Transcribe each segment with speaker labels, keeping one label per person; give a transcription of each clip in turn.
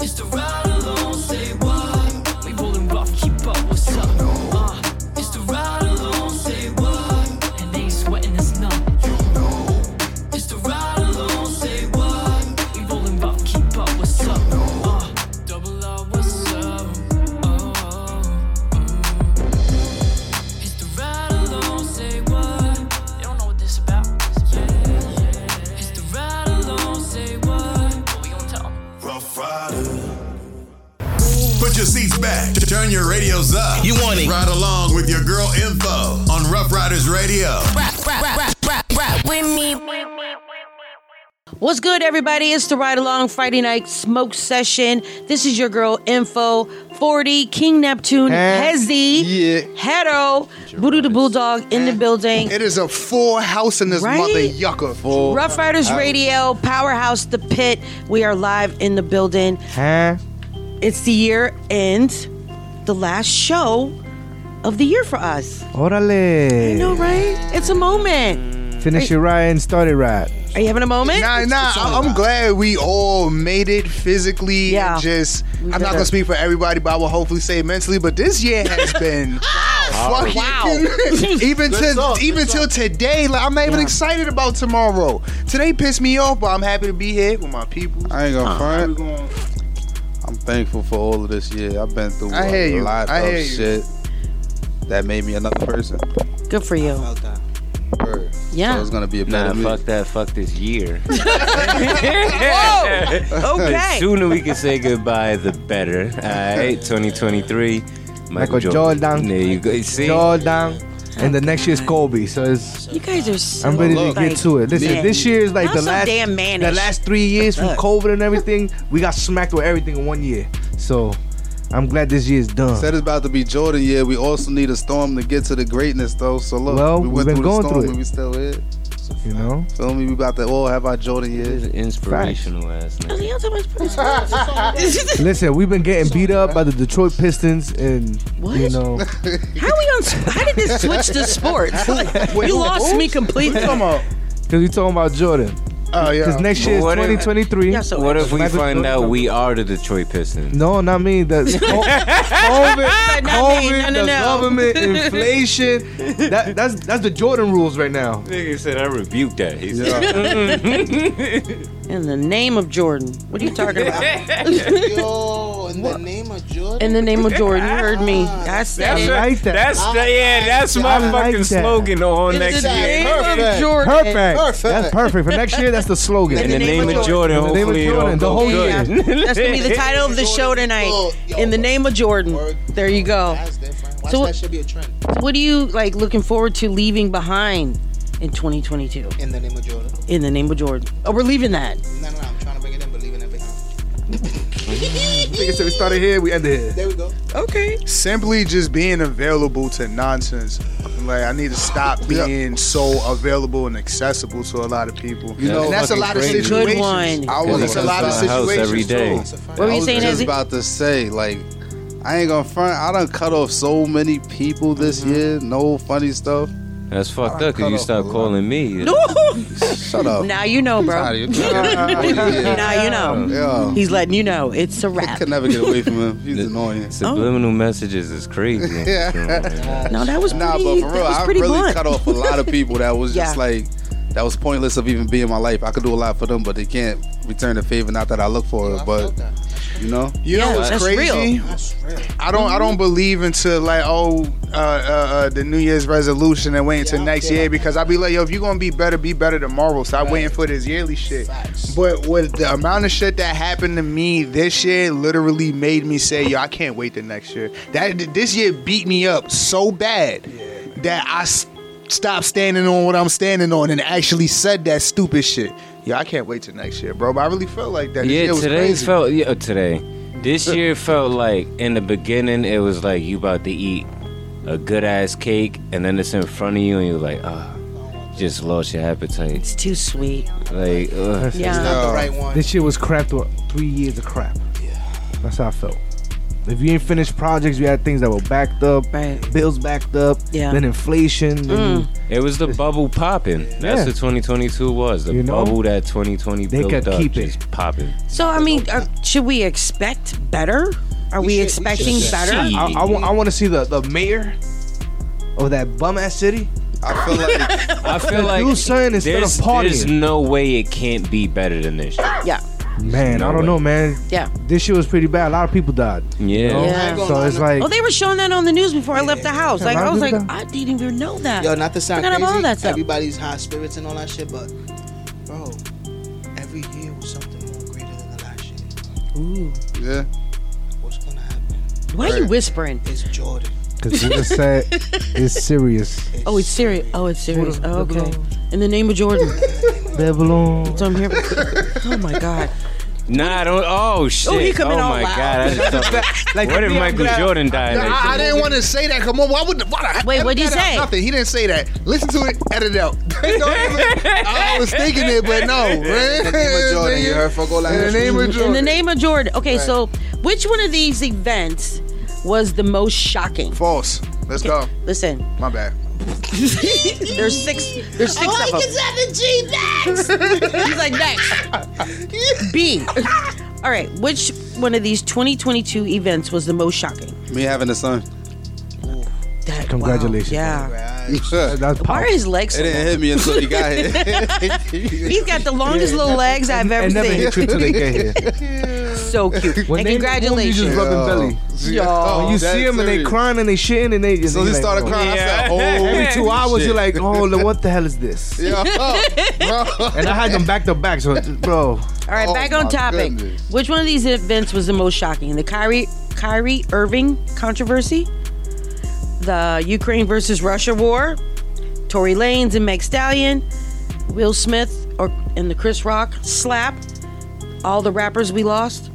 Speaker 1: It's the ride along, say what? We rolling rough, keep up, what's up? Uh, it's the ride along, say what? And they ain't sweating us none. You know. It's the ride along, say what? We rolling rough, keep up, what's up? Uh, double R, what's up? Oh, mm. It's the ride along, say what? They don't know what this about. Yeah, yeah. It's the ride along, say what? What we gonna tell 'em?
Speaker 2: Rough Rider. Put your seats back, turn your radios up.
Speaker 3: You want it.
Speaker 2: Ride along with your girl info on Rough Riders Radio.
Speaker 4: Rock, rock, rock, rock, rock with me.
Speaker 5: What's good, everybody? It's the Ride Along Friday Night Smoke Session. This is your girl, Info 40, King Neptune,
Speaker 6: Huh?
Speaker 5: Hezzy,
Speaker 6: Eh, Yeah.
Speaker 5: Hedo, Voodoo the Bulldog in the building.
Speaker 6: Eh, It is a full house in this
Speaker 5: Right?
Speaker 6: mother Oh, yucker. Full.
Speaker 5: Rough Riders Radio, Powerhouse, The Pit. We are live in the building.
Speaker 6: Huh?
Speaker 5: It's the year end, the last show of the year for us.
Speaker 7: Orale.
Speaker 5: You know, right? It's a moment.
Speaker 7: Finish it right and start it right.
Speaker 5: Are you having a moment?
Speaker 6: Nah, nah. I- I'm glad we all made it physically.
Speaker 5: Yeah.
Speaker 6: Yeah. Just, I'm
Speaker 5: We
Speaker 6: not
Speaker 5: did
Speaker 6: gonna
Speaker 5: it.
Speaker 6: speak for everybody, but I will hopefully say mentally. But this year has been fucking even to even till today. Like I'm not even
Speaker 5: Yeah.
Speaker 6: excited about tomorrow. Today pissed me off, but I'm happy to be here with my people.
Speaker 8: I ain't gonna
Speaker 6: We
Speaker 8: front.
Speaker 6: gonna-
Speaker 8: I'm thankful for all of this year. I've been through
Speaker 6: I hear
Speaker 8: a
Speaker 6: you.
Speaker 8: lot
Speaker 6: I hear
Speaker 8: of
Speaker 6: you.
Speaker 8: shit that made me another person.
Speaker 5: Good for you.
Speaker 8: Word.
Speaker 5: Yeah.
Speaker 8: So it's gonna be a better
Speaker 3: Nah,
Speaker 8: me.
Speaker 3: fuck that. Fuck this year.
Speaker 5: Whoa!
Speaker 3: The
Speaker 5: Okay.
Speaker 3: sooner we can say goodbye, the better. Uh, All right, 2023. Michael,
Speaker 7: Michael
Speaker 3: Jordan.
Speaker 7: Jordan.
Speaker 3: There you go. See?
Speaker 7: Jordan. And the next year is Kobe, so it's
Speaker 5: You guys are so
Speaker 7: I'm ready to
Speaker 5: like,
Speaker 7: get to it. Listen,
Speaker 5: man.
Speaker 7: this year is like
Speaker 5: Y'all
Speaker 7: the
Speaker 5: so
Speaker 7: last
Speaker 5: damn
Speaker 7: the
Speaker 5: mannish.
Speaker 7: last three years from
Speaker 5: Fuck.
Speaker 7: COVID and everything. We got smacked with everything in one year, so I'm glad this year is done.
Speaker 8: Said it's about to be Jordan year. We also need a storm to get to the greatness, though. So look,
Speaker 7: Well,
Speaker 8: we
Speaker 7: we've
Speaker 8: went
Speaker 7: been
Speaker 8: through
Speaker 7: going
Speaker 8: the
Speaker 7: through
Speaker 8: storm
Speaker 7: it.
Speaker 8: and we still here.
Speaker 7: you know,
Speaker 8: Feel me? We about to all have our Jordan
Speaker 3: This
Speaker 8: years.
Speaker 3: is inspirational ass nigga.
Speaker 5: Y'all so much-
Speaker 7: listen, we've been getting beat up by the Detroit Pistons, and you
Speaker 5: What?
Speaker 7: know,
Speaker 5: How we on? sp- How did this switch to sports? Like, you lost me completely.
Speaker 6: Come on.
Speaker 7: because we talking about Jordan.
Speaker 6: Oh
Speaker 7: Because
Speaker 6: yeah.
Speaker 7: next
Speaker 3: But
Speaker 7: year is
Speaker 3: what if-
Speaker 7: 2023.
Speaker 5: Yeah, so
Speaker 3: What if we
Speaker 7: Michael
Speaker 3: find
Speaker 7: Jordan.
Speaker 3: out we are the Detroit Pistons?
Speaker 7: No, not me. That's COVID,
Speaker 5: But not me.
Speaker 7: COVID,
Speaker 5: No, no, no.
Speaker 7: the government, inflation. That, that's that's the Jordan rules right now.
Speaker 3: Nigga said I rebuked that. He said,
Speaker 5: In the name of Jordan, what are you talking about?
Speaker 9: Yo, in the name of Jordan.
Speaker 5: In the name of Jordan, you heard me. I said
Speaker 7: I
Speaker 5: it.
Speaker 7: like that.
Speaker 3: yeah, that's
Speaker 7: my I like fucking that. slogan
Speaker 3: on
Speaker 5: In the name of
Speaker 8: Perfect.
Speaker 5: Jordan.
Speaker 7: perfect.
Speaker 9: Perfect.
Speaker 7: That's perfect. For next year, that's the slogan.
Speaker 3: In the name of Jordan,
Speaker 7: In the name of
Speaker 3: hopefully
Speaker 7: Jordan,
Speaker 3: it
Speaker 7: the
Speaker 3: don't
Speaker 7: whole
Speaker 3: go
Speaker 7: year.
Speaker 3: good.
Speaker 5: That's gonna be the title of the show tonight. In the name of Jordan. There you go.
Speaker 9: That's different. Watch
Speaker 5: So what-
Speaker 9: that should be a trend.
Speaker 5: What are you like looking forward to leaving behind in 2022?
Speaker 9: In the name of Jordan.
Speaker 5: In the name of Jordan. Oh, we're leaving that.
Speaker 9: No, no, no. I'm trying to bring it in, but leaving it behind.
Speaker 7: Nigga said we started here, we ended here.
Speaker 9: There we go.
Speaker 5: Okay.
Speaker 6: simply just being available to nonsense. Like I need to stop being so available and accessible to a lot of people.
Speaker 8: You know,
Speaker 6: and that's a
Speaker 8: fucking
Speaker 6: lot of
Speaker 8: crazy. Good
Speaker 6: situations.
Speaker 5: one.
Speaker 6: I
Speaker 8: Good
Speaker 6: was that's a
Speaker 8: one.
Speaker 6: lot of
Speaker 8: Outside house
Speaker 6: situations
Speaker 3: every day.
Speaker 6: too.
Speaker 5: What were
Speaker 8: I
Speaker 5: you
Speaker 8: was
Speaker 5: saying,
Speaker 8: just
Speaker 5: Ezzy?
Speaker 8: about to say, like, I ain't gonna front. I done cut off so many people this
Speaker 7: Mm-hmm.
Speaker 8: year. No funny stuff.
Speaker 3: That's fucked up because you start calling me.
Speaker 8: Shut up.
Speaker 5: now you know,
Speaker 8: Outta
Speaker 5: bro.
Speaker 8: your- yeah.
Speaker 5: Now you know.
Speaker 8: Yeah.
Speaker 5: He's letting you know it's a wrap.
Speaker 8: Oh. Could never get away from him. He's annoying.
Speaker 3: Subliminal messages is crazy.
Speaker 5: No, that was
Speaker 8: Nah,
Speaker 5: pretty.
Speaker 8: but
Speaker 5: that
Speaker 8: for real,
Speaker 5: was
Speaker 8: I
Speaker 5: pretty
Speaker 8: really
Speaker 5: blunt.
Speaker 8: cut off a lot of people that was just
Speaker 5: Yeah.
Speaker 8: like that was pointless of even being in my life. I could do a lot for them, but they can't return the favor. Not that I look for it, but you know,
Speaker 6: You
Speaker 5: Yeah,
Speaker 6: know what's
Speaker 5: that's
Speaker 6: crazy?
Speaker 5: real.
Speaker 6: I don't I don't believe into like oh uh, uh, uh, the New Year's resolution and waiting till next year because I be like yo if you gonna be better be better tomorrow stop waiting for this yearly shit. But with the amount of shit that happened to me this year, literally made me say yo I can't wait the next year. That this year beat me up so bad that I s- stopped standing on what I'm standing on and actually said that stupid shit. Yeah, I can't wait till next year, bro. But I really felt like that. This year
Speaker 3: Yeah,
Speaker 6: was
Speaker 3: today
Speaker 6: crazy.
Speaker 3: felt yeah oh, today. This year felt like in the beginning it was like you about to eat a good ass cake and then it's in front of you and you're like ah, just lost your appetite.
Speaker 5: It's too sweet.
Speaker 3: Like ugh.
Speaker 5: Yeah.
Speaker 9: Not the right one.
Speaker 7: This shit was crapped with three years of crap. That's how I felt. If you ain't finished projects, you had things that were backed up,
Speaker 5: Right.
Speaker 7: bills backed up,
Speaker 5: Yeah. Mm.
Speaker 7: then inflation. then
Speaker 3: It was the bubble popping. That's
Speaker 7: Yeah.
Speaker 3: what 2022 was. The
Speaker 7: You know?
Speaker 3: bubble that 2020
Speaker 7: They
Speaker 3: built
Speaker 7: could
Speaker 3: up,
Speaker 7: keep it.
Speaker 3: just popping.
Speaker 5: So I mean, are, should we expect better? Are we,
Speaker 9: should- we
Speaker 5: expecting
Speaker 9: should.
Speaker 5: better?
Speaker 3: Shit.
Speaker 7: I, I, wa- I want to see the, the mayor of that bum ass city.
Speaker 8: I feel like
Speaker 3: I feel like
Speaker 7: do something instead of
Speaker 3: there's, there's
Speaker 7: partying.
Speaker 3: no way it can't be better than this. shit.
Speaker 5: Yeah,
Speaker 7: Man,
Speaker 3: No
Speaker 7: I don't
Speaker 3: way.
Speaker 7: know, man.
Speaker 5: yeah.
Speaker 7: This shit was pretty bad. A lot of people died.
Speaker 3: Yeah.
Speaker 5: Yeah. Oh.
Speaker 9: ain't gonna
Speaker 7: So
Speaker 9: lie,
Speaker 7: it's
Speaker 9: no-
Speaker 7: like
Speaker 5: Well, they were showing that on the news before I left the house. Like
Speaker 7: Yeah,
Speaker 5: I was like,
Speaker 7: Roger
Speaker 5: I didn't even know that.
Speaker 9: Yo, not to sound
Speaker 5: Forgot
Speaker 9: crazy.
Speaker 5: about all that stuff.
Speaker 9: Everybody's high spirits and all that shit, but bro, every year was something more greater than the last year.
Speaker 8: yeah.
Speaker 9: What's gonna happen?
Speaker 5: Why are you whispering?
Speaker 9: It's Jordan.
Speaker 7: because Buddha said it's serious.
Speaker 5: Oh, it's serious. Oh, it's serious. Oh, okay. In the name of Jordan,
Speaker 7: Babylon.
Speaker 5: so I'm here. Oh my God.
Speaker 3: Nah, don't. Oh shit.
Speaker 5: he coming all
Speaker 3: my
Speaker 5: loud.
Speaker 3: god. I just thought,
Speaker 7: Like,
Speaker 3: what if
Speaker 7: I'm
Speaker 3: Michael
Speaker 7: glad-
Speaker 3: Jordan died?
Speaker 6: I,
Speaker 3: like
Speaker 6: I
Speaker 3: that?
Speaker 6: didn't want to say that. Come on, why would the, why the
Speaker 5: Wait,
Speaker 6: edit
Speaker 5: what'd he
Speaker 6: that out?
Speaker 5: say?
Speaker 6: Nothing. He didn't say that. Listen to it. Edit it out.
Speaker 8: Oh,
Speaker 6: I was thinking it, but no.
Speaker 8: In the name of Jordan, you heard fuck all that.
Speaker 6: In the name of Jordan.
Speaker 5: In the name of Jordan. Okay, so which one of these events was the most shocking?
Speaker 6: False. Let's go.
Speaker 5: Listen,
Speaker 6: My bad.
Speaker 5: there's six. There's six of them. He's like next. B. All right, which one of these 2022 events was the most shocking?
Speaker 8: Me having a son.
Speaker 5: That, wow,
Speaker 7: Congratulations,
Speaker 5: Yeah.
Speaker 9: Right.
Speaker 8: it
Speaker 7: That's
Speaker 5: Why
Speaker 7: powerful.
Speaker 5: are his legs? so
Speaker 8: didn't hit me until he got here.
Speaker 5: He's got the longest little legs I've ever
Speaker 7: And never
Speaker 5: seen.
Speaker 7: hit you till they get here.
Speaker 5: So cute.
Speaker 7: When
Speaker 5: and
Speaker 7: they in the womb, You
Speaker 5: congratulations.
Speaker 7: just rubbing belly. Oh,
Speaker 8: Yo,
Speaker 7: When you see them and they crying and they shitting and they just.
Speaker 8: So he started crying. I said, "Oh,
Speaker 7: Every two hours, you're like, oh, look, what the hell is this? And I had them back to back, so bro,
Speaker 5: All right,
Speaker 8: Oh
Speaker 5: back on
Speaker 8: my
Speaker 5: topic.
Speaker 8: goodness.
Speaker 5: Which one of these events was the most shocking? The Kyrie Kyrie Irving controversy, the Ukraine versus Russia war, Tory Lanez and Meg Stallion, Will Smith or and the Chris Rock slap, all the rappers we lost,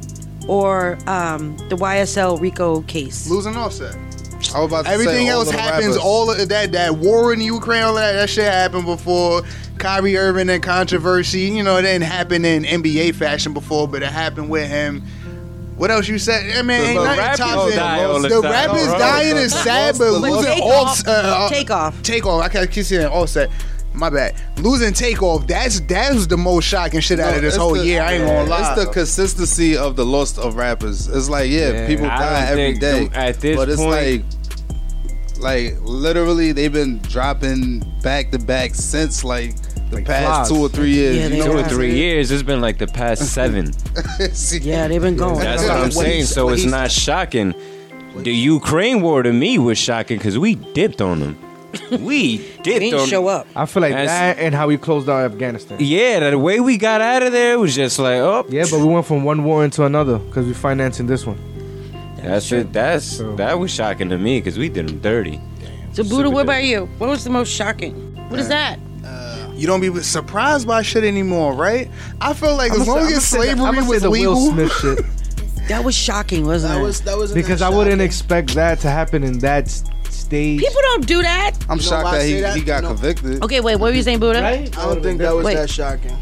Speaker 5: or um, the YSL Rico case.
Speaker 6: Losing offset.
Speaker 8: I was about to say,
Speaker 6: Everything
Speaker 8: all
Speaker 6: else
Speaker 8: of the
Speaker 6: happens.
Speaker 8: rappers.
Speaker 6: All of that that war in Ukraine, all that that shit happened before. Kyrie Irving and controversy. You know, it didn't happen in NBA fashion before, but it happened with him. What else you said? I mean,
Speaker 8: The-
Speaker 6: ain't
Speaker 8: the
Speaker 6: nothing
Speaker 8: rappers
Speaker 6: tops it.
Speaker 3: die all the
Speaker 6: The
Speaker 3: time.
Speaker 6: rappers
Speaker 8: All right.
Speaker 6: dying is sad, but
Speaker 8: Lost the-
Speaker 6: losing
Speaker 5: Take
Speaker 6: offs-
Speaker 5: off.
Speaker 6: uh, uh,
Speaker 5: Take off.
Speaker 6: Take off. I can't keep saying offset. My bad. Losing takeoff. That's that was the most shocking shit out of this
Speaker 8: It's
Speaker 6: whole
Speaker 8: the-
Speaker 6: year. I ain't gonna lie.
Speaker 8: It's the consistency of the loss of rappers. It's like, yeah,
Speaker 7: Yeah.
Speaker 8: people
Speaker 3: I
Speaker 8: die
Speaker 3: don't
Speaker 8: every
Speaker 3: think
Speaker 8: day.
Speaker 3: them- at this
Speaker 8: but it's
Speaker 3: point-
Speaker 8: like, like literally, they've been dropping back to back since like the past
Speaker 7: flies.
Speaker 8: two or three years.
Speaker 5: Yeah, they
Speaker 8: you know
Speaker 3: Two or
Speaker 8: what I'm
Speaker 3: three
Speaker 8: saying?
Speaker 3: years. It's been like the past seven.
Speaker 5: Oh, Yeah, they've been going.
Speaker 3: That's
Speaker 8: Yeah.
Speaker 3: what I'm
Speaker 8: What
Speaker 3: saying.
Speaker 8: he's-
Speaker 3: So
Speaker 8: what
Speaker 3: it's
Speaker 8: he's-
Speaker 3: not shocking. The Ukraine war to me was shocking because we dipped on them. We dipped
Speaker 5: Didn't
Speaker 3: on
Speaker 5: show up.
Speaker 7: I feel like
Speaker 3: That's-
Speaker 7: that and how we closed out Afghanistan.
Speaker 3: Yeah, the way we got out of there was just like, oh,
Speaker 7: Yeah, but we went from one war into another because we financing this one.
Speaker 3: that's it. That's
Speaker 7: So-
Speaker 3: that was shocking to me because we did them dirty.
Speaker 5: So Buddha,
Speaker 3: Super
Speaker 5: what about
Speaker 3: dirty.
Speaker 5: you? What was the most shocking? What is that?
Speaker 6: you don't be surprised by shit anymore, right? I feel like as long as slavery was
Speaker 7: the Will
Speaker 6: legal,
Speaker 7: Smith shit
Speaker 5: That was shocking, wasn't
Speaker 9: That
Speaker 5: it?
Speaker 9: was that was
Speaker 7: because I wouldn't expect that to happen in that s- stage.
Speaker 5: People don't do that.
Speaker 8: I'm
Speaker 9: You know
Speaker 8: shocked
Speaker 9: why I
Speaker 8: that
Speaker 9: say
Speaker 8: he,
Speaker 9: that?
Speaker 8: he got
Speaker 9: No.
Speaker 8: convicted.
Speaker 5: Okay, wait. What were you saying, Buddha?
Speaker 7: right?
Speaker 9: I don't think that was
Speaker 5: Wait.
Speaker 9: that shocking.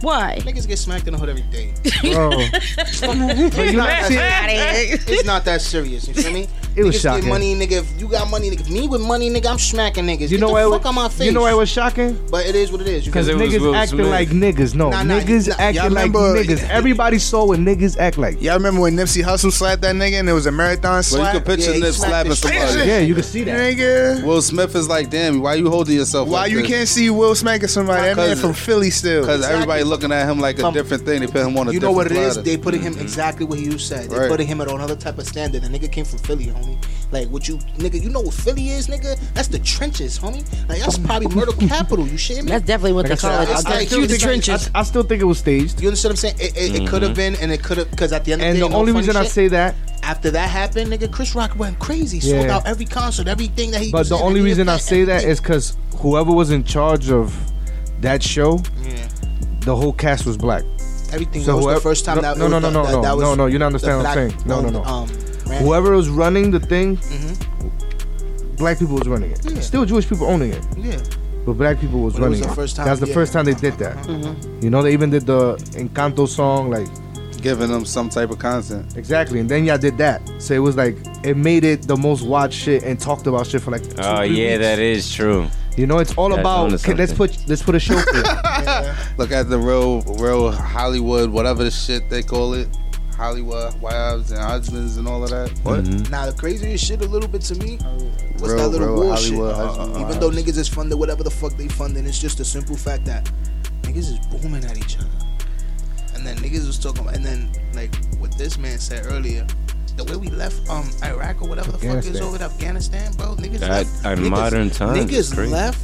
Speaker 5: Why?
Speaker 9: Niggas get smacked in the hood every day.
Speaker 7: Bro. But you not see-
Speaker 9: It's not that serious. You feel me?
Speaker 7: It was
Speaker 9: niggas
Speaker 7: shocking.
Speaker 9: Get money, nigga. If you got money, nigga. If me with money, nigga, I'm smacking niggas.
Speaker 7: you
Speaker 9: Get
Speaker 7: know
Speaker 9: the
Speaker 7: why? it
Speaker 9: fuck out my
Speaker 7: was-
Speaker 9: face.
Speaker 7: You know why it was shocking?
Speaker 9: But it is what it is. You feel
Speaker 7: Because
Speaker 3: 'Cause
Speaker 9: me?
Speaker 3: it was
Speaker 7: niggas
Speaker 3: Will
Speaker 7: acting
Speaker 3: Smith.
Speaker 7: like niggas. No,
Speaker 9: Nah, nah,
Speaker 7: niggas
Speaker 9: nah.
Speaker 7: acting
Speaker 6: Y'all remember-
Speaker 7: like niggas. Everybody saw what niggas act like.
Speaker 6: y'all remember when Nipsey Hussle slapped that nigga and it was a marathon
Speaker 8: Well,
Speaker 6: slap?
Speaker 8: you could picture
Speaker 9: Yeah, he
Speaker 8: Nip
Speaker 9: slapped
Speaker 8: slapping
Speaker 9: the
Speaker 8: somebody.
Speaker 7: Yeah, you can see that.
Speaker 6: nigga.
Speaker 8: Will Smith is like, damn, why you holding yourself?
Speaker 6: Why
Speaker 8: like
Speaker 6: you
Speaker 8: this?
Speaker 6: can't see Will smacking somebody? That man
Speaker 8: Because-
Speaker 6: from Philly still.
Speaker 8: Because everybody looking at him like a
Speaker 9: Um,
Speaker 8: different thing. They put him on a
Speaker 9: You know what it
Speaker 8: different
Speaker 9: is?
Speaker 8: platter.
Speaker 9: They putting him exactly what you said. They
Speaker 8: Right.
Speaker 9: putting him at another type of standard. The nigga came from Philly, homie. Like what you nigga, you know what Philly is, nigga? That's the trenches, homie. Like that's probably murder capital. You shit me?
Speaker 5: That's definitely what they
Speaker 9: said,
Speaker 5: call it.
Speaker 9: I- I
Speaker 5: It's like
Speaker 9: still
Speaker 5: you the
Speaker 9: think-
Speaker 5: trenches. Mm-hmm.
Speaker 7: I still think it was staged.
Speaker 9: you understand what I'm saying? It, it, it could have been, and it could have, because at the end of
Speaker 7: And
Speaker 9: the day,
Speaker 7: the
Speaker 9: no
Speaker 7: only
Speaker 9: funny
Speaker 7: reason I
Speaker 9: shit.
Speaker 7: say that,
Speaker 9: after that happened, nigga, Chris Rock went crazy, sold
Speaker 7: Yeah.
Speaker 9: out every concert, everything that he.
Speaker 7: but
Speaker 9: was
Speaker 7: the
Speaker 9: in,
Speaker 7: only
Speaker 9: every
Speaker 7: reason I
Speaker 9: event,
Speaker 7: say that
Speaker 9: everything.
Speaker 7: is because whoever was in charge of that show,
Speaker 9: Yeah.
Speaker 7: the whole cast was black.
Speaker 9: Everything
Speaker 7: So
Speaker 9: was
Speaker 7: whoever-
Speaker 9: the first time
Speaker 7: no,
Speaker 9: that
Speaker 7: no,
Speaker 9: it
Speaker 7: no,
Speaker 9: was
Speaker 7: no,
Speaker 9: the-
Speaker 7: no,
Speaker 9: that- that
Speaker 7: no,
Speaker 9: was
Speaker 7: no, no, you don't understand
Speaker 9: the
Speaker 7: what I'm saying. No, no,
Speaker 9: black-owned,
Speaker 7: no.
Speaker 9: Um, brand.
Speaker 7: Whoever was running the thing, black people was running it.
Speaker 9: Yeah.
Speaker 7: Still Jewish people owning it,
Speaker 9: yeah,
Speaker 7: but black people was
Speaker 9: But it
Speaker 7: running
Speaker 9: was the first time, Mm-hmm.
Speaker 7: That's the
Speaker 9: yeah.
Speaker 7: first time they did that. You know, they even did the Encanto song, like
Speaker 8: giving them some type of content.
Speaker 7: Exactly, and then y'all did that, so it was like it made it the most watched shit and talked about shit for like. two,
Speaker 3: Oh
Speaker 7: three
Speaker 3: yeah,
Speaker 7: weeks.
Speaker 3: that is true.
Speaker 7: You know, it's all
Speaker 3: That's
Speaker 7: about.
Speaker 3: onto
Speaker 7: okay, let's
Speaker 3: something.
Speaker 7: put let's put a show. for it.
Speaker 8: Look at the real, real Hollywood, whatever the shit they call it, Hollywood wives and husbands and all of that. What?
Speaker 3: Mm-hmm.
Speaker 9: Now the craziest shit a little bit to me
Speaker 7: Oh.
Speaker 9: was
Speaker 8: Real-
Speaker 9: that little
Speaker 8: real
Speaker 9: war
Speaker 8: Hollywood
Speaker 9: shit.
Speaker 3: Uh,
Speaker 8: husband.
Speaker 9: Even though niggas is funded whatever the fuck they funding, it's just a simple fact that niggas is booming at each other. And then niggas was talking, and then like what this man said earlier, the way we left um Iraq or whatever the fuck is
Speaker 7: Afghanistan.
Speaker 9: over in Afghanistan, bro. Niggas
Speaker 3: That-
Speaker 9: left.
Speaker 3: in
Speaker 9: niggas,
Speaker 3: modern times, it's
Speaker 9: niggas
Speaker 3: crazy.
Speaker 9: left.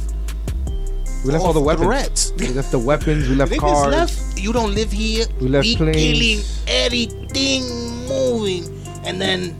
Speaker 7: We left all
Speaker 9: off
Speaker 7: the weapons.
Speaker 9: Threats.
Speaker 7: We left the weapons. We left
Speaker 9: Niggas
Speaker 7: cars.
Speaker 9: left. You don't live here.
Speaker 7: We left
Speaker 9: we
Speaker 7: planes.
Speaker 9: killing everything moving, and then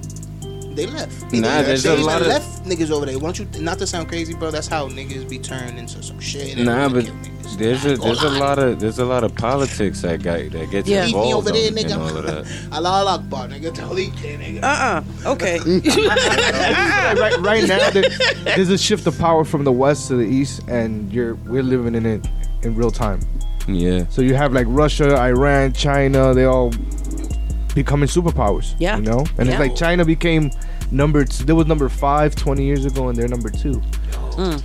Speaker 9: they left. They
Speaker 3: Nah,
Speaker 9: left.
Speaker 3: there's
Speaker 9: They
Speaker 3: a
Speaker 9: even
Speaker 3: lot of-
Speaker 9: left niggas over there. Won't you? Not to sound crazy, bro. That's how niggas be turned into some shit. and
Speaker 3: Nah,
Speaker 9: they
Speaker 3: but
Speaker 9: kill niggas.
Speaker 3: there's
Speaker 9: Nah,
Speaker 3: a
Speaker 9: go
Speaker 3: there's a
Speaker 9: lie.
Speaker 3: lot of there's a lot of politics that got that gets
Speaker 5: Yeah.
Speaker 9: Leave me
Speaker 3: involved
Speaker 9: over there,
Speaker 3: on- in all of that.
Speaker 9: nigga. Allah Akbar, nigga. Tell these kids, nigga.
Speaker 5: Uh uh Okay.
Speaker 7: Like,
Speaker 5: Mm-hmm.
Speaker 7: right, right now, there- there's a shift of power from the west to the east, and you're we're living in it in real time.
Speaker 3: Yeah.
Speaker 7: So you have like Russia, Iran, China. They all becoming superpowers.
Speaker 5: Yeah.
Speaker 7: you know, and
Speaker 5: Yeah.
Speaker 7: it's like China became number. Two, they was number five 20 years ago, and they're number two.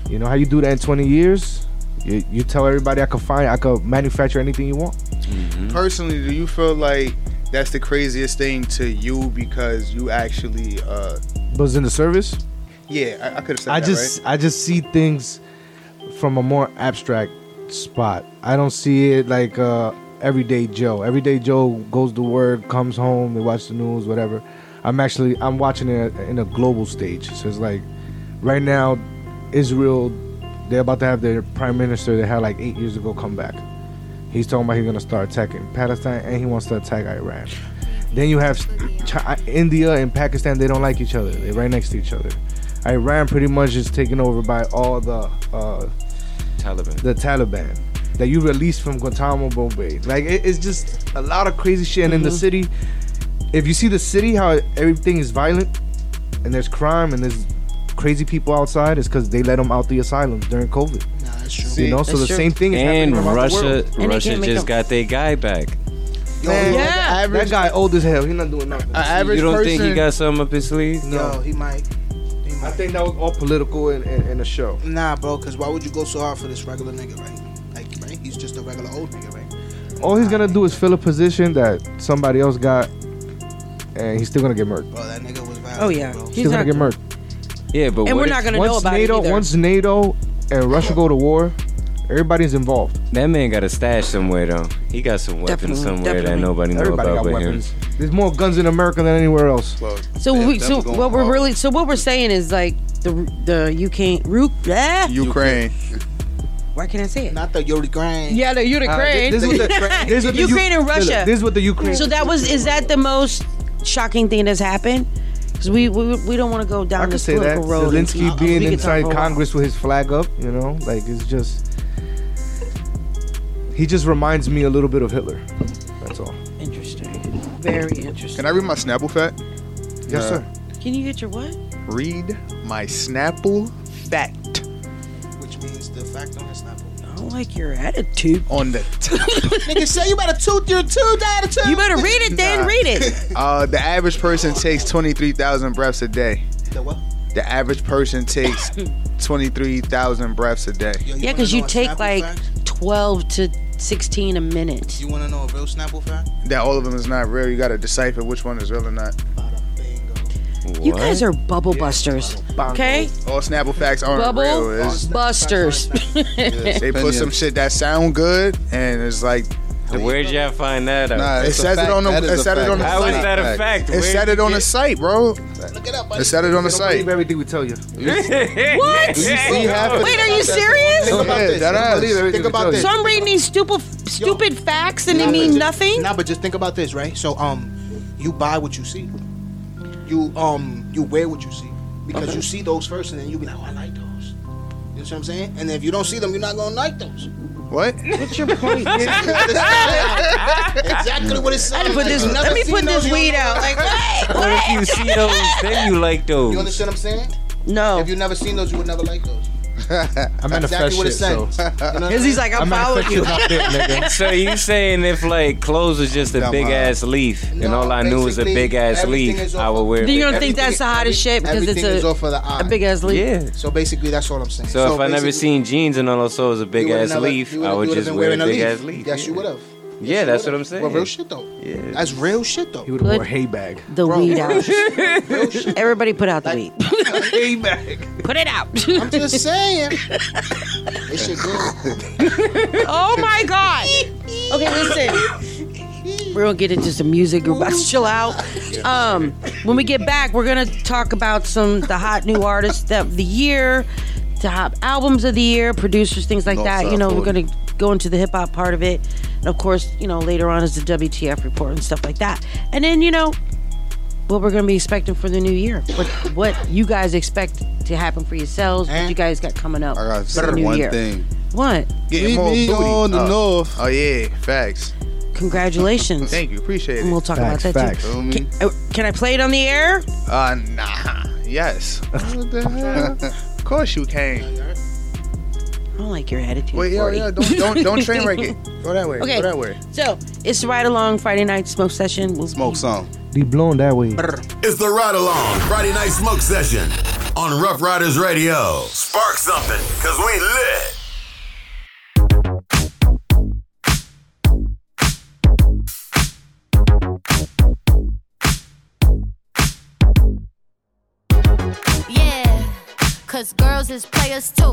Speaker 7: You know how you do that in 20 years? You, you tell everybody I could find, I could manufacture anything you want.
Speaker 3: Mm-hmm.
Speaker 6: Personally, do you feel like that's the craziest thing to you because you actually, uh,
Speaker 7: But it's in the service.
Speaker 6: yeah, I, I could have said
Speaker 7: I
Speaker 6: that,
Speaker 7: just
Speaker 6: right?
Speaker 7: I just see things from a more abstract spot. I don't see it like uh, everyday Joe. Everyday Joe goes to work, comes home, they watch the news, whatever. I'm actually I'm watching it in a global stage. So it's like right now, Israel, they're about to have their prime minister they had like eight years ago come back. He's talking about he's gonna start attacking Palestine and he wants to attack Iran. Then you have Chi- India and Pakistan. They don't like each other. They're right next to each other. Iran pretty much is taken over by all the uh,
Speaker 3: Taliban.
Speaker 7: the Taliban that you released from Guantanamo Bay. Like it, it's just a lot of crazy shit. And in the city, if you see the city, how everything is violent and there's crime and there's crazy people outside, it's because they let them out the asylums during COVID.
Speaker 9: Nah, that's true.
Speaker 7: you know, so
Speaker 5: That's
Speaker 7: the
Speaker 5: true.
Speaker 7: same thing is happening
Speaker 3: And
Speaker 7: around the
Speaker 3: Russia
Speaker 7: world.
Speaker 5: And they
Speaker 3: Russia
Speaker 5: can't make
Speaker 3: just
Speaker 5: up-
Speaker 3: got their guy back.
Speaker 7: Man,
Speaker 6: Yo,
Speaker 5: Yeah.
Speaker 6: like, average,
Speaker 7: That guy old as hell. He's not doing nothing.
Speaker 6: a average
Speaker 3: You don't
Speaker 6: person,
Speaker 3: think he got something up his sleeve?
Speaker 9: Yo, he might. He
Speaker 7: I
Speaker 9: might.
Speaker 7: think that was all political and, and, and a show.
Speaker 9: Nah, bro. Cause why would you go so hard for this regular nigga, right? Like, right? He's just a regular old nigga, right?
Speaker 7: All he's gonna do is fill a position that somebody else got, and he's still gonna get murked.
Speaker 9: Bro, that nigga was violent.
Speaker 5: Oh yeah.
Speaker 9: Bro.
Speaker 7: He's
Speaker 5: He's
Speaker 7: still gonna
Speaker 5: not.
Speaker 7: get murked.
Speaker 3: Yeah, but
Speaker 5: And
Speaker 3: what
Speaker 5: we're
Speaker 3: if-
Speaker 5: not gonna know
Speaker 7: Once
Speaker 5: about it
Speaker 7: NATO,
Speaker 5: either.
Speaker 7: once NATO and Russia go to war, everybody's involved.
Speaker 3: that man got a stash somewhere though. He got some weapons
Speaker 5: Definitely,
Speaker 3: somewhere that
Speaker 5: definitely.
Speaker 3: nobody know
Speaker 7: Everybody
Speaker 3: about
Speaker 7: got
Speaker 3: but him.
Speaker 7: weapons. There's more guns in America than anywhere else.
Speaker 5: So
Speaker 8: Them-
Speaker 5: we,
Speaker 8: them
Speaker 5: so
Speaker 8: going
Speaker 5: what we're
Speaker 8: hard.
Speaker 5: really so what we're saying is like the the you can't root. Ah,
Speaker 6: Ukraine.
Speaker 5: why can't I say it? Uh,
Speaker 9: Not the Yuri Grind.
Speaker 5: Yeah, the Ukraine.
Speaker 7: This is what the, this is what the
Speaker 5: Ukraine
Speaker 7: Uk-
Speaker 5: and Russia.
Speaker 7: This is what the Ukraine.
Speaker 5: so that was is that the most shocking thing that's happened? Because we, we we don't want to go down
Speaker 7: I could
Speaker 5: this
Speaker 7: say that
Speaker 5: political road. and
Speaker 7: Zelensky
Speaker 5: keep-
Speaker 7: being
Speaker 5: we could talk
Speaker 7: inside
Speaker 5: for a while.
Speaker 7: Congress with his flag up, you know, like it's just. He just reminds me a little bit of Hitler. That's all.
Speaker 5: Interesting. Very interesting.
Speaker 6: Can I read my Snapple fact?
Speaker 7: Yes, sir.
Speaker 5: Can you get your what?
Speaker 6: Read my Snapple fact
Speaker 9: Which means the fact on his not.
Speaker 5: I don't like your attitude.
Speaker 6: on the t-
Speaker 9: Nigga say you better tooth your tooth out of tooth.
Speaker 5: You better read it then.
Speaker 6: Nah.
Speaker 5: Read it.
Speaker 6: uh, the average person takes twenty three thousand breaths a day.
Speaker 9: The what?
Speaker 6: The average person takes twenty three thousand breaths a day.
Speaker 9: Yo,
Speaker 5: Yeah,
Speaker 9: wanna
Speaker 5: because
Speaker 9: know
Speaker 5: you
Speaker 9: a
Speaker 5: take
Speaker 9: Snapple
Speaker 5: like
Speaker 9: fact?
Speaker 5: twelve to sixteen a minute.
Speaker 9: You want to know a real Snapple fact?
Speaker 6: That all of them is not real. You got to decipher which one is real or not.
Speaker 9: Bada bingo.
Speaker 5: You
Speaker 3: What?
Speaker 5: guys are bubble busters. Okay,
Speaker 6: All Snapple facts aren't
Speaker 5: bubble
Speaker 6: real. It's-
Speaker 5: busters.
Speaker 6: they put some shit that sound good, and it's like
Speaker 3: Where'd y'all find that out?
Speaker 8: Nah,
Speaker 6: It
Speaker 8: it's a
Speaker 6: says it
Speaker 8: fact.
Speaker 6: on the-
Speaker 8: That
Speaker 6: it
Speaker 8: is a
Speaker 6: said it
Speaker 8: fact.
Speaker 6: on the
Speaker 3: How is that a fact?
Speaker 6: it said it on the site, bro.
Speaker 9: Look it up, buddy.
Speaker 6: It said it on the site.
Speaker 7: Believe everything we tell you.
Speaker 5: what?
Speaker 8: See, half of
Speaker 5: Wait, are you serious?
Speaker 9: Think about
Speaker 6: Yeah,
Speaker 9: this.
Speaker 6: that ass.
Speaker 9: Think about this. Think about this.
Speaker 5: So I'm reading these stupid, stupid facts and they
Speaker 9: Nah, but
Speaker 5: mean
Speaker 9: ju-
Speaker 5: nothing.
Speaker 9: Nah, but just think about this, right? So, um, you buy what you see. You um, you wear what you see because you see those first, and then you be like, oh, I like those. You know what I'm saying? And if you don't see them, you're not gonna like those.
Speaker 6: What?
Speaker 9: exactly what it sounds
Speaker 5: Let me put
Speaker 9: like.
Speaker 5: this.
Speaker 9: You never
Speaker 5: Let me
Speaker 9: seen
Speaker 5: put this
Speaker 9: those, you
Speaker 5: weed
Speaker 9: don't know.
Speaker 5: out. Like what?
Speaker 3: But if you see those, then you like
Speaker 9: You
Speaker 3: those.
Speaker 9: understand what I'm saying?
Speaker 5: No.
Speaker 9: If you never seen those, you would never like those.
Speaker 10: I manifest
Speaker 9: what it
Speaker 10: shit. So
Speaker 9: says. You know what I
Speaker 5: Izzy's like,
Speaker 10: I
Speaker 5: I'm following
Speaker 10: manifest
Speaker 5: you.
Speaker 10: shit out there, nigga.
Speaker 3: So you saying if like clothes was just a
Speaker 11: Dumb
Speaker 3: big ass leaf, and
Speaker 9: No,
Speaker 3: all I knew was a
Speaker 9: basically,
Speaker 3: big ass
Speaker 9: everything
Speaker 3: leaf,
Speaker 9: is
Speaker 3: I
Speaker 9: off-
Speaker 3: would wear.
Speaker 5: Then you
Speaker 3: a
Speaker 5: don't think
Speaker 9: Everything-
Speaker 5: that's the hottest shit because it's
Speaker 9: everything is
Speaker 5: a,
Speaker 9: off of the eye.
Speaker 5: a big ass
Speaker 3: big-
Speaker 5: leaf.
Speaker 3: Yeah.
Speaker 9: So basically, that's all I'm saying.
Speaker 3: So, if I never
Speaker 9: basically,
Speaker 3: seen jeans and all those, so it was a
Speaker 9: you
Speaker 3: big
Speaker 9: would've
Speaker 3: ass
Speaker 9: never-
Speaker 3: leaf,
Speaker 9: you would've-
Speaker 3: I
Speaker 9: you
Speaker 3: would
Speaker 9: would've
Speaker 3: just
Speaker 9: been
Speaker 3: wear a
Speaker 9: wearing
Speaker 3: big ass leaf.
Speaker 9: Yes, you
Speaker 3: yeah.
Speaker 9: would have.
Speaker 3: Yeah, that's what I'm saying.
Speaker 9: Well, real shit though.
Speaker 3: Yeah.
Speaker 9: That's real shit though.
Speaker 10: He would have wore
Speaker 5: Look.
Speaker 10: a hay bag.
Speaker 5: The
Speaker 9: Bro.
Speaker 5: weed out. Everybody put out the weed.
Speaker 10: Hay bag.
Speaker 5: Put it out.
Speaker 9: I'm just saying. this shit good.
Speaker 5: oh my god. Okay, listen. We're gonna get into some music. We're about to chill out. Um, when we get back, we're gonna talk about some the hot new artists of the year, the hot albums of the year, producers, things like
Speaker 11: North,
Speaker 5: that. You
Speaker 11: south,
Speaker 5: know, we're
Speaker 11: forty.
Speaker 5: gonna go into the hip hop part of it, and of course, you know, later on is the WTF report and stuff like that. And then you know, what we're gonna be expecting for the new year, what what you guys expect to happen for yourselves, what you guys got coming up.
Speaker 11: I got
Speaker 5: for the new
Speaker 11: one
Speaker 5: year.
Speaker 11: thing.
Speaker 5: What?
Speaker 6: Getting more
Speaker 11: We be
Speaker 6: booty.
Speaker 11: on the
Speaker 6: Oh.
Speaker 11: north.
Speaker 6: Oh yeah, facts.
Speaker 5: Congratulations.
Speaker 6: Thank you, appreciate
Speaker 5: And we'll
Speaker 6: it.
Speaker 5: talk
Speaker 10: Facts,
Speaker 5: about that
Speaker 10: facts.
Speaker 11: Feel
Speaker 5: too.
Speaker 11: me?
Speaker 5: Can, uh, can I play it on the air?
Speaker 6: Uh, nah. Yes. What the hell? Of course you can.
Speaker 5: I don't like your attitude.
Speaker 6: Wait, yo,
Speaker 5: Forty.
Speaker 6: yo, don't don't don't train wreck it. Go that way.
Speaker 5: Okay.
Speaker 6: Go that way.
Speaker 5: So it's the ride along Friday night smoke session. We'll
Speaker 11: Smoke song.
Speaker 10: He blown that way.
Speaker 2: It's the Ride Along Friday Night Smoke Session on Rough Riders Radio. Spark something, cause we lit.
Speaker 12: Yeah, cause girls is players too.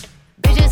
Speaker 12: Bitches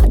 Speaker 12: I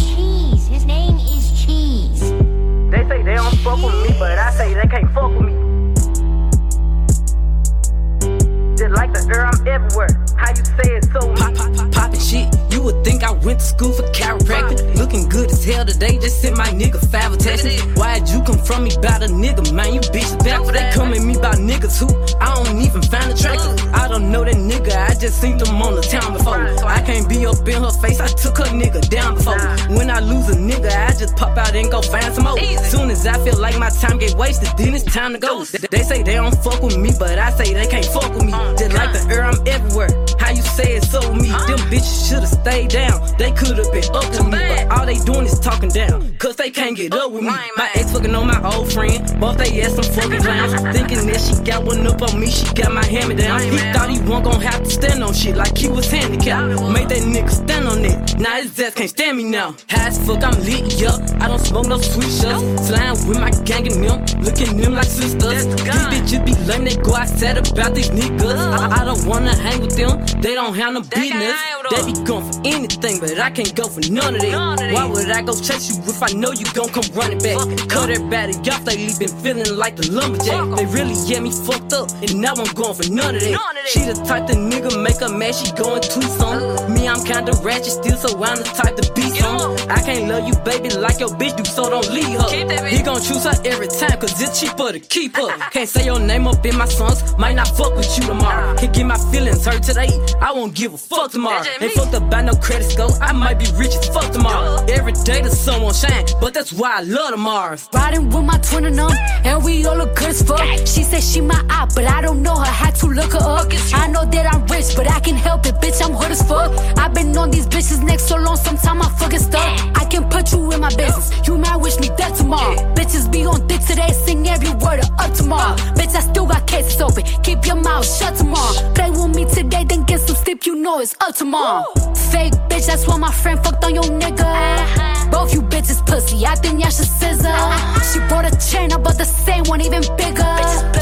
Speaker 13: Cheese. His name is Cheese.
Speaker 14: They say they don't fuck with me, but I say they can't fuck with me. Just like the air, I'm everywhere. How you say it so
Speaker 1: pop, pop, pop, poppin' shit. You would think I went to school for chiropractic. Looking good as hell today. Just sent my nigga five a text. Why'd you come from me about a nigga, man? You bitches back. They come at me by niggas who I don't even find attractive. I don't know that nigga. I just seen them on the town before. I can't be up in her face. I took her nigga down before. When I lose a nigga, I just pop out and go find some more. Soon as I feel like my time get wasted, then it's time to go. They they say they don't fuck with me, but I say they can't fuck with me. Just like the air, I'm everywhere. How you say it so me? Them bitches should've stayed down. They could've been up with me, but all they doing is talking down. Cause they can't get up with me. My ex fucking on my old friend. Both they ass some fucking clowns. Thinking that she got one up on me, she got my hammer down. He thought he won't gon' have to stand on shit like he was handicapped. Made that nigga stand on it. Now his ass can't stand me now. High as fuck, I'm lit, yup. I don't smoke no sweet shots. Slime with my ganging them, looking them like sisters. These bitches be lame, they go outside about these niggas. I, I don't wanna hang with them, they don't have no business. They be gone for anything, but I can't go for none of it. Why would I go chase you if I know you gon' come running back? Cut everybody off, they leaving feeling like the lumberjack. They really get me fucked up, and now I'm going for none of that. She the type the nigga make her mad, she going too some. Me, I'm kinda ratchet still, so I'm the type to be some. I can't love you, baby, like your bitch do, so don't leave her. He gon' choose her every time, cause it's cheaper to keep her. Can't say your name up in my songs, might not fuck with you tomorrow. Can't get my feelings hurt today, I won't give a fuck tomorrow. Ain't fucked up by no credit score, I might be rich as fuck tomorrow. Every day the sun won't shine, but that's why I love the Mars.
Speaker 15: Riding with my twin and um, and we all look good as fuck. She said she my eye, but I don't know her. Had to look her up. I know that I'm rich, but I can help it, bitch. I'm hood as fuck. I've been on these bitches' necks so long, sometime I fucking stuck. I can put you in my business. You might wish me dead tomorrow. Bitches be on dick today, sing every word of up tomorrow. Bitch, I still got cases open. Keep your mouth shut tomorrow. Play with me today, then get some sleep. You know it's up tomorrow. Fake bitch, that's why my friend fucked on your nigga. Both you bitches pussy, I think y'all should scissor. She bought a chain, I bought the same one, even bigger.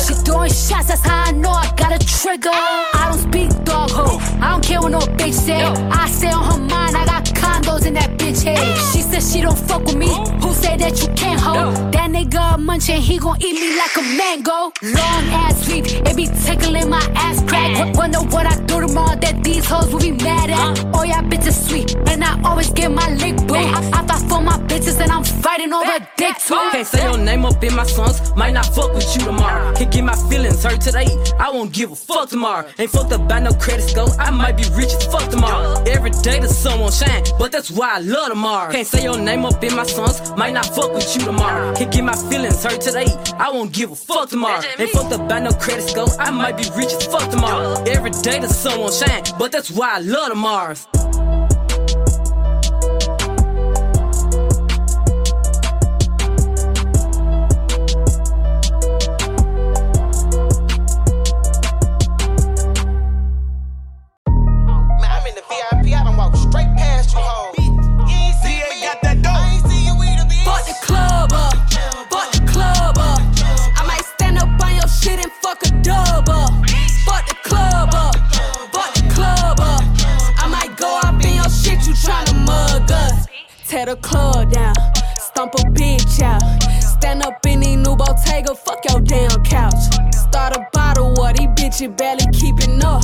Speaker 15: She throwing shots, that's how I know I got a trigger. I don't speak dog ho, I don't care what no bitch say. I stay on her mind, I got condos in that bitch head. She said she don't fuck with me, who say that you can't hoe? That nigga a munching, he gon' eat me like a mango. Long ass sweep, it be tickling my ass crack. W- Wonder what I do tomorrow that these hoes will be mad at. Oh, y'all bitches sweet, and I always get my lick boo. I, I fight for my bitches, and I'm fighting over dick too.
Speaker 1: Can't say your name up in my songs, might not fuck with you tomorrow. Can't get my feelings hurt today, I won't give a fuck tomorrow. Ain't fucked up by no credit score, I might be rich as fuck tomorrow. Every day the sun won't shine, but that's why I love tomorrow. Can't say your name up in my songs, might not fuck with you tomorrow. Can't get my feelings hurt today, I won't give a fuck tomorrow. Ain't fucked up by no credit score, I might be rich as fuck tomorrow. Every day the sun won't shine, but that's why I love tomorrow.
Speaker 16: Man, I'm in the VIP. I done walked straight past you hoes. You ain't see me. got that dope. I ain't see you either, bitch.
Speaker 17: Fuck the club up. Fuck the club up. I might stand up on your shit and fuck a dub up. Fuck the club up. Fuck the club up. I might go up in your shit, you tryna mug us. Tear the club down. Stomp a bitch out. Stand up in the new Bottega, fuck your damn couch. Start a bottle war, these bitches barely keeping up.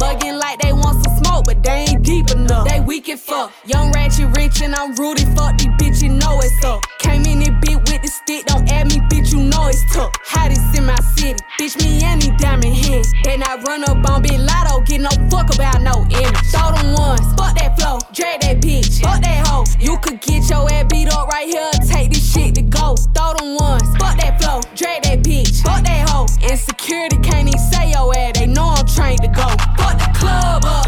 Speaker 17: Mugging like they want some smoke, but they ain't deep enough. They weak and fuck. Young ratchet rich and I'm rooted, fuck these bitches know it's up. Came in this bitch with the stick, don't add me, bitch, you know it's tough. Hottest in my city, bitch, me and these diamond hands. Then I run up on Big Lotto, get no fuck about no image. Throw them ones, fuck that flow, drag that bitch, fuck that hoe. You could get your ass beat up right here, take this shit to go. Throw them ones, fuck that flow, drag that bitch, fuck that hoe. Insecurity can't even say your ass, they know I'm trained to go. Fuck the club up,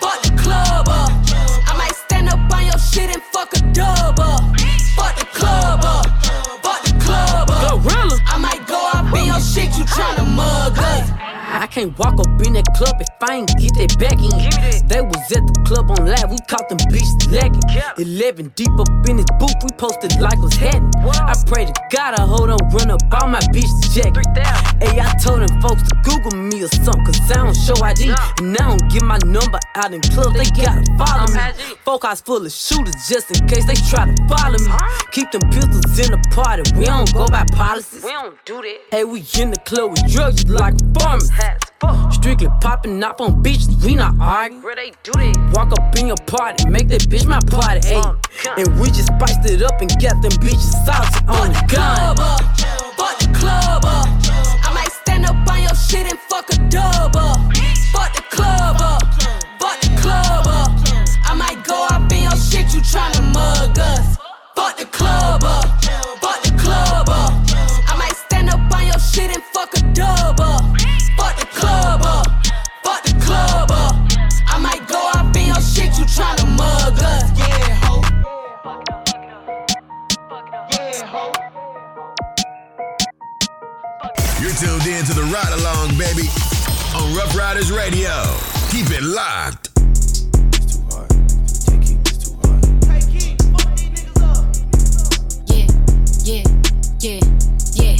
Speaker 17: fuck the club up. I might stand up on your shit and fuck a dub up. Fuck the club up, fuck the club up. I might go up in your shit, you tryna mug us.
Speaker 1: I can't walk up in that club if I ain't get that back in. They was at the club on live, we caught them bitches lagging. Eleven deep up in this booth, we posted like was happening. I pray to God I hold on, run up on my bitch jacket. Hey, I told them folks to Google me or something, cause I don't show ID. And I don't get my number out in clubs, they gotta follow me. Folk eyes full of shooters just in case they try to follow me. Keep them pistols in the party, we don't go by policies.
Speaker 17: We don't do that.
Speaker 1: Hey, we in the club with drugs just like farmers. Strictly popping up on bitches, we not arguing.
Speaker 17: Where they do this?
Speaker 1: Walk up in your party, make that bitch my party, hey. And we just spiced it up and got them bitches saucy on the gun.
Speaker 17: club up, fuck the club up. I might stand up on your shit and fuck a dub up. Fuck the club up, fuck the club up. I might go up in your shit, you tryna mug us. Fuck the club up, fuck the club up. I might stand up on your shit and fuck a dub up. Fuck the club up, fuck the club up. I might go up in your shit, you tryna mug us. Yeah, ho.
Speaker 2: You're tuned in to the ride along, baby, on Rough Riders Radio. Keep it locked.
Speaker 13: Yeah, yeah, yeah.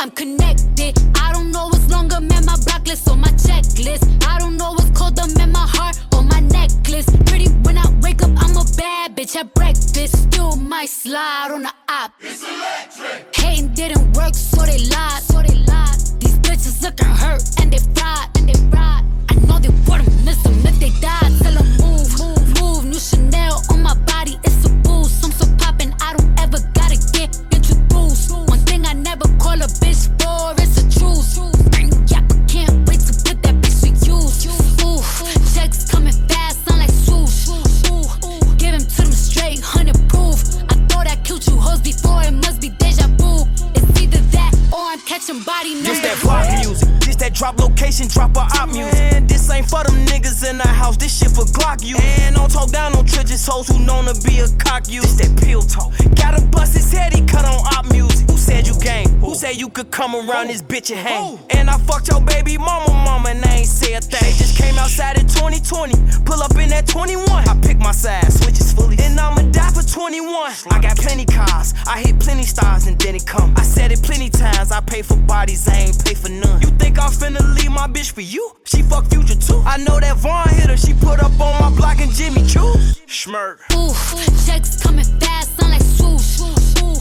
Speaker 15: I'm connected. I don't know what's longer, man, my block list on my checklist. I don't know what's colder, man, my heart on my necklace. Pretty when I wake up, I'm a bad bitch at breakfast. Still might slide on the op. It's electric. Hating didn't work, so they lied. So they lied. These bitches looking hurt and they fried. And they fried. I know they wouldn't miss them if they died. Tell 'em move, move, move. New Chanel on my body, it's a boost. I'm so poppin', I don't ever gotta get introduced. One thing I never call a bitch for, it's a truce. Bang, yap, I can't wait to put that bitch to use. Ooh, checks coming fast, sound like swoosh. Ooh, give 'em to them straight, hundred proof. I thought I killed you hoes before, it must be deja vu. It's either that or I'm catching body numbers.
Speaker 18: This that pop music, this that drop location, drop a op music. And this ain't for them niggas in the house, this shit for Glock you. And don't talk down on Tridges hoes who known to be a cock you. This that pill talk, gotta bust his head, he cut on op music. Who said you game? Who said you could come around this bitch and hang? And I fucked your baby mama, mama, and I ain't say a thing. Just came outside in 2020, pull up in that 21. I pick my side, switches fully, and I'ma die for 21. I got plenty cars, I hit plenty stars, and then it come. I said it plenty times, I pay for bodies, I ain't pay for none. You think I'm finna leave my bitch for you? She fuck future too. I know that Vaughn hit her, she put up on my block and Jimmy Choo. Schmirk.
Speaker 15: Ooh, checks coming fast, sound like swoosh. Ooh,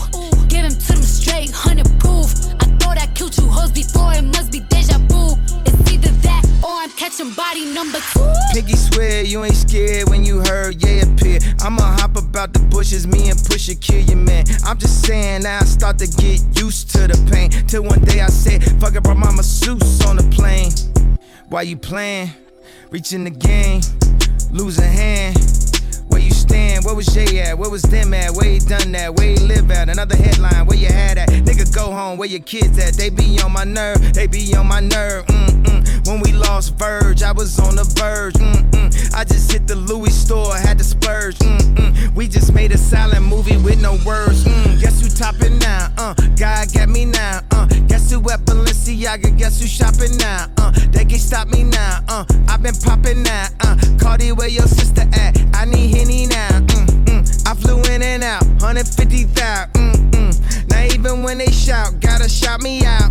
Speaker 15: give 'em to them straight, hundred proof. I thought I killed you hoes before, it must be deja vu. It's either that or I'm catching body number two.
Speaker 19: Piggy swear you ain't scared when you heard yeah appear. I'ma hop about the bushes, me and Pusha kill your man. I'm just saying now I start to get used to the pain. Till one day I said, fuck it, brought my masseuse on the plane. Why you playing? Reaching the game, losing hand. Where you stand? Where was Jay at? Where was them at? Where he done that? Where he live at? Another headline, where you had at? Nigga, go home, where your kids at? They be on my nerve, they be on my nerve. mm. Mm-mm. When we lost Verge, I was on the verge. Mm-mm. I just hit the Louis store, had to splurge. Mm-mm. We just made a silent movie with no words. Mm. Guess who topping now? Uh, God got me now. Uh, guess who at Balenciaga? Guess who shopping now? Uh, they can stop me now. Uh, I've been popping now. Uh, Cardi, where your sister at? I need Henny now. Mm, mm. I flew in and out, 150,000. Mm, mm. Now even when they shout, gotta shout me out.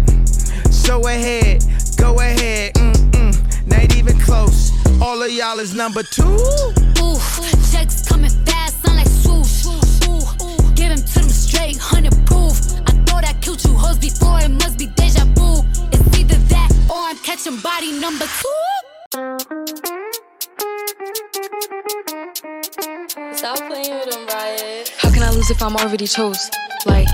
Speaker 19: So ahead, go ahead. Mm, mm. Not even close. All of y'all is number two.
Speaker 15: Ooh, checks coming fast, sound like swoosh. Ooh, give 'em to them straight, hundred proof. I thought I killed you hoes before, it must be deja vu. It's either that or I'm catching body number two.
Speaker 20: Stop playing with them, Riot. How can I lose if I'm already chose? Like,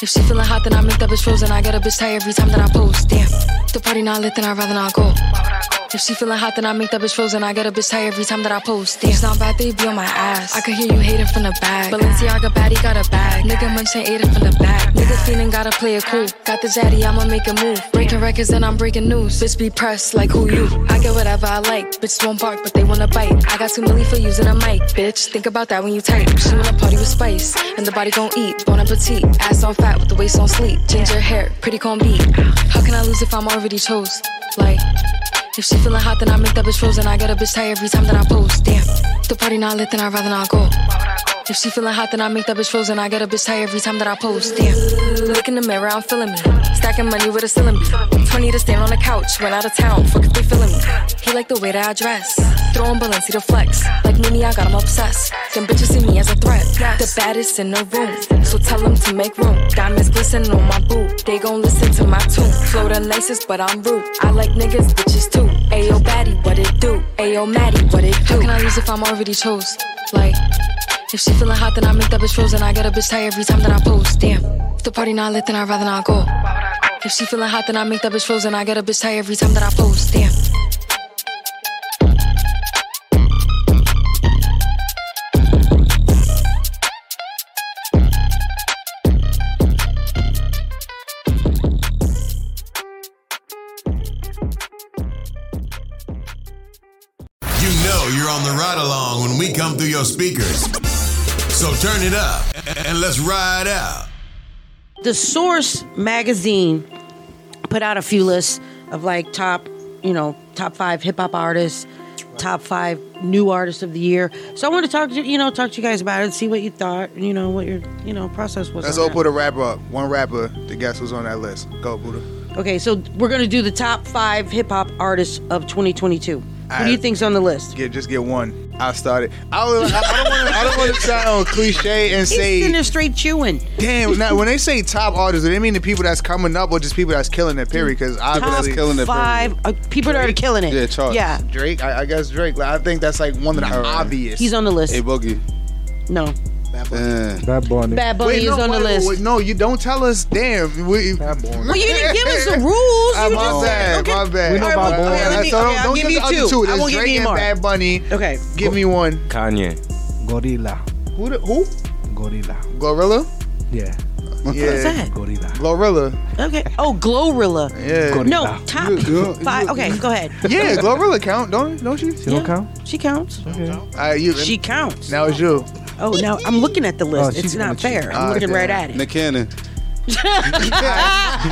Speaker 20: if she feeling hot, then I make that bitch frozen. I get a bitch tired every time that I post. Damn, if the party not lit, then I'd rather not go. If she feeling hot, then I make that bitch frozen. I get a bitch tired every time that I post. Damn, it's not bad, they be on my ass. I could hear you hating from the back. Balenciaga baddie got a bag. Nigga munching ate it from the back. Nigga feeling gotta play it cool. Got the zaddy, I'ma make a move. Breaking records, then I'm breaking news. Bitch be pressed like who you. I get whatever I like. Bitches won't bark, but they wanna bite. I got two milli for using a mic. Bitch, think about that when you type. She wanna party with spice, and the body gon' eat. Bon appetit, ass on fat with the waist on sleek. Ginger hair, pretty con beat. How can I lose if I'm already chose? Like. If she feeling hot, then I make that bitch frozen. I get a bitch tired every time that I post. Damn, if the party not lit, then I'd rather not go. If she feeling hot, then I make that bitch frozen. I get a bitch tired every time that I post. Damn, look in the mirror, I'm feeling me. Stacking money with a ceiling beat. 20 to stand on the couch, went out of town. Fuck if they feeling me. He like the way that I dress. Throwing Balenci to flex. Like Nini, I got him obsessed. Them bitches see me as a threat. The baddest in the room. So tell them to make room. Diamonds glistening on my boot. They gon' listen to my tune. Flow the nicest, but I'm rude. I like niggas, bitches too. Ayo, baddie, what it do? Ayo, Maddie, what it do? How can I lose if I'm already chose? Like, if she feeling hot, then I make that bitch frozen. I get a bitch tired every time that I post. Damn. If the party not lit, then I'd rather not go. If she feeling hot, then I make that bitch frozen. I get a bitch tired every time that I post. Damn.
Speaker 2: You know you're on the ride along when we come through your speakers. So turn it up and let's ride out.
Speaker 5: The Source magazine put out a few lists of like top, you know, top five hip hop artists, top five new artists of the year. So I want to talk to you know talk to you guys about it, see what you thought, you know what your you know process was.
Speaker 6: Let's
Speaker 5: on
Speaker 6: all
Speaker 5: that.
Speaker 6: put a rapper up. One rapper to guess who's on that list. Go, Buddha.
Speaker 5: Okay, so we're gonna do the top five hip hop artists of 2022. Who do you
Speaker 6: Alright.
Speaker 5: think's on the list?
Speaker 6: Get just get one. I started. I, was, I, I don't want to. I don't want to sound cliche and
Speaker 5: He's
Speaker 6: say.
Speaker 5: sitting there straight chewing.
Speaker 6: Damn. Now, when they say top artists, do they mean the people that's coming up or just people that's killing it? Period. Because obviously,
Speaker 5: Top five uh, people that are killing it. Yeah,
Speaker 6: Drake. I, I guess Drake. Like, I think that's like one of the obvious.
Speaker 5: He's on the list. Hey,
Speaker 6: Boogie.
Speaker 5: No.
Speaker 7: Bad Bunny.
Speaker 5: Bad Bunny is on the list.
Speaker 6: no, you don't tell us. Damn. We,
Speaker 5: Well, you didn't give us the rules.
Speaker 6: Uh,
Speaker 5: You
Speaker 6: my
Speaker 5: just
Speaker 6: bad.
Speaker 5: said, okay.
Speaker 6: My bad.
Speaker 5: All right, well,
Speaker 6: My
Speaker 5: okay,
Speaker 6: bad.
Speaker 5: let me,
Speaker 6: So don't-
Speaker 5: okay, I'll
Speaker 6: don't
Speaker 5: give
Speaker 6: give
Speaker 5: you
Speaker 6: the other
Speaker 5: two.
Speaker 6: two.
Speaker 5: I
Speaker 6: There's
Speaker 5: won't give
Speaker 6: Drake
Speaker 5: you
Speaker 6: and
Speaker 5: more.
Speaker 6: Bad Bunny.
Speaker 5: Okay.
Speaker 6: Give me one.
Speaker 3: Kanye.
Speaker 7: Gorilla.
Speaker 6: Who? The, who?
Speaker 7: Gorilla.
Speaker 6: Glorilla.
Speaker 7: Yeah.
Speaker 6: Yeah.
Speaker 5: that?
Speaker 7: Gorilla.
Speaker 6: Glorilla.
Speaker 5: Okay. Oh, Glorilla.
Speaker 6: Yeah.
Speaker 5: No, top
Speaker 6: You-
Speaker 5: five. Okay, go ahead.
Speaker 6: Yeah, Glorilla count, don't don't she? She
Speaker 5: don't
Speaker 7: count.
Speaker 5: She counts.
Speaker 6: Uh, you,
Speaker 5: She counts.
Speaker 6: Now it's you.
Speaker 5: Oh, now I'm looking at the list.
Speaker 6: Oh,
Speaker 5: it's
Speaker 6: she's
Speaker 5: not
Speaker 6: gonna cheat.
Speaker 5: fair. I'm
Speaker 6: Ah,
Speaker 5: looking right at
Speaker 6: damn.
Speaker 5: it.
Speaker 8: Nick Cannon.
Speaker 6: All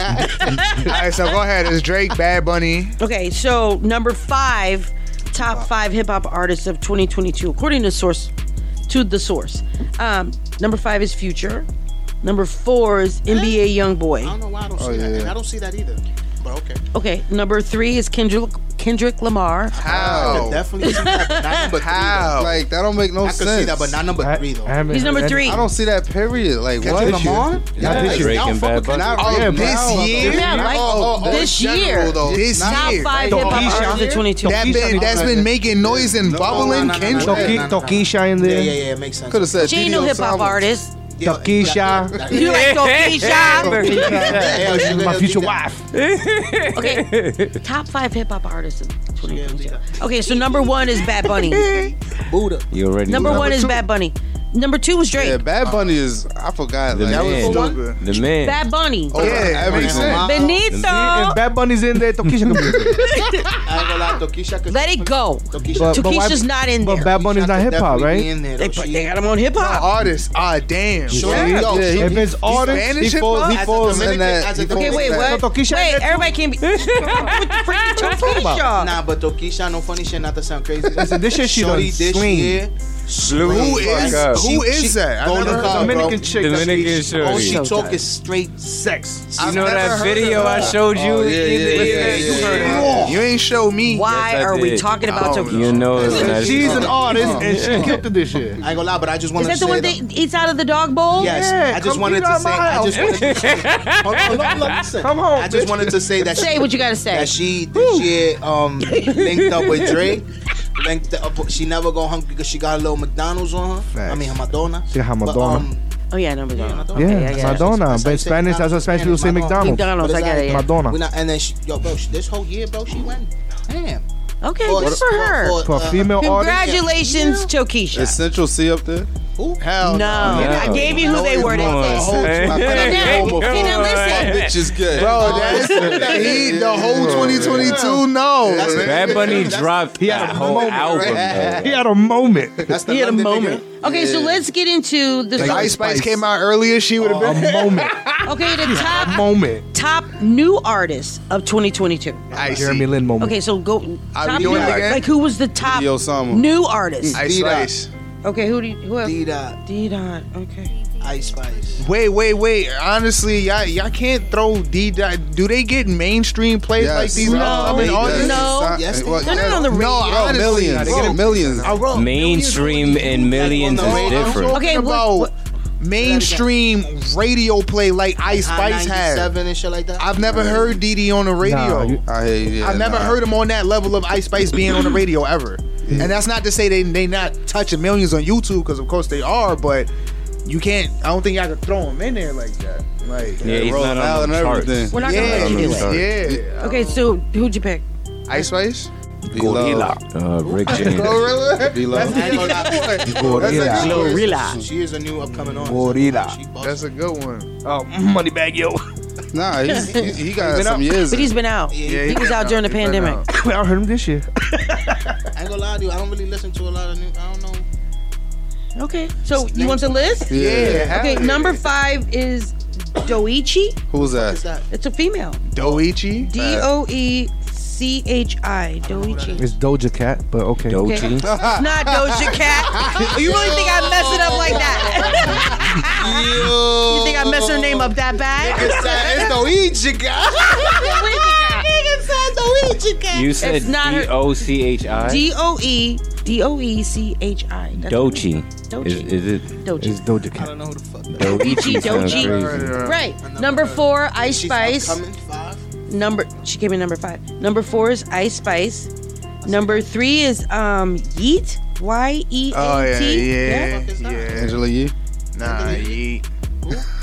Speaker 6: right, so go ahead. It's Drake, Bad Bunny.
Speaker 5: Okay, so number five, top five hip hop artists of 2022, according to source, to the source. Um, number five is Future. Number four is NBA
Speaker 9: I don't
Speaker 5: YoungBoy.
Speaker 9: know why I don't
Speaker 5: Oh,
Speaker 9: see that.
Speaker 5: yeah.
Speaker 9: And I don't see that either. But okay.
Speaker 5: Okay, number three is Kendrick Kendrick Lamar.
Speaker 9: I could definitely see that. but Not number three.
Speaker 8: How?
Speaker 9: though.
Speaker 8: Like that don't make no
Speaker 9: I
Speaker 8: sense.
Speaker 9: could see that, but not number three though.
Speaker 5: He's number three.
Speaker 8: I don't see that. Period. Like
Speaker 9: Kendrick
Speaker 8: what?
Speaker 9: Lamar? Not
Speaker 8: Yeah,
Speaker 9: this
Speaker 8: like,
Speaker 9: year.
Speaker 8: I don't
Speaker 9: Breaking
Speaker 8: fuck
Speaker 9: Bad
Speaker 8: with-
Speaker 9: Bunny.
Speaker 8: not-
Speaker 9: Oh,
Speaker 8: yeah, but
Speaker 9: this
Speaker 8: I don't-
Speaker 9: year?
Speaker 5: Yeah, like
Speaker 8: Oh, oh,
Speaker 5: this
Speaker 8: general,
Speaker 5: year.
Speaker 8: though.
Speaker 6: This
Speaker 5: top
Speaker 6: year.
Speaker 5: five
Speaker 6: Like,
Speaker 5: hip hop
Speaker 6: Tokisha?
Speaker 5: artists of 2022.
Speaker 6: That been, that's been making noise and bubbling. Kendrick.
Speaker 7: Tokisha in there.
Speaker 9: Yeah, yeah, yeah. It makes sense.
Speaker 7: Coulda said
Speaker 5: She ain't no
Speaker 7: DDO
Speaker 5: hip hop
Speaker 7: Summer.
Speaker 5: artist.
Speaker 7: Tokisha.
Speaker 5: You like
Speaker 7: Tokisha.
Speaker 5: Tokisha?
Speaker 7: She's my future wife.
Speaker 5: okay, top five hip hop artists of 2022. Okay, so number one is Bad Bunny.
Speaker 9: Buddha.
Speaker 3: You already
Speaker 5: Number
Speaker 3: know.
Speaker 5: one is Bad Bunny. Number two was Drake.
Speaker 8: Yeah, Bad Bunny is. I forgot.
Speaker 3: The
Speaker 8: like,
Speaker 3: man.
Speaker 8: that was
Speaker 3: The man.
Speaker 5: Bad Bunny.
Speaker 8: Oh, yeah, everything.
Speaker 5: Benito.
Speaker 7: If Bad Bunny's in there, Tokisha can be in there.
Speaker 9: I ain't gonna lie, Tokisha could.
Speaker 5: Let it go.
Speaker 7: But- but why-
Speaker 5: Tokisha's not in there.
Speaker 7: But Bad Bunny's not hip hop,
Speaker 9: definitely be
Speaker 7: right?
Speaker 9: in there.
Speaker 5: They, put, they got him on hip hop.
Speaker 6: Artist. Ah, damn.
Speaker 7: Yeah.
Speaker 6: Shorty,
Speaker 7: Yeah,
Speaker 6: yo,
Speaker 7: yeah,
Speaker 6: she-
Speaker 7: if it's
Speaker 6: he's
Speaker 7: artist,
Speaker 6: Spanish
Speaker 7: he
Speaker 6: hip-hop?
Speaker 7: falls- he
Speaker 6: As a
Speaker 7: falls in
Speaker 6: Dominican-
Speaker 7: that-
Speaker 6: as a
Speaker 7: he falls
Speaker 5: Okay,
Speaker 6: Dominican-
Speaker 5: wait, what?
Speaker 7: that. No, Tokisha
Speaker 5: wait,
Speaker 7: ain't that
Speaker 5: everybody can't be. Freaking Tokisha.
Speaker 9: Nah, but Tokisha, no funny shit, not to sound crazy.
Speaker 7: Listen, this shit she done
Speaker 9: Shorty this
Speaker 7: swing.
Speaker 9: year.
Speaker 6: Who
Speaker 9: swing,
Speaker 6: is
Speaker 9: bro.
Speaker 6: who
Speaker 9: She-
Speaker 6: is
Speaker 9: she-
Speaker 6: that?
Speaker 9: Golden
Speaker 6: never heard
Speaker 9: Car,
Speaker 6: of
Speaker 9: bro.
Speaker 7: Dominican chick. that
Speaker 3: Dominican
Speaker 7: she-
Speaker 3: shorty.
Speaker 9: All she
Speaker 3: So
Speaker 9: talk is straight sex.
Speaker 3: You
Speaker 9: I've
Speaker 3: know
Speaker 9: never
Speaker 3: that
Speaker 9: heard of
Speaker 3: video
Speaker 9: her.
Speaker 3: I showed you?
Speaker 8: Oh, yeah, yeah,
Speaker 3: Either-
Speaker 8: yeah,
Speaker 3: you
Speaker 8: yeah,
Speaker 3: heard
Speaker 8: yeah.
Speaker 3: it.
Speaker 6: that. You ain't show me.
Speaker 5: Why
Speaker 3: Yes, I
Speaker 5: are we
Speaker 3: did.
Speaker 5: talking about
Speaker 6: Oh,
Speaker 5: Tokisha?
Speaker 3: You know it's not
Speaker 7: She's an
Speaker 3: hip-hop.
Speaker 7: artist and she killed it this
Speaker 9: I
Speaker 7: year.
Speaker 9: ain't gonna lie, but I just
Speaker 5: Is
Speaker 9: want to
Speaker 5: that the
Speaker 9: say
Speaker 5: one
Speaker 9: that-
Speaker 5: that oh, eats out of the dog bowl?
Speaker 9: Yes, I just
Speaker 7: come
Speaker 9: wanted
Speaker 7: eat
Speaker 9: to
Speaker 7: out
Speaker 9: say.
Speaker 7: my
Speaker 9: I just
Speaker 7: house.
Speaker 9: wanted to say. Hold on, hold on, hold on, listen.
Speaker 7: Come home,
Speaker 9: I just
Speaker 7: bitch.
Speaker 9: wanted to say that.
Speaker 5: Say
Speaker 9: she,
Speaker 5: what you gotta say.
Speaker 9: That she this year um, linked up with Drake. Linked up. She never go hungry because she got a little McDonald's on her. I
Speaker 7: Facts.
Speaker 9: mean, her Madonna.
Speaker 7: She got her
Speaker 9: But,
Speaker 7: Madonna.
Speaker 9: um,
Speaker 5: Oh yeah, number
Speaker 9: yeah,
Speaker 5: one.
Speaker 9: Madonna.
Speaker 7: Yeah,
Speaker 5: Okay, I got it.
Speaker 7: Madonna.
Speaker 9: That's how
Speaker 7: But
Speaker 9: you
Speaker 7: in Spanish, that's what Spanish people say McDonald's.
Speaker 5: McDonald's, I got it. yeah.
Speaker 7: Madonna.
Speaker 9: We're not- and then she, yo, bro, she, this whole year, bro, she went ham.
Speaker 5: Okay, good for her.
Speaker 7: For
Speaker 9: uh,
Speaker 7: a female artist.
Speaker 5: Congratulations,
Speaker 8: Is
Speaker 5: Tokisha.
Speaker 8: Central C up there?
Speaker 9: Who?
Speaker 6: Hell
Speaker 5: No, I gave you who they were. That's it. now listen.
Speaker 8: Bitch is good.
Speaker 6: Bro, that's he, the whole 2022. No,
Speaker 3: Bad Bunny dropped that whole album. man.
Speaker 7: He had a moment.
Speaker 9: That's the
Speaker 5: He had a
Speaker 9: London
Speaker 5: moment. Okay, so let's get into the
Speaker 6: If Ice Spice came out earlier, she would have
Speaker 7: A
Speaker 6: been
Speaker 7: moment.
Speaker 5: okay the
Speaker 7: A
Speaker 5: top
Speaker 7: moment.
Speaker 5: top new artists of 2022.
Speaker 7: Jeremy
Speaker 6: icy.
Speaker 7: Lin moment.
Speaker 5: Okay, so go
Speaker 6: Are we
Speaker 5: top new,
Speaker 6: doing it again?
Speaker 5: like who was the top
Speaker 8: Yo, Osama.
Speaker 5: new artist?
Speaker 6: Ice
Speaker 8: D-Dot.
Speaker 6: Spice.
Speaker 5: Okay, who do you, who else?
Speaker 9: D Dot,
Speaker 5: D dot. Okay.
Speaker 9: Ice Spice.
Speaker 6: Wait, wait, wait. Honestly, y'all, y'all can't throw D. Dot. Do they get mainstream plays
Speaker 8: Yes.
Speaker 6: like these?
Speaker 8: No,
Speaker 6: upcoming
Speaker 5: no.
Speaker 6: artists?
Speaker 5: No.
Speaker 9: Yes, they-
Speaker 8: Well,
Speaker 5: They're not
Speaker 8: yeah.
Speaker 5: on the radio.
Speaker 6: No,
Speaker 8: Bro,
Speaker 6: honestly,
Speaker 8: millions.
Speaker 6: they get a-
Speaker 8: Millions.
Speaker 9: wrote
Speaker 3: Mainstream and millions
Speaker 9: Like, on the
Speaker 3: is
Speaker 9: radio.
Speaker 3: different.
Speaker 5: Okay,
Speaker 6: okay,
Speaker 5: what-
Speaker 6: about
Speaker 5: what-
Speaker 6: mainstream radio play like Ice Spice had.
Speaker 9: Seven and shit like that.
Speaker 6: I've never heard DD on the radio.
Speaker 7: Nah, you-
Speaker 8: I hate. Yeah,
Speaker 6: I've never
Speaker 8: nah.
Speaker 6: heard him on that level of Ice Spice being on the radio ever. And that's not to say they they not touching millions on YouTube because of course they are, but you can't. I don't think y'all could throw him in there like that. Like
Speaker 3: Yeah, he's
Speaker 8: Rolling
Speaker 3: not
Speaker 8: Loud
Speaker 3: on
Speaker 8: and
Speaker 3: the charts.
Speaker 8: everything.
Speaker 5: We're not
Speaker 6: yeah,
Speaker 5: gonna let you do it.
Speaker 6: yeah.
Speaker 5: Okay, so who'd you pick?
Speaker 6: Ice Spice,
Speaker 8: Gorilla.
Speaker 3: Uh, Rick James.
Speaker 6: Gorilla.
Speaker 8: Gorilla.
Speaker 9: I ain't gonna lie.
Speaker 6: That's a good one.
Speaker 5: Gorilla.
Speaker 9: She is a new upcoming artist.
Speaker 7: Gorilla.
Speaker 9: She bust-
Speaker 6: That's a good one.
Speaker 7: Oh, money bag, yo.
Speaker 8: Nah, he's, he, he got
Speaker 7: Been
Speaker 8: some
Speaker 7: out.
Speaker 8: years.
Speaker 5: But he's been out.
Speaker 9: Yeah,
Speaker 5: he was out during the pandemic.
Speaker 7: I heard him this year.
Speaker 9: I ain't gonna lie to you. I don't really listen to a lot of new. I don't know.
Speaker 5: Okay, so you want the list?
Speaker 8: Yeah.
Speaker 6: Yeah.
Speaker 5: Okay, number five is Doichi.
Speaker 8: Who's
Speaker 9: Is
Speaker 8: that?
Speaker 9: that?
Speaker 7: Uh,
Speaker 5: It's a female.
Speaker 6: Doichi.
Speaker 5: D O E C H I Doichi.
Speaker 7: It's Doja Cat, but okay.
Speaker 5: Okay. It's not Doja Cat. You really think I mess it up like that? You think I mess her name up that bad?
Speaker 6: Nigga said it's Doja Cat.
Speaker 5: Nigga said Doja Cat.
Speaker 3: You said
Speaker 5: It's not
Speaker 3: D
Speaker 5: her.
Speaker 3: O C H I.
Speaker 5: D O E D O E C H I. That's what it
Speaker 3: Dochi.
Speaker 5: Dochi.
Speaker 3: Is, is it?
Speaker 5: Dochi.
Speaker 7: It's Doja Cat. I
Speaker 3: don't
Speaker 7: know
Speaker 3: who the
Speaker 7: fuck
Speaker 5: is. Dochi,
Speaker 3: Dochi. sounds
Speaker 5: Dochi.
Speaker 3: crazy.
Speaker 5: Right. Number four, Ice
Speaker 9: She's
Speaker 5: Spice.
Speaker 9: upcoming,
Speaker 5: Number she gave me number five. Number four is Ice Spice. Number three is um Yeet. Y E
Speaker 6: Oh
Speaker 5: A
Speaker 6: yeah,
Speaker 5: T.
Speaker 6: yeah, yeah.
Speaker 8: Angela Yee.
Speaker 6: Nah, Yee.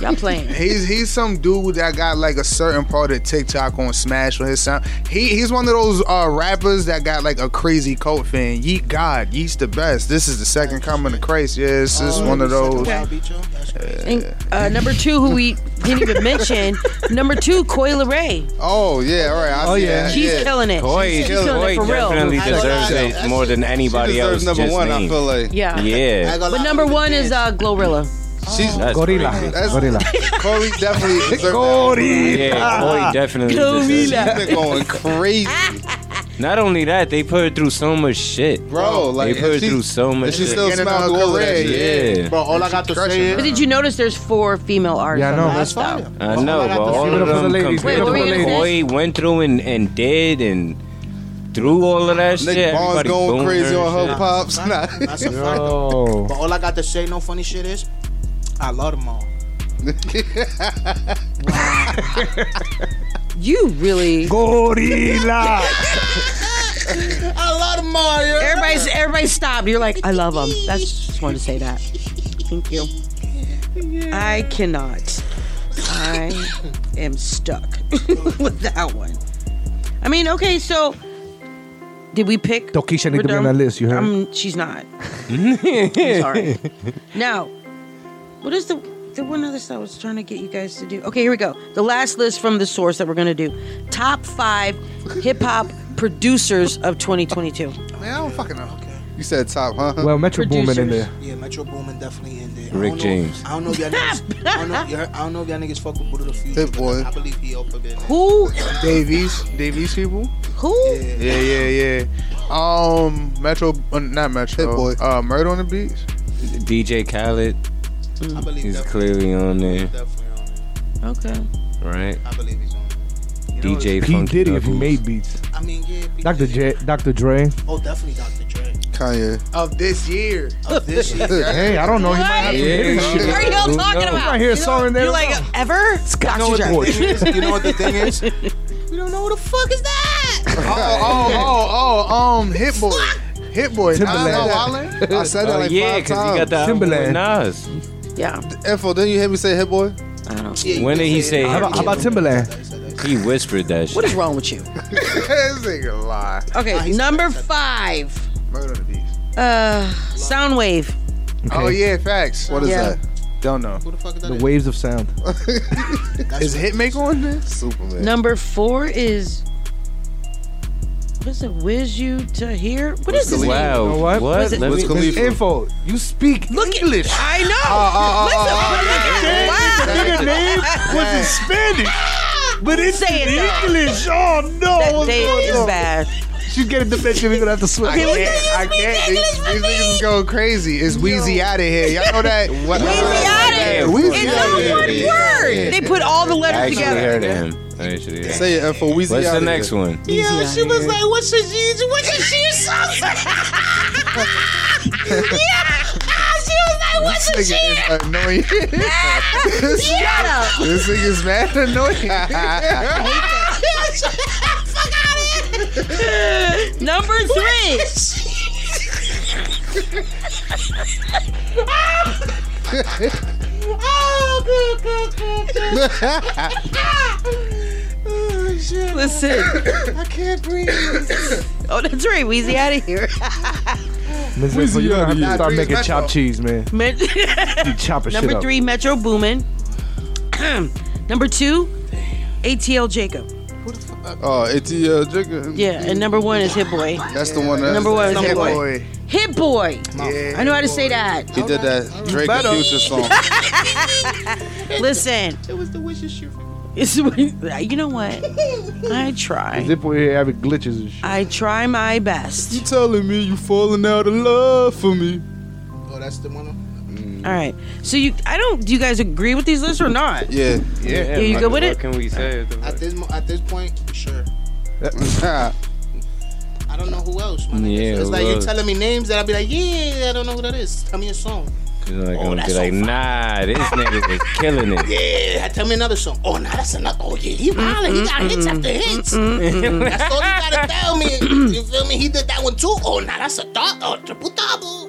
Speaker 5: Y'all playing?
Speaker 6: He's he's some dude that got like a certain part of TikTok on Smash with his sound. He he's one of those uh, rappers that got like a crazy cult fan. Yeet God, Yeet's the best. This is the second coming of Christ. Yeah, it's just one of
Speaker 9: Oh,
Speaker 6: those.
Speaker 5: And uh, number two, who we didn't even mention, number two, Coil Ray.
Speaker 6: Oh yeah, all right. I
Speaker 8: Oh,
Speaker 6: see
Speaker 8: yeah.
Speaker 6: that,
Speaker 5: She's
Speaker 6: yeah.
Speaker 5: killing it.
Speaker 3: Koi,
Speaker 5: She's killing
Speaker 3: Koi
Speaker 5: it for real.
Speaker 3: definitely
Speaker 8: I
Speaker 3: deserves
Speaker 8: got
Speaker 3: it more than anybody
Speaker 8: She deserves
Speaker 3: else.
Speaker 8: number
Speaker 3: just
Speaker 8: one, I
Speaker 3: named.
Speaker 8: feel like.
Speaker 5: Yeah.
Speaker 3: Yeah.
Speaker 5: But number one is uh, Glorilla.
Speaker 8: She's
Speaker 3: That's
Speaker 7: Gorilla.
Speaker 3: crazy.
Speaker 7: Gorilla.
Speaker 6: Corey definitely deserved
Speaker 7: Gorilla.
Speaker 3: Yeah, Koi definitely deserves it.
Speaker 8: She's been going crazy,
Speaker 3: Not only that, they put her through so much shit.
Speaker 8: bro. Like
Speaker 3: they put her
Speaker 8: and she-
Speaker 3: through so much
Speaker 8: and she
Speaker 3: shit.
Speaker 8: still
Speaker 6: Getting
Speaker 8: smiles
Speaker 6: all
Speaker 8: all that
Speaker 6: correct,
Speaker 8: shit.
Speaker 3: yeah.
Speaker 9: Bro, all I got to say
Speaker 5: But
Speaker 9: is.
Speaker 5: did you notice there's four female artists
Speaker 7: Yeah, I know.
Speaker 5: on the
Speaker 7: That's
Speaker 5: list? though?
Speaker 3: I know, but all
Speaker 7: Give it
Speaker 3: of
Speaker 7: up for the
Speaker 3: them
Speaker 7: ladies. Give it
Speaker 3: compared
Speaker 7: up
Speaker 3: to
Speaker 7: for the
Speaker 3: what
Speaker 7: ladies.
Speaker 3: Koi went through and, and did and through all of that
Speaker 8: Nick
Speaker 3: shit.
Speaker 8: Barnes
Speaker 3: everybody
Speaker 8: going
Speaker 3: boomed
Speaker 8: crazy
Speaker 3: and
Speaker 8: on her
Speaker 3: shit.
Speaker 8: pops. Nah.
Speaker 9: That's a fact.
Speaker 7: Yo.
Speaker 9: But all I got to say, no funny shit is, I love them all.
Speaker 5: You really.
Speaker 7: Gorilla.
Speaker 9: I love them all. yo.
Speaker 5: Everybody's everybody stopped. You're like, I love them. That's just wanted to say that. Thank you. I cannot. I am stuck with that one. I mean, okay, so did we pick?
Speaker 7: Tokisha need to be on
Speaker 5: Madonna?
Speaker 7: that list. You heard?
Speaker 5: Um, she's not. I'm sorry. Now, what is the the one other stuff I was trying to get you guys to do? Okay, here we go. The last list from the source that we're gonna do: top five hip hop producers of 2022.
Speaker 6: Man, I don't fucking know.
Speaker 8: You said top, huh?
Speaker 7: Well, Metro Boomin in
Speaker 5: Producers.
Speaker 7: there.
Speaker 9: Yeah, Metro Boomin definitely in there. I
Speaker 3: Rick
Speaker 9: don't know-
Speaker 3: James.
Speaker 9: I don't know if y'all niggas. I, don't know, if y'all- I don't know if y'all niggas fuck with Buddha the Future.
Speaker 8: Hit boy.
Speaker 9: I believe he up again.
Speaker 5: Who?
Speaker 6: Davies, Davies people.
Speaker 5: Who?
Speaker 6: Yeah, yeah, yeah. Um, Metro, uh, not Metro.
Speaker 8: Hit boy.
Speaker 6: Uh, Murder on the Beach.
Speaker 3: DJ Khaled
Speaker 9: I believe
Speaker 3: is
Speaker 9: definitely-
Speaker 3: clearly on there,
Speaker 9: definitely on there.
Speaker 5: Okay.
Speaker 3: right?
Speaker 9: I believe he's on. there.
Speaker 3: DJ
Speaker 7: P
Speaker 3: Funky
Speaker 7: Diddy if he
Speaker 3: Doubles.
Speaker 7: made beats.
Speaker 9: I mean, yeah. P.
Speaker 7: Dr.
Speaker 9: Diddy.
Speaker 7: J, Dr. Dre.
Speaker 9: Oh, definitely Dr. Dre.
Speaker 8: Kanye.
Speaker 6: Of this year.
Speaker 9: Of this year.
Speaker 7: Hey, I don't know. He might have
Speaker 3: Yeah,
Speaker 7: yeah,
Speaker 3: yeah.
Speaker 7: shit.
Speaker 5: What are y'all
Speaker 3: Who
Speaker 5: talking
Speaker 3: knows?
Speaker 5: about?
Speaker 3: You
Speaker 7: might hear a song in there
Speaker 5: You're like
Speaker 7: now.
Speaker 5: ever? Scott
Speaker 6: know what the thing is? You know what the thing is?
Speaker 5: We don't know who the fuck is that.
Speaker 6: Oh, oh, oh, oh, um, Hit Boy. Hit Boy.
Speaker 7: Timberland.
Speaker 6: Timberland.
Speaker 8: I said that
Speaker 3: Oh
Speaker 8: like
Speaker 3: yeah,
Speaker 8: five
Speaker 3: because he got
Speaker 8: times.
Speaker 3: the album with
Speaker 7: Timberland.
Speaker 3: Nas.
Speaker 5: yeah.
Speaker 8: Info, didn't you hear me say Hit Boy?
Speaker 9: Yeah, you
Speaker 3: When did
Speaker 9: can
Speaker 3: he say?
Speaker 7: How about, how about Timberland?
Speaker 3: He whispered that shit.
Speaker 5: What is wrong with you?
Speaker 6: this nigga lie. Ah,
Speaker 5: Okay, number five.
Speaker 6: Murder on the Beach.
Speaker 5: Uh, Soundwave.
Speaker 6: Oh, yeah, facts.
Speaker 8: What is
Speaker 5: Yeah.
Speaker 8: that?
Speaker 6: Don't know.
Speaker 9: Who the fuck is that?
Speaker 7: The waves of sound.
Speaker 6: Is Hitmaker on there?
Speaker 8: Superman.
Speaker 5: Number four is. What is it? Wiz you to hear? What is this? name?
Speaker 3: Wow.
Speaker 7: You know what?
Speaker 3: What?
Speaker 5: Was it-
Speaker 3: Let
Speaker 8: Wiz
Speaker 3: me-
Speaker 8: Khalifa.
Speaker 7: Miss Info, you speak
Speaker 5: Look English. I know.
Speaker 6: Ah,
Speaker 7: Oh,
Speaker 5: Listen. look at-
Speaker 7: Nigga name was in Spanish, but it's
Speaker 5: Say it,
Speaker 7: in
Speaker 5: though.
Speaker 7: English. Oh no,
Speaker 5: That
Speaker 7: what's
Speaker 5: day
Speaker 7: going
Speaker 5: is
Speaker 7: on?
Speaker 5: bad.
Speaker 7: She's getting dementia. We're gonna have to switch.
Speaker 6: I can't. I can't. These, these niggas go crazy. It's Wheezy out of here. Y'all know that? What?
Speaker 5: Weezy outta here.
Speaker 6: Weezy
Speaker 5: It's
Speaker 6: outta
Speaker 5: all
Speaker 6: here.
Speaker 5: one word. They put all the
Speaker 3: I
Speaker 5: letters
Speaker 3: actually
Speaker 5: together.
Speaker 3: heard him. I actually heard him.
Speaker 8: Say it, Info. Weezy
Speaker 3: What's the
Speaker 8: outta
Speaker 3: next
Speaker 8: here.
Speaker 3: one?
Speaker 5: Yeah, she was like,
Speaker 9: What's his use? What's his use?
Speaker 5: Ah,
Speaker 6: This nigga is annoying.
Speaker 5: Shut up.
Speaker 6: this nigga's mad annoying.
Speaker 5: Number three. Oh, Oh, Listen,
Speaker 6: I can't breathe.
Speaker 5: oh, that's right, Weezy out of here.
Speaker 7: Miss Info, you're gonna have to
Speaker 6: here.
Speaker 7: start
Speaker 6: Nah,
Speaker 7: making
Speaker 6: Breeze
Speaker 7: chopped
Speaker 6: Metro.
Speaker 7: cheese, man.
Speaker 5: Men-
Speaker 7: You chop a shit
Speaker 5: Number
Speaker 7: up.
Speaker 5: three, Metro Boomin. number two, ATL Jacob.
Speaker 8: Oh, ATL Jigga.
Speaker 5: Yeah, and number one is Hit Boy.
Speaker 8: That's the one. That's
Speaker 5: Number one is Hit Boy.
Speaker 6: Boy.
Speaker 5: Hit Boy.
Speaker 6: Yeah.
Speaker 5: I know how to say that.
Speaker 8: He did that Drake and Future song.
Speaker 5: Listen,
Speaker 9: It was the wishes you.
Speaker 5: It's you know what? I try.
Speaker 7: Zippo here having glitches and shit.
Speaker 5: I try my best.
Speaker 7: You telling me you falling out of love for me?
Speaker 9: Oh, that's the one.
Speaker 5: All right. So you, I don't. Do you guys agree with these lists or not?
Speaker 8: Yeah.
Speaker 5: Yeah. you good with it?
Speaker 9: At this mo- at this point, sure. I don't know who else. My nigga.
Speaker 3: Yeah,
Speaker 9: so it's like you're
Speaker 3: well-
Speaker 9: telling me names that I'll be like, yeah, I don't know who that is. Tell me a song.
Speaker 3: You're like, gonna be like, nah, this nigga is killing it.
Speaker 9: Yeah, tell me another song. Oh, now that's another. Oh yeah, he wildin'. He got hits after hits.
Speaker 3: mm.
Speaker 9: That's all you gotta tell me. You feel me? He did that one too. Oh, now that's a dot. Oh, triple double.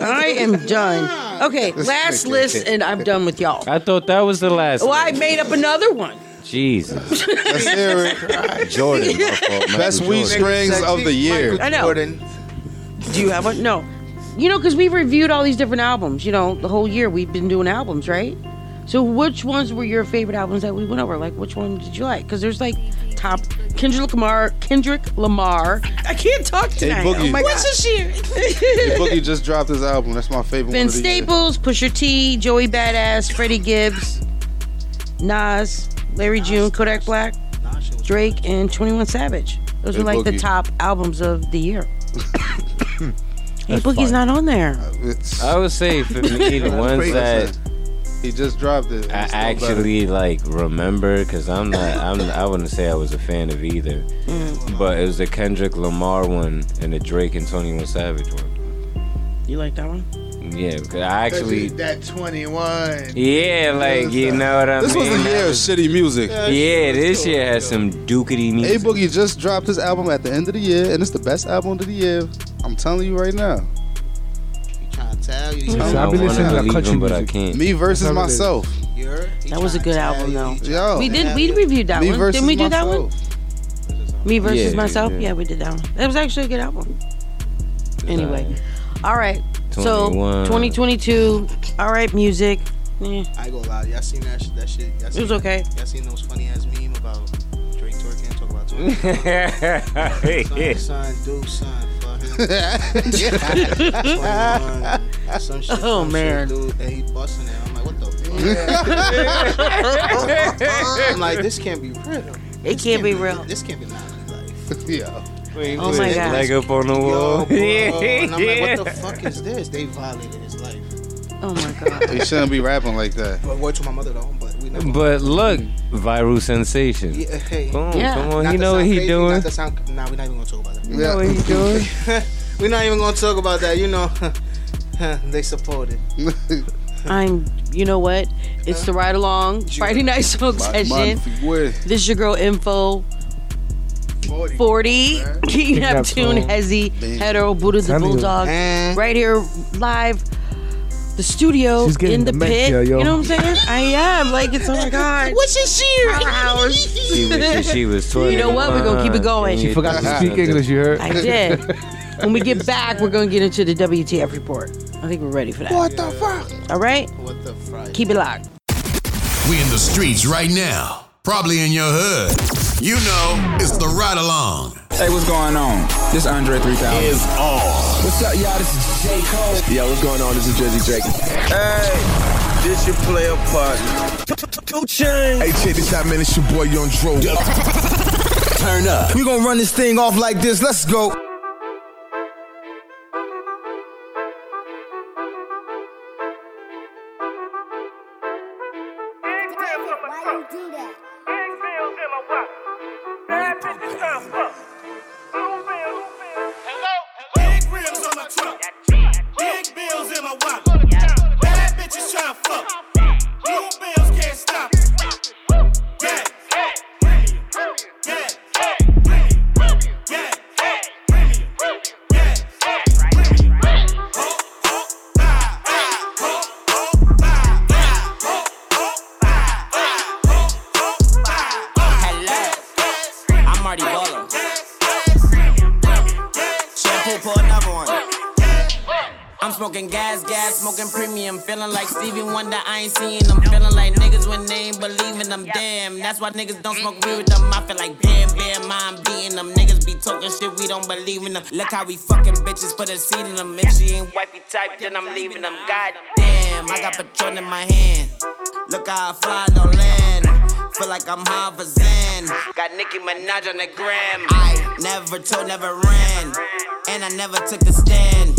Speaker 5: I am done. Okay, last list, and I'm done with y'all.
Speaker 3: I thought that was the last.
Speaker 5: Well, I made up another one.
Speaker 3: Jesus.
Speaker 8: Jordan, my fault. Best weed strings of the year.
Speaker 5: I know. Do you have one? No. You know, because we reviewed all these different albums. You know, the whole year we've been doing albums, right? So, which ones were your favorite albums that we went over? Like, which one did you like? Because there's like top Kendrick Lamar. Kendrick Lamar. I can't talk
Speaker 8: Hey,
Speaker 5: tonight.
Speaker 8: Boogie.
Speaker 5: Oh my
Speaker 8: What's
Speaker 5: God. this year?
Speaker 8: Hey, Boogie just dropped his album. That's my favorite one
Speaker 5: Vince
Speaker 8: of the year.
Speaker 5: Staples, Pusher T, Joey Badass, Freddie Gibbs, Nas, Larry June, Kodak Black, Drake, and 21 Savage. Those
Speaker 8: Hey,
Speaker 5: were like the
Speaker 8: Boogie.
Speaker 5: top albums of the year. hey,
Speaker 8: That's
Speaker 5: Boogie's not on there.
Speaker 8: Oh.
Speaker 3: I would say for me, the
Speaker 8: That's
Speaker 3: ones
Speaker 8: crazy.
Speaker 3: that
Speaker 8: He just dropped it.
Speaker 3: I actually like remember because I'm not I'm I wouldn't say I was a fan of either,
Speaker 8: Mm.
Speaker 3: but it was the Kendrick Lamar one and the Drake and Twenty One Savage one.
Speaker 5: You like that one?
Speaker 3: Yeah, because I actually
Speaker 6: that 21.
Speaker 3: yeah like you know what I
Speaker 8: This was
Speaker 3: mean.
Speaker 8: the year of shitty music.
Speaker 3: Yeah, this year had some dookity
Speaker 8: A
Speaker 3: music.
Speaker 8: Boogie just dropped his album at the end of the year, and it's the best album of the year. I'm telling you right now.
Speaker 9: Trying to tell you.
Speaker 8: Listen,
Speaker 3: I
Speaker 8: I be
Speaker 3: wanna
Speaker 8: listening to
Speaker 3: believe
Speaker 8: country
Speaker 3: him, but I
Speaker 8: music.
Speaker 3: can't.
Speaker 8: Me versus
Speaker 3: That's how it is.
Speaker 8: myself.
Speaker 5: That was a good album, though.
Speaker 8: Yo.
Speaker 5: we did. We reviewed that
Speaker 8: Me
Speaker 5: one.
Speaker 8: versus
Speaker 5: Didn't we do that one? Me versus
Speaker 3: Yeah,
Speaker 5: myself.
Speaker 3: yeah.
Speaker 5: Yeah. we did that one. That was actually a good album. Anyway, all right. So
Speaker 3: 21.
Speaker 5: 2022. All right, music. Eh. Yeah.
Speaker 9: I ain't gonna lie, y'all seen that shit? That shit. Y'all
Speaker 5: It
Speaker 9: seen,
Speaker 5: was okay.
Speaker 9: Y'all seen those funny ass meme about Drake twerking? Talk about
Speaker 3: twerking.
Speaker 9: son, son, dude, son, fuck him. some shit.
Speaker 5: Oh,
Speaker 9: some
Speaker 5: man.
Speaker 9: shit, dude, and he busting it. I'm like, what the fuck?
Speaker 5: Yeah.
Speaker 9: I'm like, this can't be real.
Speaker 5: It can't be real.
Speaker 9: This can't be not
Speaker 8: yeah.
Speaker 3: Wait,
Speaker 5: Oh my God.
Speaker 3: Leg up on the wall.
Speaker 9: and I'm
Speaker 3: yeah.
Speaker 9: like, what the fuck is this? They violated his life.
Speaker 5: Oh my god.
Speaker 8: He shouldn't be rapping like that.
Speaker 9: But word to my mother though, but we never.
Speaker 3: But look, viral sensation.
Speaker 9: Yeah, hey.
Speaker 3: Boom,
Speaker 9: Yeah.
Speaker 3: come on,
Speaker 9: Not
Speaker 3: he
Speaker 9: to
Speaker 3: know what
Speaker 9: sound
Speaker 3: he
Speaker 9: crazy,
Speaker 3: doing.
Speaker 9: Not to sound, nah, we're not even gonna talk about that.
Speaker 3: You know what he doing.
Speaker 9: we're not even gonna talk about that. You know, they support it.
Speaker 5: I'm. You know what? It's the ride along Friday night smoke session. This is your girl Info. 40 King
Speaker 9: King
Speaker 5: Neptune,
Speaker 9: Neptune.
Speaker 5: Hezzy,
Speaker 9: Damn.
Speaker 5: Hetero, Buddha the
Speaker 9: Telling you.
Speaker 5: Bulldog, right here live, the studio
Speaker 7: She's getting
Speaker 5: in the
Speaker 7: dementia,
Speaker 5: pit.
Speaker 7: yo.
Speaker 5: You know what I'm saying? I am like it's oh my god.
Speaker 9: What's this year?
Speaker 3: She was, she was twenty.
Speaker 5: You know what? We're gonna keep it going.
Speaker 7: She forgot to speak English, you heard?
Speaker 5: I did. When we get back, we're gonna get into the WTF report. I think we're ready for that. What
Speaker 9: the fuck?
Speaker 5: All right.
Speaker 9: What the fuck?
Speaker 5: Keep it locked.
Speaker 2: We in the streets right now, probably in your hood. You know, it's the ride along.
Speaker 10: Hey, what's going on? This Andre 3000. Is all. What's up, y'all? This is J. Cole. Yo, what's going on? This is Jersey Drake. Hey, this your player partner. Two chains. Hey, check this out, man. It's your boy Young Dro. Turn up.
Speaker 21: We gonna run this thing off like this. Let's go.
Speaker 22: Why you do that?
Speaker 23: Big rims on my truck. Big bills in my wallet. Bad bitches tryna fuck. Blue bills can't stop. it. Yeah. Yeah. Yeah.
Speaker 24: I'm Marty Bolo. Shampoo pour another one. I'm smoking gas, gas, smoking premium. Feeling like Stevie Wonder, I ain't seeing them. Feeling like niggas when they ain't believing them. Damn, that's why niggas don't smoke weed with them. I feel like damn, damn, I'm beating them. Niggas be talking shit, we don't believe in them. Look how we fucking bitches put a seed in them. If she ain't wifey type, then I'm leaving them. God damn, I got Patron in my hand. Look how I fly, no land.
Speaker 25: Feel like I'm Harvard Zan. Got Nicki Minaj on the gram. I never told, never ran. And I never took a stand.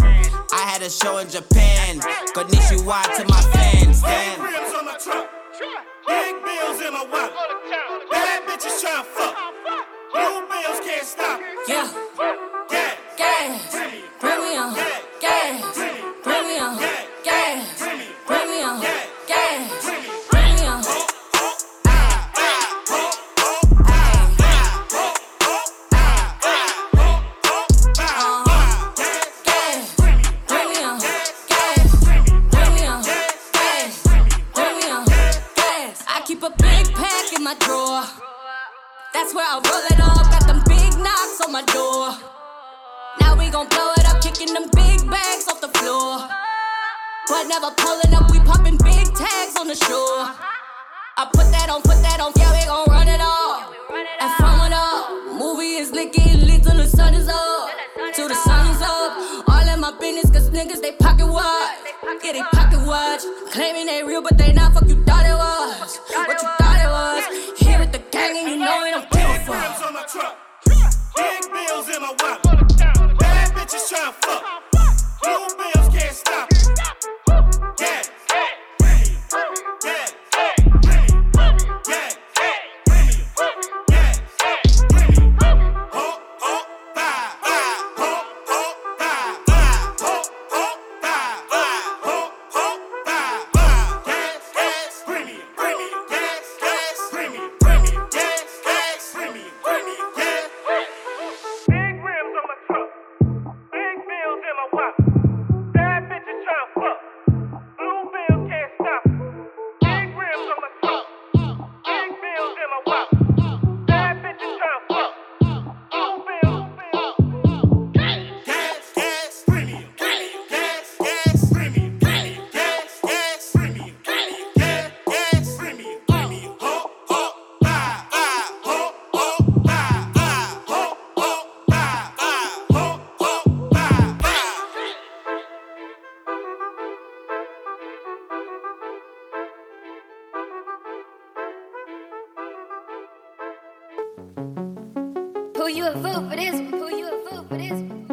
Speaker 25: I had a show in Japan. Konnichiwa to my fans. Damn.
Speaker 23: Cribs on my truck. Big bills in my wallet. Bad bitches tryna fuck. Blue bills can't stop.
Speaker 26: Yeah.
Speaker 23: Gas.
Speaker 26: Gas. Bring me on. Gas. Bring me on. Gas. Bring me on. Gas. Bring me on. Gas. Bring me on. Gas. Bring me on. Gas. Bring me on. Gas. I keep a big pack in my drawer. That's where I roll it up. Got them big knocks on my door. Now we gon' blow it up, kicking them big bags off the floor. But never pulling up, we popping big tags on the shore. I put that on, put that on, yeah, we gon' run it all. And from it up, movie is licking, lit till the sun is up. Till the sun is up. All in my business, cause niggas, they pocket watch. Yeah, they pocket watch. Claiming they real, but they not, fuck you thought it was. What you thought it was. Here with the gang, and you know it, I'm
Speaker 23: Big cribs on my truck. Big bills in my wallet. Bad bitches tryna fuck. Blue bills can't stop. Gas. Gas. Gas.
Speaker 10: Pull you a vote for this one. Pull you a vote for this one.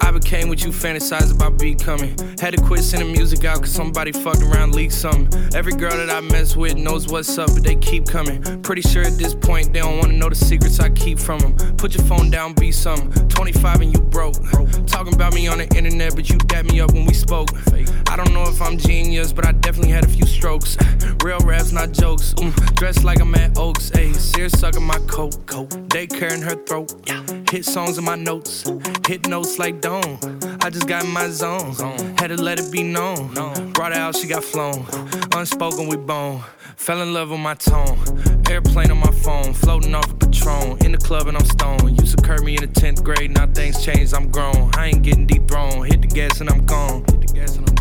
Speaker 27: I became what you fantasize about becoming. Had to quit sending music out cause somebody fucked around, leaked something. Every girl that I mess with knows what's up, but they keep coming. Pretty sure at this point they don't wanna know the secrets I keep from them. Put your phone down, be something. 25 and you broke. Talking about me on the internet, but you dapped me up when we spoke. I don't know if I'm genius, but I definitely had a few strokes. Real raps, not jokes. Mm, dressed like I'm at Oaks, ayy. Sears sucking my coat, coat. Daycare in her throat. Hit songs in my notes. Hit notes like don't. I just got in my zone. Had to let it be known. Brought her out, she got flown. Unspoken, we bone. Fell in love with my tone. Airplane on my phone. Floating off a Patron. In the club and I'm stoned. Used to curb me in the 10th grade. Now things changed, I'm grown. I ain't getting dethroned. Hit the gas and I'm gone. Hit the gas and I'm gone. gone.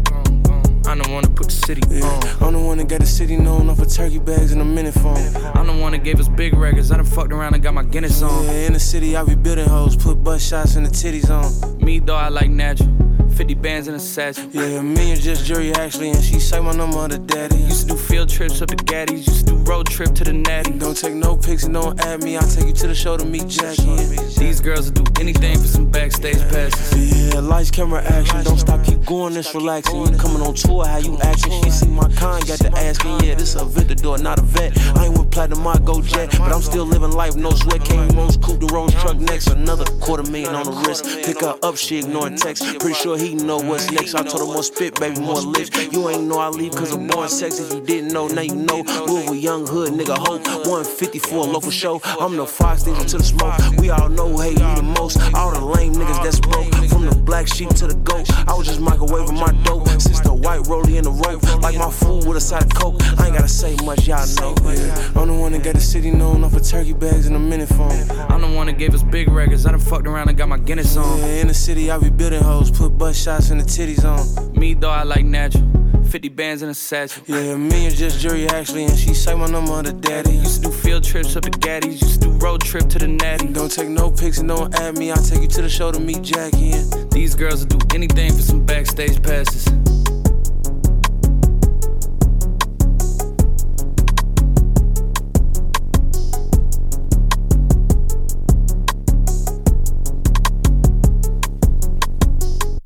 Speaker 27: I'm the one to put the city on.
Speaker 28: I'm the one that got the city known off of turkey bags and a minute phone.
Speaker 27: I'm the one that gave us big records. I done fucked around and got my Guinness on.
Speaker 28: Yeah, in the city, I be building hoes, put butt shots in the titties on.
Speaker 27: Me though, I like natural. 50 bands in a satchel.
Speaker 28: Yeah, a million just jury actually, and she say my number to daddy.
Speaker 27: Used to do field trips up to Gaddy's, used to do road trip to the Natty.
Speaker 28: Don't take no pics and don't add me, I'll take you to the show to meet Jackie.
Speaker 27: These girls will do anything for some backstage passes.
Speaker 28: Yeah, lights, camera, action. Don't stop, keep going, it's relaxing. You coming on tour, how you acting? She see my con, got the asking. Yeah, this a Victor, not a vet. I ain't with platinum, I go jet. But I'm still living life, no sweat. Came Rose coupe, the Rolls truck next. Another quarter million on the wrist. Pick her up, she ignoring text. Pretty sure he know what's next. I told her more spit, baby, more lips. You ain't know I leave cause I'm born sexy. You didn't know, now you know. Move with young hood, nigga, hope. 150 for a local show. I'm the fox, nigga, to the smoke. We all know, hey, you the most. All the lame niggas that's broke. From the black sheep to the goat. I was just microwaving my dope. Since the white rollie in the rope. Like my food with a side of coke. I ain't gotta say much, y'all know. Yeah. I'm the one that got the city known off of turkey bags and a minute phone.
Speaker 27: I'm the one that gave us big records. I done fucked around and got my Guinness on.
Speaker 28: Yeah, in the city, I be building hoes, put butt shots in the titties on.
Speaker 27: Me though, I like natural. 50 bands in a satchel.
Speaker 28: Yeah, a million just jury actually, and she say my number to daddy.
Speaker 27: Used to do field trips up to Gaddy's, used to do road trip to the Natty.
Speaker 28: Don't take no pics and don't add me, I'll take you to the show to meet Jackie. And
Speaker 27: These girls will do anything for some backstage passes.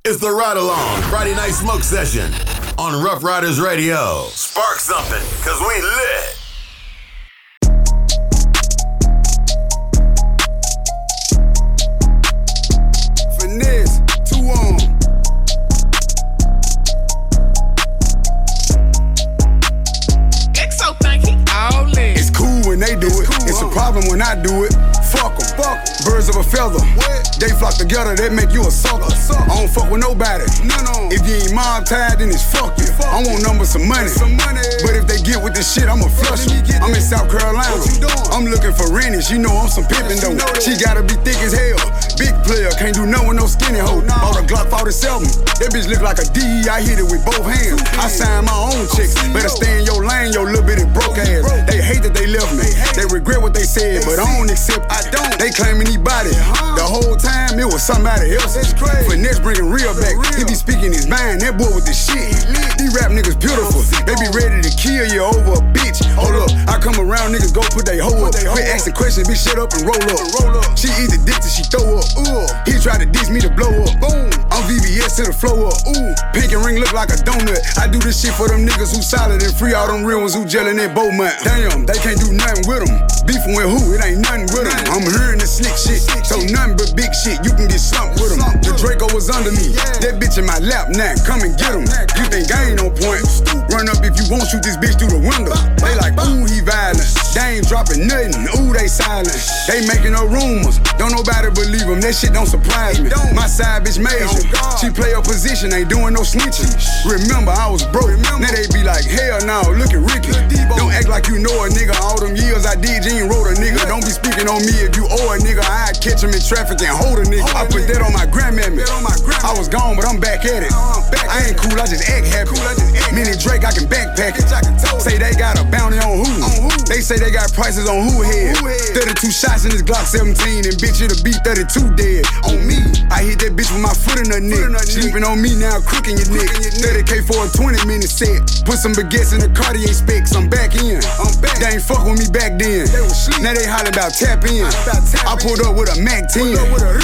Speaker 2: It's the Ride Along Friday Night Smoke Session on Rough Riders Radio. Spark something, because we lit.
Speaker 29: Finesse, two on.
Speaker 30: Exo think he all in.
Speaker 29: It's cool when they do it. It's a problem when I do it. Fuck 'em. Birds of a feather. They flock together, they make you a sucker. I don't fuck with nobody. If you ain't mob tied, then it's fuck you. I want numbers some money. But if they get with this shit, I'ma flush 'em. I'm in South Carolina. I'm looking for Rennie. She know I'm some pimpin' though. She gotta be thick as hell. Big player, can't do nothing with no skinny hoe. Bought a Glock 47. That bitch look like a D. I hit it with both hands. I sign my own chicks. Better stay in your lane, your little bitty broke ass. They hate that they left me. They regret what they said, but I don't accept. I don't. They claim anybody. The whole time it was somebody else. Finesse bringing real back. He be speaking his mind. That boy with the shit. These rap niggas beautiful. They be ready to kill you over a bitch. Hold up, I come around, niggas go put they hoe up. Quit asking questions, bitch, shut up and roll up. She either dick or she throw up. He try to diss me to blow up. Boom, I'm VBS to the flow up. Ooh, pink and ring look like a donut. I do this shit for them niggas who solid and free. All them real ones who jellin' in Beaumont. Damn, they can't do nothing with them. Beefing with who? It ain't nothing with them. I'm hearing the slick shit. So nothing but big shit. You can get slumped with them. The Draco was under me. That bitch in my lap now. Come and get him. You think I ain't on point? Run up if you won't shoot this bitch through the window. They like, ooh, he violent. They ain't dropping nothing. Ooh, they silent. They making no rumors. Don't nobody believe them. That shit don't Oh, surprise me. My side bitch major. She play her position. Ain't doing no snitching. Remember, I was broke. Now they be like, hell no. Look at Ricky. Don't act like you know a nigga. All them years I did, you ain't wrote a nigga. Don't be speaking on me if you owe a nigga. I catch him in traffic and hold a nigga. I put that on my grandmammy. I was gone, but I'm back at it. I ain't cool. I just act happy. Mini Drake, I can backpack it. Say they got a bounty on who? They say they got prices on who head. 32 shots in this Glock 17, and bitch, it'll be 32 dead on me. I hit that bitch with my foot in her neck. Sleeping on me now, crooking your neck. 30k for a 20 minute set. Put some baguettes in the Cartier specs. I'm back in. They ain't fuck with me back then. Now they hollering about tap in. I pulled up with a Mac 10.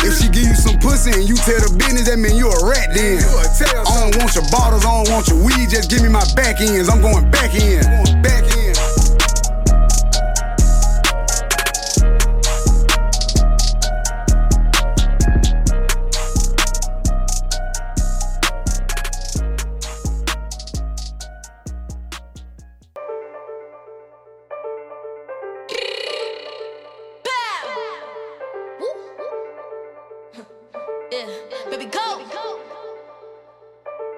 Speaker 29: If she give you some pussy and you tell the business, that mean you a rat then. I don't want your bottles, I don't want your weed, just give me my back ends. I'm going back in. Back in.
Speaker 4: Yeah, baby, go.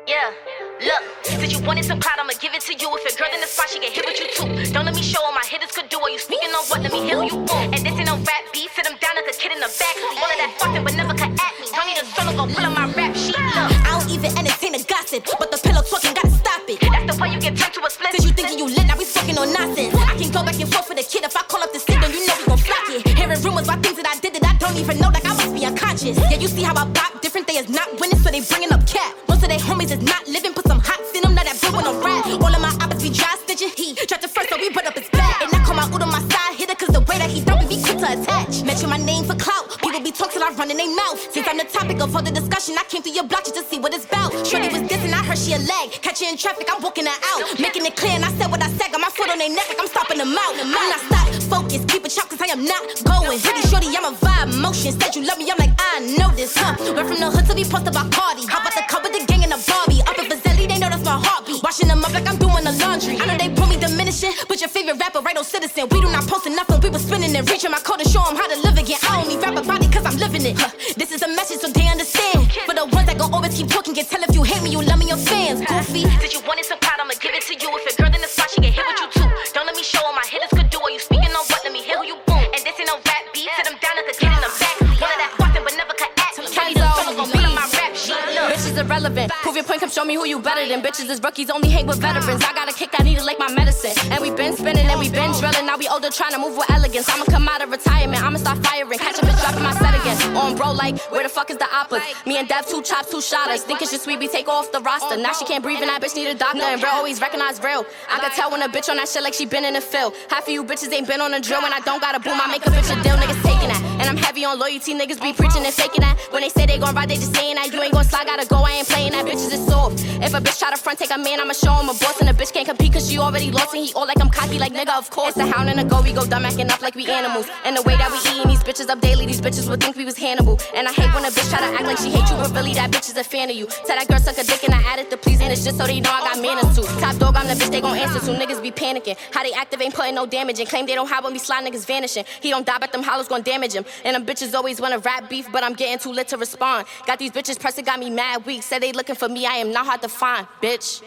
Speaker 4: Yeah, look, said you wanted some clout, I'ma give it to you. If your girl in the spot, she can hit with you too. Don't let me show what my hitters could do. Are you speaking on what? Let me heal you. Boom. And this ain't no rap beat, sit them down like a kid in the back. All of that fucking, but never could at me. Don't need a solo, go pull up my rap sheet. Look, I don't even entertain the gossip, but the pillow talking gotta stop it. That's the way you get turned to a split. Since you thinking you lit, now we talking on nonsense. I can go back and forth with a kid if I call up the stick, then you know we gon' flock it. Hearing rumors about things that I did that I don't even know, like I must be unconscious. Yeah, you see how I bop, different they is not winning, so they bringing up cat. Most of they homies is not living, put some hots in them, now that blue on a rat. All of my opps be dry stitching, he tried to front, so we put up his back. And I call my Udo my side hitter, cause the way that he don't be quick to attach. Mention my name for clout, people be talking, I run in their mouth. Since I'm the topic of all the discussion, I came through your block just to see what it's about. Shorty was dissing, I heard she a leg. Catch her in traffic, I'm walking her out. Making it clear, and I said what I said, got my foot on their neck, like I'm stopping them out. I'm not stop, focus, keep it chopped, cause I am not going. Pretty shorty, I'm a vibe, motion. Said you love me, I'm like, I know this, huh? Went from the hood to be posted by Cardi. How about the cup with the gang and the Barbie? Up at Vazelli, they know that's my heartbeat. Washing them up like I'm doing the laundry. I know they pull me diminishing, but your favorite rapper, right on citizen. We do not post enough when we was spinning and reaching my code and show 'em how to live again. I only rap about it cause I'm living it. Huh. This is a message so they understand. For the ones that go always keep talking, can tell if you hate me, you love me, your fans. Goofy, did you want it some pride? I'ma give it to you. If your girl in the spot, she can hit with you too. Don't let me show what my hitters could do. Are you speaking on what? Let me hear who you boom. And this ain't no rap beat. Sit them down like a kid in the back. One of that fucking but never cut at. Tell me the solo, gon' put on my rap sheet. Look.
Speaker 18: Bitch is irrelevant. medicine. Prove your point, come show me who you better than. Bitches is rookies, only hang with veterans. I got a kick, I need to like my medicine. And we been spinning and we been drilling. Now we older, trying to move with elegance. I'ma come out of retirement, I'ma start firing. Catch a bitch dropping my set again. On bro, like, where the fuck is the oppas? Me and Dev, two chops, two shotters. Thinking she's sweet, we take off the roster. Now she can't breathe and that bitch need a doctor. And real always recognize real. I could tell when a bitch on that shit like she been in the field. Half of you bitches ain't been on a drill. When I don't got a boom, I make a bitch a deal. Niggas taking that. And I'm heavy on loyalty, niggas be preaching and faking that. When they say they gon' ride, they just saying that. You ain't gon' slide, gotta go, I ain't playing that. Bitches is soft. If a bitch try to front, take a man, I'ma show him a boss. And a bitch can't compete cause she already lost. And he all like I'm cocky, like nigga, of course. It's a hound and a go, we go dumb acting up like we animals. And the way that we eating these bitches up daily, these bitches would think we was Hannibal. And I hate when a bitch try to act like she hate you, but really that bitch is a fan of you. Tell that girl suck a dick and I added the please, and it's just so they know I got manners too. Top dog, I'm the bitch they gon' answer to. Niggas be panicking. How they active ain't putting no damage in. Claim they don't hide when we slide niggas vanishing. He don't die, but them hollows gon' damage him. And them bitches always wanna rap beef, but I'm getting too lit to respond. Got these bitches pressing, got me mad weak. Said they looking for me, I am not hard to find, bitch.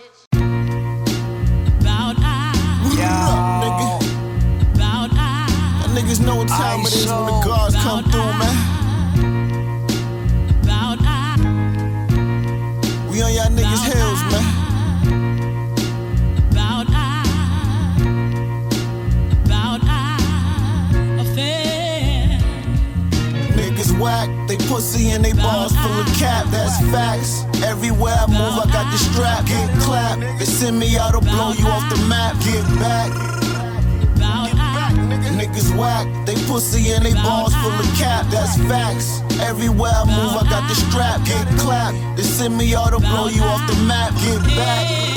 Speaker 31: Yo. Y'all niggas know what time it is when the guards come through, man. We on y'all niggas' hills, man.
Speaker 23: About I, about I, affair.
Speaker 31: Niggas whack, they pussy and they balls full of cap, that's facts. Everywhere I move, I got the strap, get clapped. They send me out to blow you off the map, get back. Get back, nigga. Niggas whack, they pussy and they balls full of cap, that's facts. Everywhere I move, I got the strap, get clapped. They send me out to blow you off the map, get back.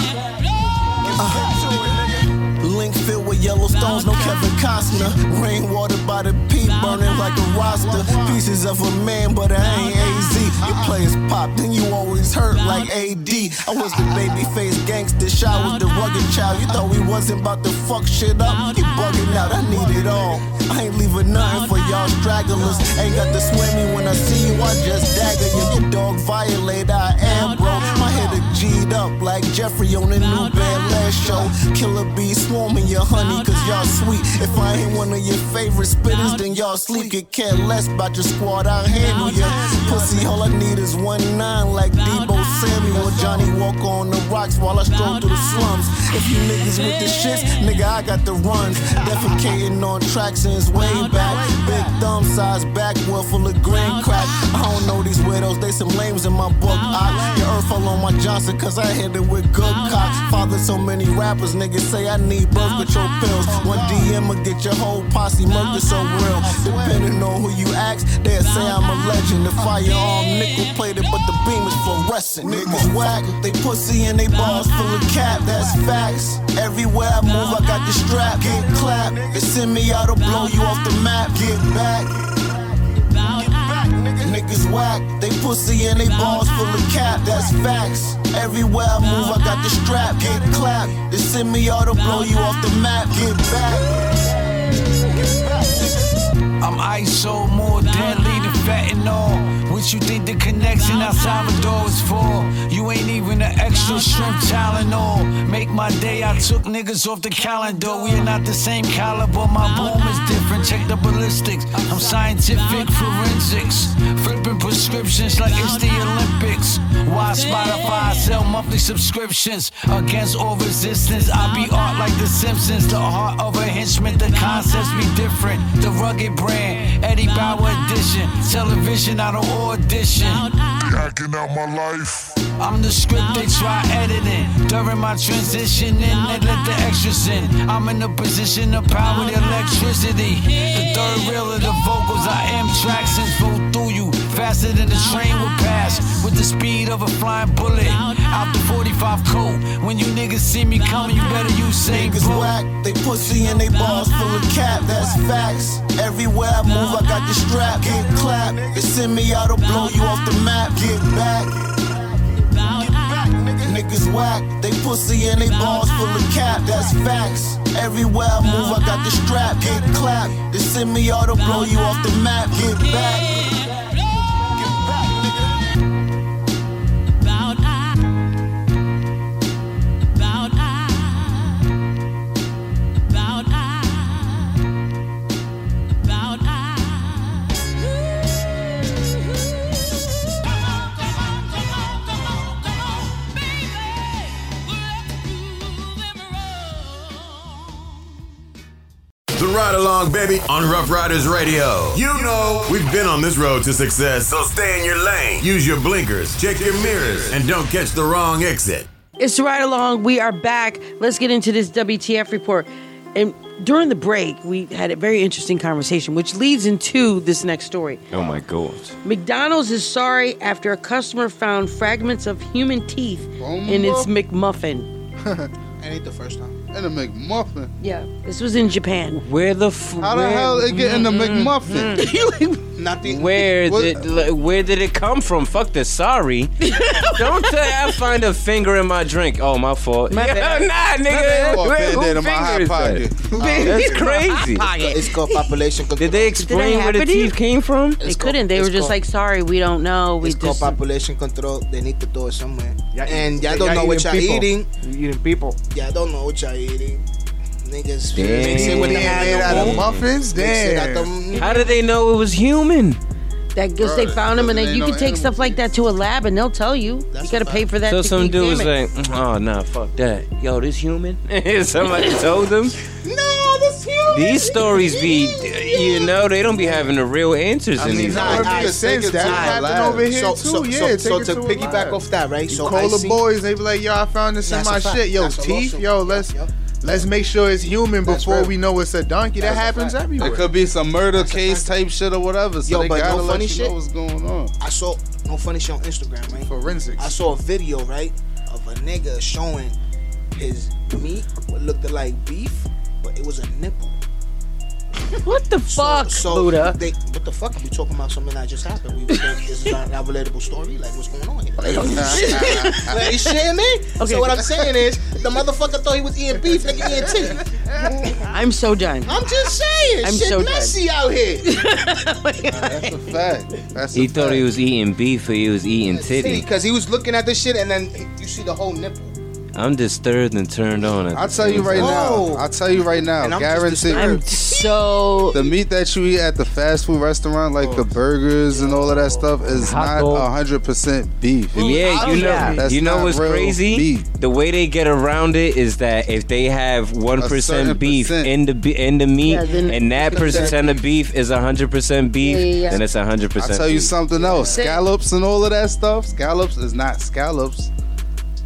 Speaker 31: Uh, Link filled with Yellowstones, no Kevin Costner. Rainwater by the peak, burning like a roster. Pieces of a man, but I ain't AZ. Your players pop, then you always hurt like AD. I was the baby faced gangster, shot was the rugged child. You thought we wasn't about to fuck shit up. You bugging out, I need it all. I ain't leaving nothing for y'all stragglers. Ain't got to swim me when I see you, I just dagger you. Your dog violate, I am bro. My head a G'd up like Jeffrey on the new band last show. Killer be swarming your honey, cause y'all sweet. If I ain't one of your favorite spitters, then y'all sleep. Get care less about your squad, I'll handle ya. Pussy, all I need is one nine like Debo Samuel. Johnny Walker on the rocks while I stroll through the slums. If you niggas with the shits, nigga, I got the runs. Defecating on tracks since way back. Big thumb size backward full of green crack. I don't know these widows, they some lames in my book. I, your earth fell on my Johnson, cause I hit it with good cock. Father, so many rappers, niggas say I need birth control pills. One DM will get your whole posse murdered so real. Depending on who you ask, they'll say I'm a legend. The firearm nickel plated, but the beam is fluorescent. Niggas whack, they pussy and they balls full of cap, that's facts. Everywhere I move, I got the strap, get clapped. They send me out to blow you off the map, get back. Get back, nigga. Niggas whack, they pussy and they balls full of cap, that's facts. Everywhere I move, I got the strap, get clapped. They send me out to blow you off the map, get back. Get back.
Speaker 32: I'm ISO more deadly than fentanyl. What you think the connection El Salvador is for? You ain't even an extra shrimp Tylenol. Make my day, I took niggas off the calendar. We are not the same caliber, my boom is different. Check the ballistics. I'm scientific forensics. Flipping prescriptions like it's the Olympics. Why Spotify sell monthly subscriptions? Against all resistance, I be art like The Simpsons. The heart of a henchman, the concepts be different. The rugged brand, Eddie Bauer edition. Television, I don't audition. Hacking out my life. I'm the script they try editing. During my transition, and they let the extras in. I'm in a position of power, the electricity. The third reel of the vocals, I am tractions flow through you. Faster than the train will pass, with the speed of a flying bullet. Out the 45 coat. When you niggas see me coming, you better use same
Speaker 31: Niggas whack, they pussy and they balls full of cap, that's facts. Everywhere I move, I got the strap, get clapped. They send me out to blow you off the map, get back. Get back, nigga. Niggas whack, they pussy and they balls full of cap, that's facts. Everywhere I move, I got the strap, get clapped. They send me out to blow you off the map, get back. Get back, nigga.
Speaker 23: About I, about I, about I, about I.
Speaker 2: The Ride Along, baby, on Rough Riders Radio. You know, we've been on this road to success, so stay in your lane. Use your blinkers, check your mirrors, and don't catch the wrong exit.
Speaker 5: It's the ride along. We are back. Let's get into this WTF report. And during the break, we had a very interesting conversation, which leads into this next story.
Speaker 3: Oh my god.
Speaker 5: McDonald's is sorry after a customer found fragments of human teeth in its McMuffin.
Speaker 9: I ain't the first time.
Speaker 6: And a McMuffin.
Speaker 5: Yeah. This was in Japan.
Speaker 3: Where the f-
Speaker 6: How the hell it get in the McMuffin?
Speaker 3: Mm.
Speaker 9: Nothing.
Speaker 3: Where did like, where did it come from? Fuck the sorry. Don't say I find a finger in my drink. Oh my fault.
Speaker 9: My
Speaker 3: yeah,
Speaker 9: bad.
Speaker 3: nah, nigga.
Speaker 9: My bad.
Speaker 3: Where-
Speaker 9: Oh,
Speaker 3: who
Speaker 9: bandit in my hot
Speaker 3: finger is that?
Speaker 9: pocket.
Speaker 3: Oh, That's crazy.
Speaker 9: It's called population control. Did
Speaker 3: they
Speaker 5: explain where the happen to you? teeth
Speaker 3: came from?
Speaker 5: They couldn't. They were just like, sorry, we don't know. We
Speaker 9: it's called
Speaker 5: just.
Speaker 9: population control. They need to do it somewhere.
Speaker 5: Y'all eat-
Speaker 9: and y'all
Speaker 5: y'all
Speaker 9: don't know what y'all
Speaker 5: eating people.
Speaker 9: eating.
Speaker 6: You eating people.
Speaker 9: Y'all don't know what y'all eating. Niggas
Speaker 3: Damn.
Speaker 9: mix it with the
Speaker 3: Made out of
Speaker 9: animal.
Speaker 3: muffins?
Speaker 9: Mix it out
Speaker 3: Damn.
Speaker 9: the-
Speaker 3: How did they know it was human?
Speaker 5: That guess they
Speaker 3: Bruh,
Speaker 5: found them, and
Speaker 3: they
Speaker 5: then you
Speaker 3: know
Speaker 5: can take stuff like that to a lab, and they'll tell you. you gotta pay for that.
Speaker 3: So
Speaker 5: to
Speaker 3: some
Speaker 5: keep
Speaker 3: dude was
Speaker 5: damaged.
Speaker 3: like, oh nah, fuck that. Yo, this human? Somebody told them.
Speaker 9: No, this human.
Speaker 3: These stories be, you know, they don't be having the real answers
Speaker 6: I mean,
Speaker 3: anymore.
Speaker 6: nah, That would make I- sense. That happened over here,
Speaker 9: so,
Speaker 6: too.
Speaker 9: So,
Speaker 6: Yeah,
Speaker 9: so,
Speaker 6: take
Speaker 9: so
Speaker 6: it
Speaker 9: to,
Speaker 6: to a
Speaker 9: piggyback
Speaker 6: lab.
Speaker 9: off that, right?
Speaker 6: You
Speaker 9: so I
Speaker 6: call the
Speaker 9: seen-
Speaker 6: boys, they be like, yo, I found this
Speaker 9: That's
Speaker 6: in my
Speaker 9: a fact.
Speaker 6: shit. Yo,
Speaker 9: That's a
Speaker 6: teeth,
Speaker 9: lawsuit.
Speaker 6: yo, let's let's make sure it's human before we know it's a donkey. That
Speaker 8: That's a
Speaker 6: happens
Speaker 8: fact.
Speaker 6: everywhere.
Speaker 8: It could be some murder case type shit or whatever. So
Speaker 6: Yo,
Speaker 8: they
Speaker 6: but
Speaker 8: gotta
Speaker 6: no
Speaker 8: let
Speaker 6: funny
Speaker 8: you
Speaker 6: shit?
Speaker 8: know what's going on.
Speaker 9: I saw no funny shit on Instagram, right?
Speaker 6: Forensics.
Speaker 9: I saw a video, right, of a nigga showing his meat, what looked like beef, but it was a nipple.
Speaker 5: What the fuck,
Speaker 9: so
Speaker 5: Luda?
Speaker 9: They, what the fuck? Are we talking about something that just happened? We, this is not a relatable story. Like, what's going on here? Like, like, you shitting me?
Speaker 5: Okay.
Speaker 9: So what I'm saying is, the motherfucker thought he was eating beef, nigga eating teeth.
Speaker 5: I'm so done.
Speaker 9: I'm just saying,
Speaker 5: I'm
Speaker 9: shit
Speaker 5: so Oh
Speaker 9: messy out here.
Speaker 6: That's a fact. That's
Speaker 3: He thought he was eating beef, but he was eating titty.
Speaker 9: Because he was looking at this shit, and then you see the whole nipple.
Speaker 3: I'm disturbed and turned on. at
Speaker 8: I'll
Speaker 3: the
Speaker 8: tell you
Speaker 3: same
Speaker 8: right
Speaker 3: time.
Speaker 8: now. I'll tell you right now.
Speaker 3: And I'm just
Speaker 8: Guarantee.
Speaker 3: disturbed. I'm
Speaker 5: so
Speaker 8: the meat that you eat at the fast food restaurant, like the burgers and all of that stuff, is
Speaker 3: Hot
Speaker 8: not
Speaker 3: dog.
Speaker 8: hundred percent beef.
Speaker 3: Yeah, you know,
Speaker 8: That's
Speaker 3: you know
Speaker 8: not
Speaker 3: what's
Speaker 8: real
Speaker 3: crazy?
Speaker 8: beef.
Speaker 3: The way they get around it is that if they have one
Speaker 8: certain
Speaker 3: percent beef in the be- in the meat,
Speaker 8: Yeah, then-
Speaker 3: and that percent of beef is hundred percent beef,
Speaker 8: Yeah, yeah, yeah.
Speaker 3: then it's hundred
Speaker 8: I
Speaker 3: percent.
Speaker 8: tell you something else. Scallops and all of that stuff. Scallops is not scallops.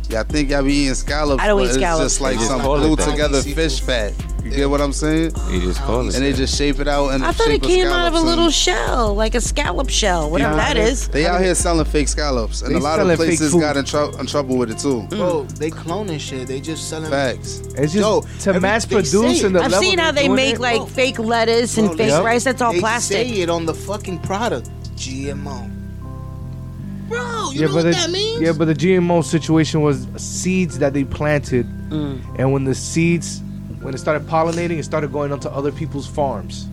Speaker 8: Y'all think y'all be eating scallops?
Speaker 5: I don't
Speaker 8: but
Speaker 5: eat
Speaker 8: it's
Speaker 5: scallops.
Speaker 8: just like
Speaker 5: They just
Speaker 8: some
Speaker 5: call it
Speaker 8: glued
Speaker 5: that.
Speaker 8: together fish fat. You get what I'm saying?
Speaker 3: You just call
Speaker 8: it. And they just shape it out. And
Speaker 5: I thought it came out of a little shell, like a scallop shell, whatever that is.
Speaker 8: They out here selling fake scallops, and
Speaker 7: They
Speaker 8: a lot of
Speaker 7: selling fake
Speaker 8: places
Speaker 7: food.
Speaker 8: got in, trou- in trouble with it too.
Speaker 5: Mm.
Speaker 9: Bro, they cloning shit. They just selling
Speaker 8: Facts.
Speaker 7: It's just to mass produce and the
Speaker 5: I've
Speaker 7: level
Speaker 5: seen how
Speaker 7: they're
Speaker 5: they
Speaker 7: doing
Speaker 5: make
Speaker 7: it.
Speaker 5: like fake lettuce and
Speaker 9: Bro,
Speaker 5: fake
Speaker 9: listen,
Speaker 5: rice. That's all
Speaker 9: they
Speaker 5: plastic.
Speaker 9: Say it on the fucking product, GMO. Bro, you
Speaker 7: yeah,
Speaker 9: know
Speaker 7: but
Speaker 9: what
Speaker 7: the,
Speaker 9: that means?
Speaker 7: yeah, but the GMO situation was seeds that they planted,
Speaker 8: Mm.
Speaker 7: and when the seeds, when it started pollinating, it started going onto other people's farms,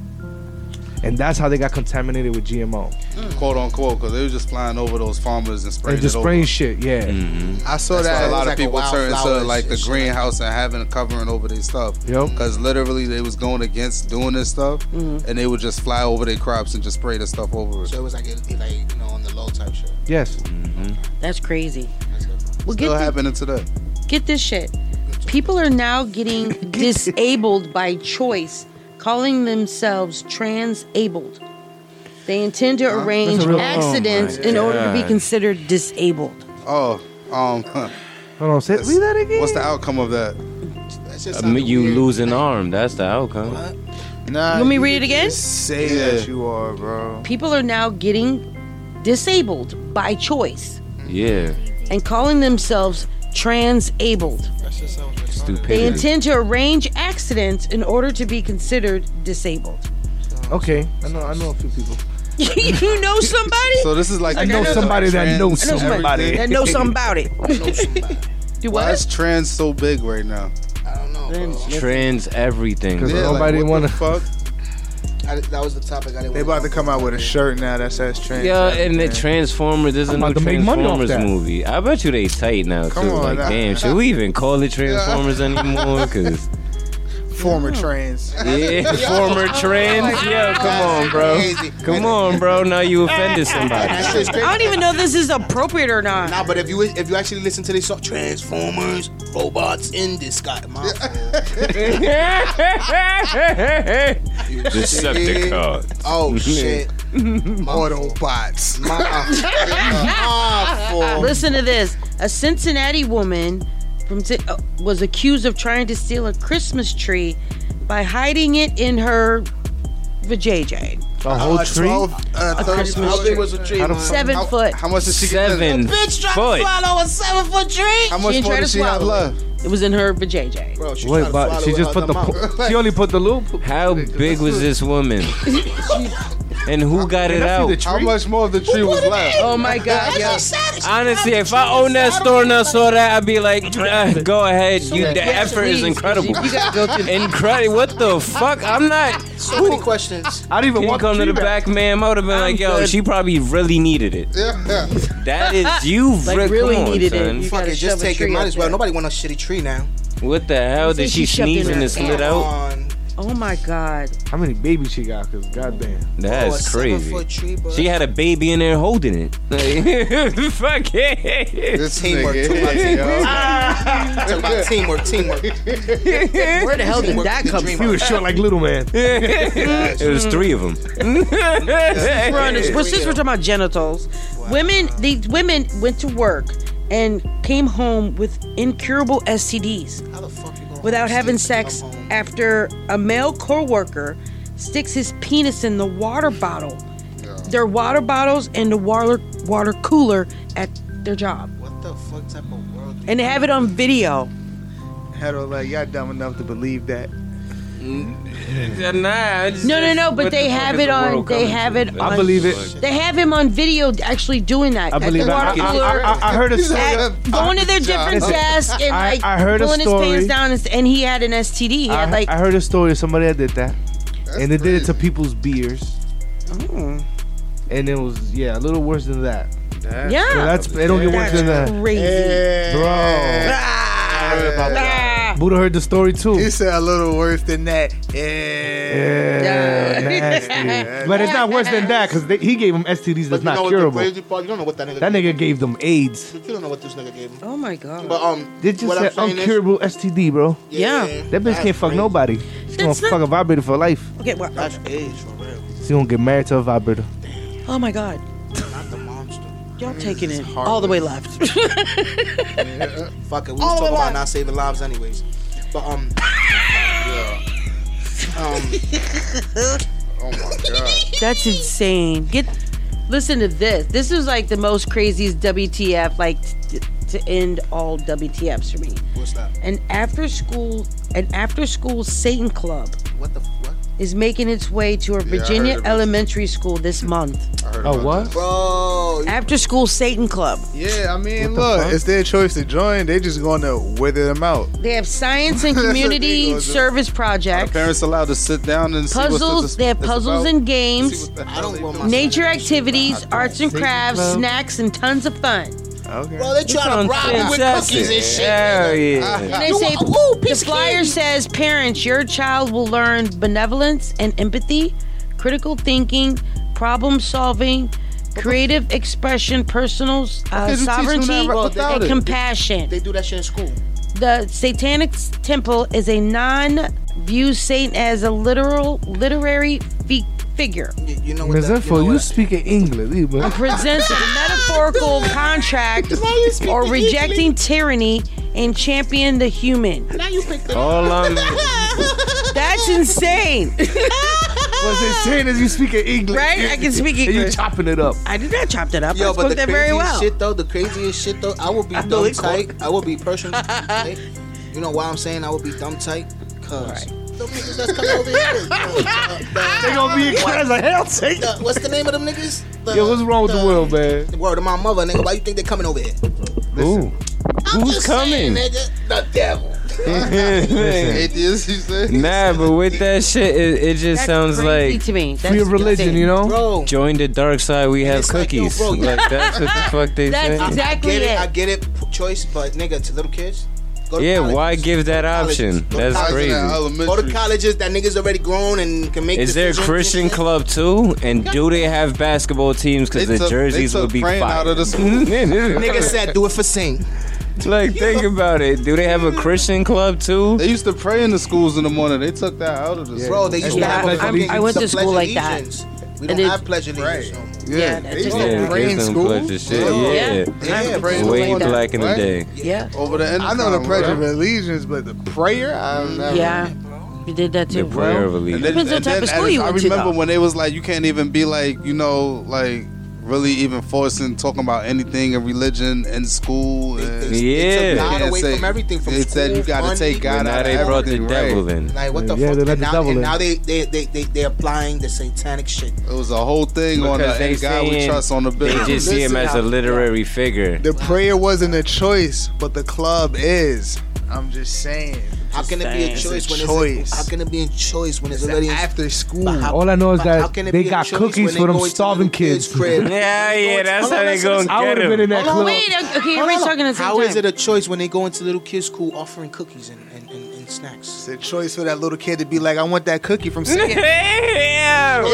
Speaker 7: and that's how they got contaminated with GMO.
Speaker 8: quote unquote, because they was just flying over those farmers and spraying
Speaker 7: and just
Speaker 8: it over.
Speaker 7: spraying shit, yeah.
Speaker 3: Mm-hmm.
Speaker 8: I saw
Speaker 7: That's
Speaker 8: that
Speaker 7: why
Speaker 8: a
Speaker 7: it
Speaker 8: lot
Speaker 7: was
Speaker 8: of
Speaker 7: like a
Speaker 8: people turn
Speaker 7: wildflower
Speaker 8: to like
Speaker 7: shit,
Speaker 8: the
Speaker 7: shit.
Speaker 8: greenhouse and having a covering over their stuff.
Speaker 7: Yep.
Speaker 8: Because literally they was going against doing this stuff,
Speaker 5: Mm-hmm.
Speaker 9: Mhm.
Speaker 8: and they would just fly over their crops and just spray the stuff over it.
Speaker 9: So it was like, it, it like you know, on the low type shit.
Speaker 7: Yes.
Speaker 5: Mm-hmm. That's crazy. Well, get
Speaker 8: Still
Speaker 5: the-
Speaker 8: happening today.
Speaker 5: Get this shit. People are now getting disabled by choice, calling themselves transabled. They intend to arrange
Speaker 8: That's a real-
Speaker 5: accidents
Speaker 8: Oh my
Speaker 5: in order to be
Speaker 8: God.
Speaker 5: considered disabled.
Speaker 8: Oh, um,
Speaker 7: hold on, say, read that again.
Speaker 8: What's the outcome of that?
Speaker 3: I mean, Uh, you lose an arm. That's the outcome.
Speaker 8: Nah,
Speaker 5: Let me read it again.
Speaker 6: Say that you are, bro.
Speaker 5: People are now getting disabled by choice
Speaker 3: Yeah,
Speaker 5: and calling themselves transabled. They
Speaker 3: stupidity.
Speaker 5: intend to arrange accidents in order to be considered disabled.
Speaker 7: Okay, I know, I know a few people.
Speaker 5: you know somebody?
Speaker 8: So this is like
Speaker 7: I know somebody that knows
Speaker 5: I know somebody
Speaker 8: everything.
Speaker 5: that knows something about it. Do
Speaker 8: Why is trans so big right now?
Speaker 3: Trans everything.
Speaker 8: Yeah,
Speaker 3: bro.
Speaker 8: like, what the fuck?
Speaker 9: I, that was the topic I didn't
Speaker 6: They about to come out with a shirt now that says trans.
Speaker 3: Yeah, and the Transformers. There's a
Speaker 6: I'm
Speaker 3: new
Speaker 6: about to make money off
Speaker 3: Transformers
Speaker 6: that.
Speaker 3: movie. I bet you they tight now
Speaker 6: Come
Speaker 3: too.
Speaker 6: on
Speaker 3: like,
Speaker 6: now.
Speaker 3: damn, should we even call it Transformers anymore? Because
Speaker 6: Former trans.
Speaker 3: Yeah,
Speaker 6: Oh
Speaker 3: former trans.
Speaker 9: Oh
Speaker 3: Yo, come on, bro. Come on, bro. Now you offended somebody.
Speaker 5: I don't even know this is appropriate or not.
Speaker 9: Nah, but if you if you actually listen to this song, Transformers, robots in disguise. My
Speaker 3: Decepticon.
Speaker 9: Oh shit.
Speaker 6: Autobots.
Speaker 9: Awful.
Speaker 5: Listen to this. A Cincinnati woman from Ci- uh, was accused of trying to steal a Christmas tree by hiding it in her vajayjay.
Speaker 7: A whole
Speaker 6: Uh,
Speaker 7: tree.
Speaker 6: 12, uh, 30
Speaker 5: Christmas
Speaker 6: how big was the
Speaker 5: tree.
Speaker 6: tree?
Speaker 5: How the
Speaker 6: man?
Speaker 5: fuck- Seven
Speaker 6: How-
Speaker 5: foot.
Speaker 6: How much did she get?
Speaker 3: Seven
Speaker 5: Bitch tried to swallow a seven foot tree.
Speaker 6: How much
Speaker 5: didn't
Speaker 6: more
Speaker 5: try
Speaker 6: did
Speaker 5: to
Speaker 6: she have
Speaker 5: swallow it.
Speaker 6: left?
Speaker 5: It was in her vajayjay.
Speaker 6: Bro, she
Speaker 7: Wait, but she just put the. Po- she only put the loop.
Speaker 3: How big was this woman? And who got it out?
Speaker 6: How much more of the tree was left?
Speaker 5: Oh my god.
Speaker 6: Yeah.
Speaker 3: Honestly, if I owned that store and I saw that, I'd be like, "Ah, go ahead. You, the
Speaker 5: Yes,
Speaker 3: effort is
Speaker 5: please,
Speaker 3: incredible.
Speaker 5: you gotta go through-
Speaker 3: Incredible. What the fuck? I'm not.
Speaker 9: So many questions.
Speaker 7: I didn't
Speaker 3: Can you come to the back, man? I would have been like, yo,
Speaker 9: good.
Speaker 3: she probably really needed it.
Speaker 6: Yeah.
Speaker 3: That is you
Speaker 9: Like,
Speaker 3: re-
Speaker 9: really
Speaker 3: come on,
Speaker 9: needed
Speaker 3: son.
Speaker 9: it. Fuck it, just take it. Might as well. Nobody want a shitty tree now.
Speaker 3: What the hell? Did she sneeze and it slid out?
Speaker 5: Oh my god.
Speaker 7: How many babies she got? Cause goddamn.
Speaker 9: Oh, a
Speaker 3: That's crazy.
Speaker 9: seven-foot tree, bro.
Speaker 3: She had a baby in there holding it. Like, fuck it.
Speaker 9: This teamwork. Talk about teamwork. Talk about teamwork. Teamwork.
Speaker 5: Where the hell did
Speaker 9: Teamwork
Speaker 5: that
Speaker 9: is the
Speaker 5: come
Speaker 9: dream
Speaker 7: He
Speaker 9: of-
Speaker 7: was short like little man.
Speaker 3: it was three of them.
Speaker 5: We're on this- well, since we're talking about genitals, women these women went to work and came home with incurable STDs without having sex after a male coworker sticks his penis in the water bottle, their water bottles and the water water cooler at their job,
Speaker 9: What the fuck type of world?
Speaker 5: and they have it on video.
Speaker 6: Hetero, like y'all dumb enough to believe that.
Speaker 3: nah, it's
Speaker 5: No, no,
Speaker 3: just-
Speaker 5: no!
Speaker 3: what
Speaker 5: But
Speaker 3: the
Speaker 5: they
Speaker 3: fuck
Speaker 5: have
Speaker 3: is
Speaker 5: it
Speaker 3: the
Speaker 5: on.
Speaker 3: world
Speaker 5: They
Speaker 3: coming
Speaker 5: have
Speaker 3: to?
Speaker 5: it.
Speaker 7: I
Speaker 5: on-
Speaker 7: believe it.
Speaker 5: They have him on video actually doing that.
Speaker 7: I
Speaker 5: at
Speaker 7: believe
Speaker 5: the
Speaker 7: it. I,
Speaker 5: water cooler.
Speaker 7: I- I- I heard a story.
Speaker 5: at- going to their different
Speaker 7: Listen,
Speaker 5: desks and
Speaker 7: I-
Speaker 5: like
Speaker 7: I heard a
Speaker 5: pulling his pants
Speaker 7: story.
Speaker 5: down, and, and he had an STD. He
Speaker 7: I,
Speaker 5: had like
Speaker 7: I heard a story of somebody that did that, and they did it to people's beers,
Speaker 5: Mm.
Speaker 7: and it was yeah a little worse than that.
Speaker 5: yeah,
Speaker 7: So that's it. Don't get worse
Speaker 5: that's
Speaker 7: than that,
Speaker 5: crazy.
Speaker 7: bro.
Speaker 6: I heard about that.
Speaker 7: Buddha heard the story too.
Speaker 6: He said a little worse than that. Yeah.
Speaker 7: Yeah, nasty. But it's not worse than that because he gave him STDs
Speaker 9: But
Speaker 7: that's
Speaker 9: you know
Speaker 7: not
Speaker 9: what The
Speaker 7: curable.
Speaker 9: crazy part? You don't know what that nigga.
Speaker 7: That nigga gave them AIDS.
Speaker 9: You don't know what this nigga gave him.
Speaker 5: Oh my god!
Speaker 9: But um,
Speaker 7: They just
Speaker 9: what
Speaker 7: said
Speaker 9: I'm saying is-
Speaker 7: uncurable STD, bro.
Speaker 9: Yeah.
Speaker 7: That bitch
Speaker 9: That's
Speaker 7: can't fuck
Speaker 9: crazy.
Speaker 7: nobody. She's gonna
Speaker 5: That's not-
Speaker 7: fuck a vibrator for life.
Speaker 5: Okay, well,
Speaker 9: That's age for real.
Speaker 7: She gonna get married to a vibrator.
Speaker 5: oh my god,
Speaker 9: Not the monster.
Speaker 5: y'all taking it all the way left.
Speaker 9: Fuck it. We
Speaker 5: All
Speaker 9: was
Speaker 5: the
Speaker 9: talking
Speaker 5: lives.
Speaker 9: about not saving lives anyways. But um,
Speaker 6: Oh my god.
Speaker 5: That's insane. Get listen to this. This is like the most craziest WTF like t- to end all WTFs for me.
Speaker 9: what's that?
Speaker 5: An after school an after school Satan club
Speaker 9: What the f- what?
Speaker 5: is making its way to a
Speaker 6: heard
Speaker 5: Virginia
Speaker 6: of it.
Speaker 5: elementary school this month.
Speaker 6: I heard
Speaker 7: Oh
Speaker 6: about
Speaker 7: what?
Speaker 9: Bro, you-
Speaker 5: After school Satan club.
Speaker 6: Yeah, I mean,
Speaker 7: What the
Speaker 6: look,
Speaker 7: fuck?
Speaker 6: it's their choice to join. They just going to wither them out.
Speaker 5: They have science and
Speaker 6: That's what they gonna
Speaker 5: community
Speaker 6: do.
Speaker 5: service
Speaker 8: Are
Speaker 5: projects,
Speaker 8: parents allowed to sit down and see what's
Speaker 5: puzzles.
Speaker 8: this,
Speaker 5: They have
Speaker 8: this
Speaker 5: puzzles
Speaker 8: about?
Speaker 5: and games,
Speaker 9: I don't want my
Speaker 5: nature activities, arts and
Speaker 7: Satan
Speaker 5: crafts,
Speaker 7: club.
Speaker 5: snacks, and tons of fun.
Speaker 9: Ah,
Speaker 6: Okay.
Speaker 9: Bro, they trying to
Speaker 3: Sounds
Speaker 9: bribe you with
Speaker 3: fantastic.
Speaker 9: cookies and shit.
Speaker 3: Hell yeah.
Speaker 5: And they say the flyer says, "Parents, your child will learn benevolence and empathy, critical thinking, problem solving." Creative expression, personal uh,
Speaker 8: you teach them
Speaker 5: sovereignty,
Speaker 8: that without
Speaker 5: and
Speaker 8: it?
Speaker 5: compassion.
Speaker 9: They do that shit in school.
Speaker 5: The Satanic Temple is a non-view Satan as a literal literary fi- figure.
Speaker 9: You, you know what?
Speaker 7: Miss
Speaker 9: That,
Speaker 7: Info,
Speaker 9: you know
Speaker 7: you
Speaker 9: what-
Speaker 7: speaking English, eh, man.
Speaker 5: presents a metaphorical contract or rejecting tyranny and champion the human.
Speaker 3: All I'm
Speaker 5: That's insane,
Speaker 7: What's insane is you speaking English,
Speaker 5: right? I can speak
Speaker 7: And you
Speaker 5: English.
Speaker 7: chopping it up.
Speaker 5: I did not chop that up. I
Speaker 9: Yo, but
Speaker 5: spoke
Speaker 9: the
Speaker 5: that
Speaker 9: craziest
Speaker 5: very well.
Speaker 9: shit though, the craziest shit though, I would be dumb
Speaker 5: believe
Speaker 9: tight. I would be Persian. tight. you know why I'm saying I would be dumb tight? Cause them niggas that's coming over here.
Speaker 7: They gonna be in class like hell, take
Speaker 9: The- what's the name of them niggas? The,
Speaker 7: Yo, what's wrong with the world, man?
Speaker 9: The word of my mother, nigga. Why you think they coming over here?
Speaker 7: Ooh,
Speaker 9: I'm
Speaker 3: Who's
Speaker 9: just saying,
Speaker 3: coming?
Speaker 9: nigga. The devil.
Speaker 6: Atheist, you said?
Speaker 3: nah, but with that shit, it, it
Speaker 5: That's
Speaker 3: just sounds
Speaker 5: crazy
Speaker 3: like
Speaker 5: to me.
Speaker 7: free
Speaker 5: That's
Speaker 7: of religion,
Speaker 5: insane.
Speaker 7: you know?
Speaker 9: Bro.
Speaker 3: join the dark side. We have
Speaker 9: It's like, yo,
Speaker 3: cookies.
Speaker 9: bro,
Speaker 3: Like, that's what the fuck they
Speaker 5: That's
Speaker 3: say.
Speaker 5: exactly
Speaker 9: I get it.
Speaker 5: it.
Speaker 9: I get it. p- Choice, but nigga, to little kids, Go to
Speaker 3: yeah,
Speaker 9: college.
Speaker 3: why give that option?
Speaker 9: Go to
Speaker 3: That's
Speaker 9: colleges-
Speaker 3: crazy.
Speaker 9: Go to colleges that niggas already grown and can make.
Speaker 3: Is there a
Speaker 9: decisions.
Speaker 3: Christian club too? And do they have basketball teams? Because
Speaker 9: They
Speaker 3: the
Speaker 9: took- they
Speaker 3: jerseys
Speaker 9: took
Speaker 3: would be
Speaker 9: Fran
Speaker 3: fire.
Speaker 9: out of the school. Nigga said, "Do it for sing."
Speaker 3: Like, think about it. Do they have a Christian club too? They used to pray in the schools in the morning. They took that out of the
Speaker 9: Bro, they used to have a fucking-
Speaker 5: I went to
Speaker 9: the
Speaker 5: school like
Speaker 9: pledge
Speaker 5: that.
Speaker 9: allegiance. We
Speaker 5: And
Speaker 9: don't
Speaker 5: it-
Speaker 9: have pledge allegiance. no more.
Speaker 5: Yeah,
Speaker 3: they
Speaker 5: that's
Speaker 3: used
Speaker 5: just-
Speaker 3: to
Speaker 5: Pray in
Speaker 3: give them
Speaker 5: school?
Speaker 3: clubs and shit.
Speaker 5: Yeah.
Speaker 3: Yeah,
Speaker 5: Yeah,
Speaker 3: It's
Speaker 5: pray in
Speaker 3: way
Speaker 5: school.
Speaker 3: back in the
Speaker 5: Right?
Speaker 3: day.
Speaker 5: Yeah.
Speaker 6: Over the I know the Pledge of Allegiance, but the prayer, I've never.
Speaker 5: Yeah. We did that too.
Speaker 8: And
Speaker 5: Depends
Speaker 8: then-
Speaker 5: what type
Speaker 8: and
Speaker 5: of
Speaker 8: then
Speaker 5: school
Speaker 8: as-
Speaker 5: you
Speaker 8: I
Speaker 5: went to.
Speaker 8: remember
Speaker 5: though.
Speaker 8: when they was like, you can't even be like, you know, like really even forcing talking about anything and religion in school. and-
Speaker 3: they took God
Speaker 8: Can't
Speaker 3: away
Speaker 8: say-
Speaker 9: from everything, from
Speaker 8: They said you
Speaker 9: school,
Speaker 8: got to
Speaker 9: money.
Speaker 8: take God
Speaker 9: Now
Speaker 8: out of
Speaker 9: they brought the
Speaker 8: everything. right?
Speaker 3: devil in.
Speaker 9: Like what the
Speaker 8: Yeah,
Speaker 9: fuck?
Speaker 8: they let
Speaker 9: and
Speaker 8: the
Speaker 9: now,
Speaker 8: devil
Speaker 9: and
Speaker 8: in.
Speaker 9: now they they they they they applying the satanic shit.
Speaker 8: It was a whole thing on
Speaker 3: Because
Speaker 8: the
Speaker 3: they
Speaker 8: and God we
Speaker 3: saying-
Speaker 8: trust on the
Speaker 3: They
Speaker 8: bill.
Speaker 3: just see him as a literary figure.
Speaker 6: The prayer wasn't a choice, but the club is. I'm just saying.
Speaker 9: How can it be a
Speaker 6: It's a
Speaker 9: choice when
Speaker 6: choice.
Speaker 9: it's a, how can it be a choice when it's,
Speaker 6: It's
Speaker 9: already
Speaker 6: an
Speaker 9: after
Speaker 6: school?
Speaker 7: All I know is
Speaker 9: how
Speaker 7: that
Speaker 9: can it
Speaker 7: they
Speaker 9: be a
Speaker 7: got
Speaker 9: choice
Speaker 7: cookies
Speaker 9: when
Speaker 7: for
Speaker 9: they
Speaker 7: them
Speaker 9: go into
Speaker 7: starving kids.
Speaker 3: Yeah, yeah, that's how they gonna
Speaker 7: I
Speaker 3: get
Speaker 7: would've
Speaker 3: him.
Speaker 7: been in that
Speaker 9: Hold on,
Speaker 7: club.
Speaker 9: wait,
Speaker 5: okay, everybody's talking at the same
Speaker 9: How is
Speaker 5: time.
Speaker 9: it a choice when they go into little kids' school offering cookies and, and, and, and snacks?
Speaker 6: It's a choice for that little kid to be like, I want that cookie from Oh, second.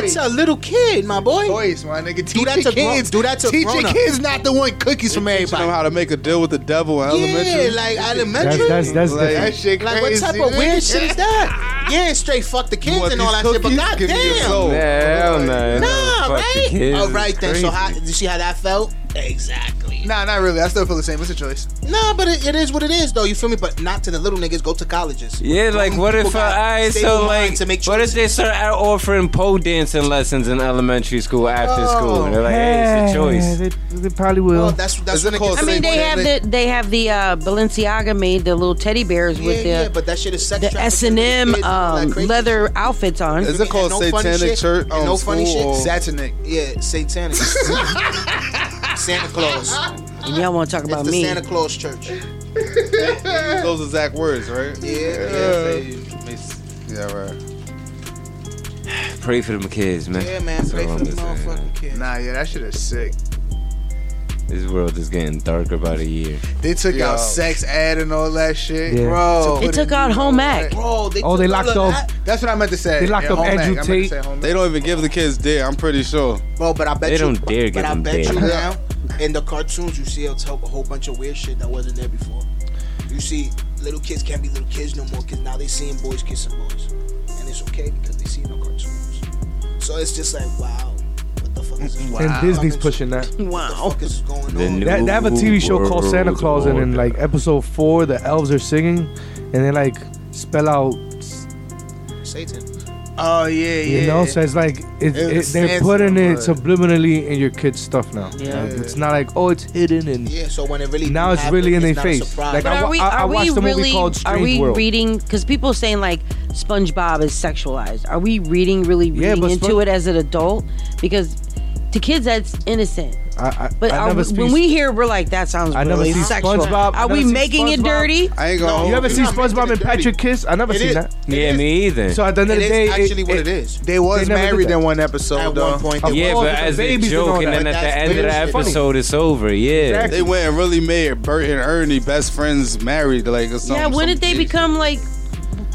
Speaker 9: It's a little kid, my boy.
Speaker 6: Choice, my nigga. Teach
Speaker 9: Do that
Speaker 6: your
Speaker 9: to grown-
Speaker 6: kids.
Speaker 9: do that to
Speaker 6: Teach your
Speaker 9: grown-up.
Speaker 6: kids not to want cookies from
Speaker 8: Teaching
Speaker 6: everybody.
Speaker 8: them how to make a deal with the devil in
Speaker 9: Yeah,
Speaker 8: elementary.
Speaker 9: like elementary.
Speaker 7: That's- that's- that's
Speaker 8: like,
Speaker 7: different.
Speaker 6: That shit
Speaker 9: like what
Speaker 6: crazy.
Speaker 9: type of weird shit is that? Yeah, straight fuck the kids
Speaker 8: want
Speaker 9: and all that
Speaker 8: these
Speaker 9: shit, but
Speaker 8: cookies? Give me your soul.
Speaker 9: goddamn.
Speaker 3: Hell no.
Speaker 9: Nah,
Speaker 3: Fuck the
Speaker 9: right?
Speaker 3: kids,
Speaker 9: All right,
Speaker 3: it's
Speaker 9: then. So,
Speaker 3: crazy.
Speaker 9: how, you see how that felt? Exactly.
Speaker 6: Nah, not really. I still feel the same. It's a choice.
Speaker 9: Nah, but it, it is what it is, though. You feel me? But not to the little niggas. Go to colleges.
Speaker 3: Yeah, like what if I
Speaker 9: got stable
Speaker 3: so like
Speaker 9: minds to make
Speaker 3: what if they start out offering pole dancing lessons in elementary school after school? And they're like, hey, it's a choice.
Speaker 7: Yeah, they, they probably will.
Speaker 5: Oh,
Speaker 9: Well, that's that's when it gets.
Speaker 5: I mean, they have the they have the uh, Balenciaga made the little teddy bears
Speaker 9: yeah,
Speaker 5: with the
Speaker 9: yeah, but that shit is sex
Speaker 5: the S and M um,
Speaker 9: kids and all that crazy
Speaker 5: leather outfits on.
Speaker 8: Is it called
Speaker 9: no funny
Speaker 8: satanic
Speaker 9: shit.
Speaker 8: church?
Speaker 9: And
Speaker 8: Um,
Speaker 5: Oh,
Speaker 9: no funny
Speaker 8: school
Speaker 9: shit.
Speaker 8: or-
Speaker 6: Satanic.
Speaker 9: Yeah, satanic. Santa Claus.
Speaker 5: And y'all want to talk
Speaker 9: It's
Speaker 5: about
Speaker 9: the
Speaker 5: me?
Speaker 9: Santa Claus church.
Speaker 8: Those exact words, right?
Speaker 9: Yeah,
Speaker 8: yeah. Yeah, right.
Speaker 3: Pray for them kids, man.
Speaker 9: Yeah, man.
Speaker 3: That's
Speaker 9: Pray
Speaker 3: all
Speaker 9: for the
Speaker 3: I'm saying.
Speaker 9: motherfucking kids.
Speaker 6: Nah, yeah, that shit is sick.
Speaker 3: This world is getting darker by the year.
Speaker 6: They took
Speaker 3: Yo.
Speaker 6: out sex ad and all that shit,
Speaker 3: Yeah.
Speaker 6: bro.
Speaker 5: They took out home ec.
Speaker 9: Bro, they
Speaker 7: Oh, they
Speaker 6: took
Speaker 7: locked
Speaker 6: all of
Speaker 7: up-
Speaker 6: that- That's what I meant to say.
Speaker 7: they locked up
Speaker 6: home ec. I meant to
Speaker 7: Andrew
Speaker 6: say home ec.
Speaker 8: They don't even give the kids dare, I'm pretty sure.
Speaker 9: Bro, but I bet
Speaker 8: They
Speaker 9: you,
Speaker 8: don't dare
Speaker 9: but
Speaker 8: give
Speaker 9: I
Speaker 8: them
Speaker 9: bet
Speaker 8: dare.
Speaker 9: you now, in the cartoons, you see a to- a whole bunch of weird shit that wasn't there before. You see, little kids can't be little kids no more because now they seeing boys kissing boys, and it's okay because they see no cartoons. So it's just like, wow, what the fuck is this?
Speaker 7: And Disney's pushing that.
Speaker 9: Wow, what the fuck is going
Speaker 3: The
Speaker 9: on?
Speaker 7: That, they have a TV show called
Speaker 3: World
Speaker 7: Santa Claus, and in like episode four, the elves are singing, and they like spell out,
Speaker 9: Satan.
Speaker 6: Oh yeah, yeah.
Speaker 7: you know. So it's like it,
Speaker 6: It
Speaker 7: it,
Speaker 6: was
Speaker 7: they're
Speaker 6: Santa,
Speaker 7: putting it
Speaker 6: but-
Speaker 7: subliminally in your kids' stuff now.
Speaker 5: Yeah.
Speaker 7: Like, it's not like oh, it's hidden and
Speaker 9: Yeah, so when it really
Speaker 7: now
Speaker 9: do
Speaker 7: it's
Speaker 9: happen,
Speaker 7: really in their
Speaker 9: not a
Speaker 7: face.
Speaker 9: surprise.
Speaker 7: Like
Speaker 5: But
Speaker 7: I,
Speaker 5: are
Speaker 7: wa-
Speaker 5: we
Speaker 7: I, I
Speaker 5: are we
Speaker 7: watched a movie
Speaker 5: really
Speaker 7: called
Speaker 5: are
Speaker 7: Strange
Speaker 5: we
Speaker 7: World.
Speaker 5: reading? Because people saying like SpongeBob is sexualized. Are we reading really
Speaker 7: Yeah,
Speaker 5: reading
Speaker 7: but
Speaker 5: into
Speaker 7: Spon-
Speaker 5: it as an adult? Because to kids that's innocent.
Speaker 7: I, I,
Speaker 5: But
Speaker 7: I
Speaker 5: are
Speaker 7: never
Speaker 5: we,
Speaker 7: see
Speaker 5: when we hear, we're like, that sounds
Speaker 7: I never
Speaker 5: really
Speaker 7: see
Speaker 5: sexual.
Speaker 7: SpongeBob. I
Speaker 5: Are we
Speaker 7: never see
Speaker 5: making it
Speaker 7: SpongeBob.
Speaker 5: dirty?
Speaker 8: I ain't
Speaker 7: You ever see SpongeBob and Patrick Kiss? I never
Speaker 9: It
Speaker 7: seen
Speaker 9: is.
Speaker 7: that.
Speaker 3: Yeah, me either.
Speaker 7: So at the end of the
Speaker 9: It is
Speaker 7: day,
Speaker 9: actually what it is.
Speaker 6: They was
Speaker 7: They never did
Speaker 6: married
Speaker 7: that.
Speaker 6: in one episode
Speaker 9: At
Speaker 6: though.
Speaker 9: one point, they
Speaker 3: Yeah,
Speaker 9: were-
Speaker 3: but as a
Speaker 7: babies and all
Speaker 3: joke, and
Speaker 7: that.
Speaker 3: then at the
Speaker 7: That's
Speaker 3: end of the
Speaker 7: weird shit.
Speaker 3: episode, it's over. Yeah.
Speaker 7: Exactly.
Speaker 8: They went and really made Bert and Ernie best friends married, like or something.
Speaker 5: yeah, when
Speaker 8: some
Speaker 5: did they
Speaker 8: shit.
Speaker 5: become like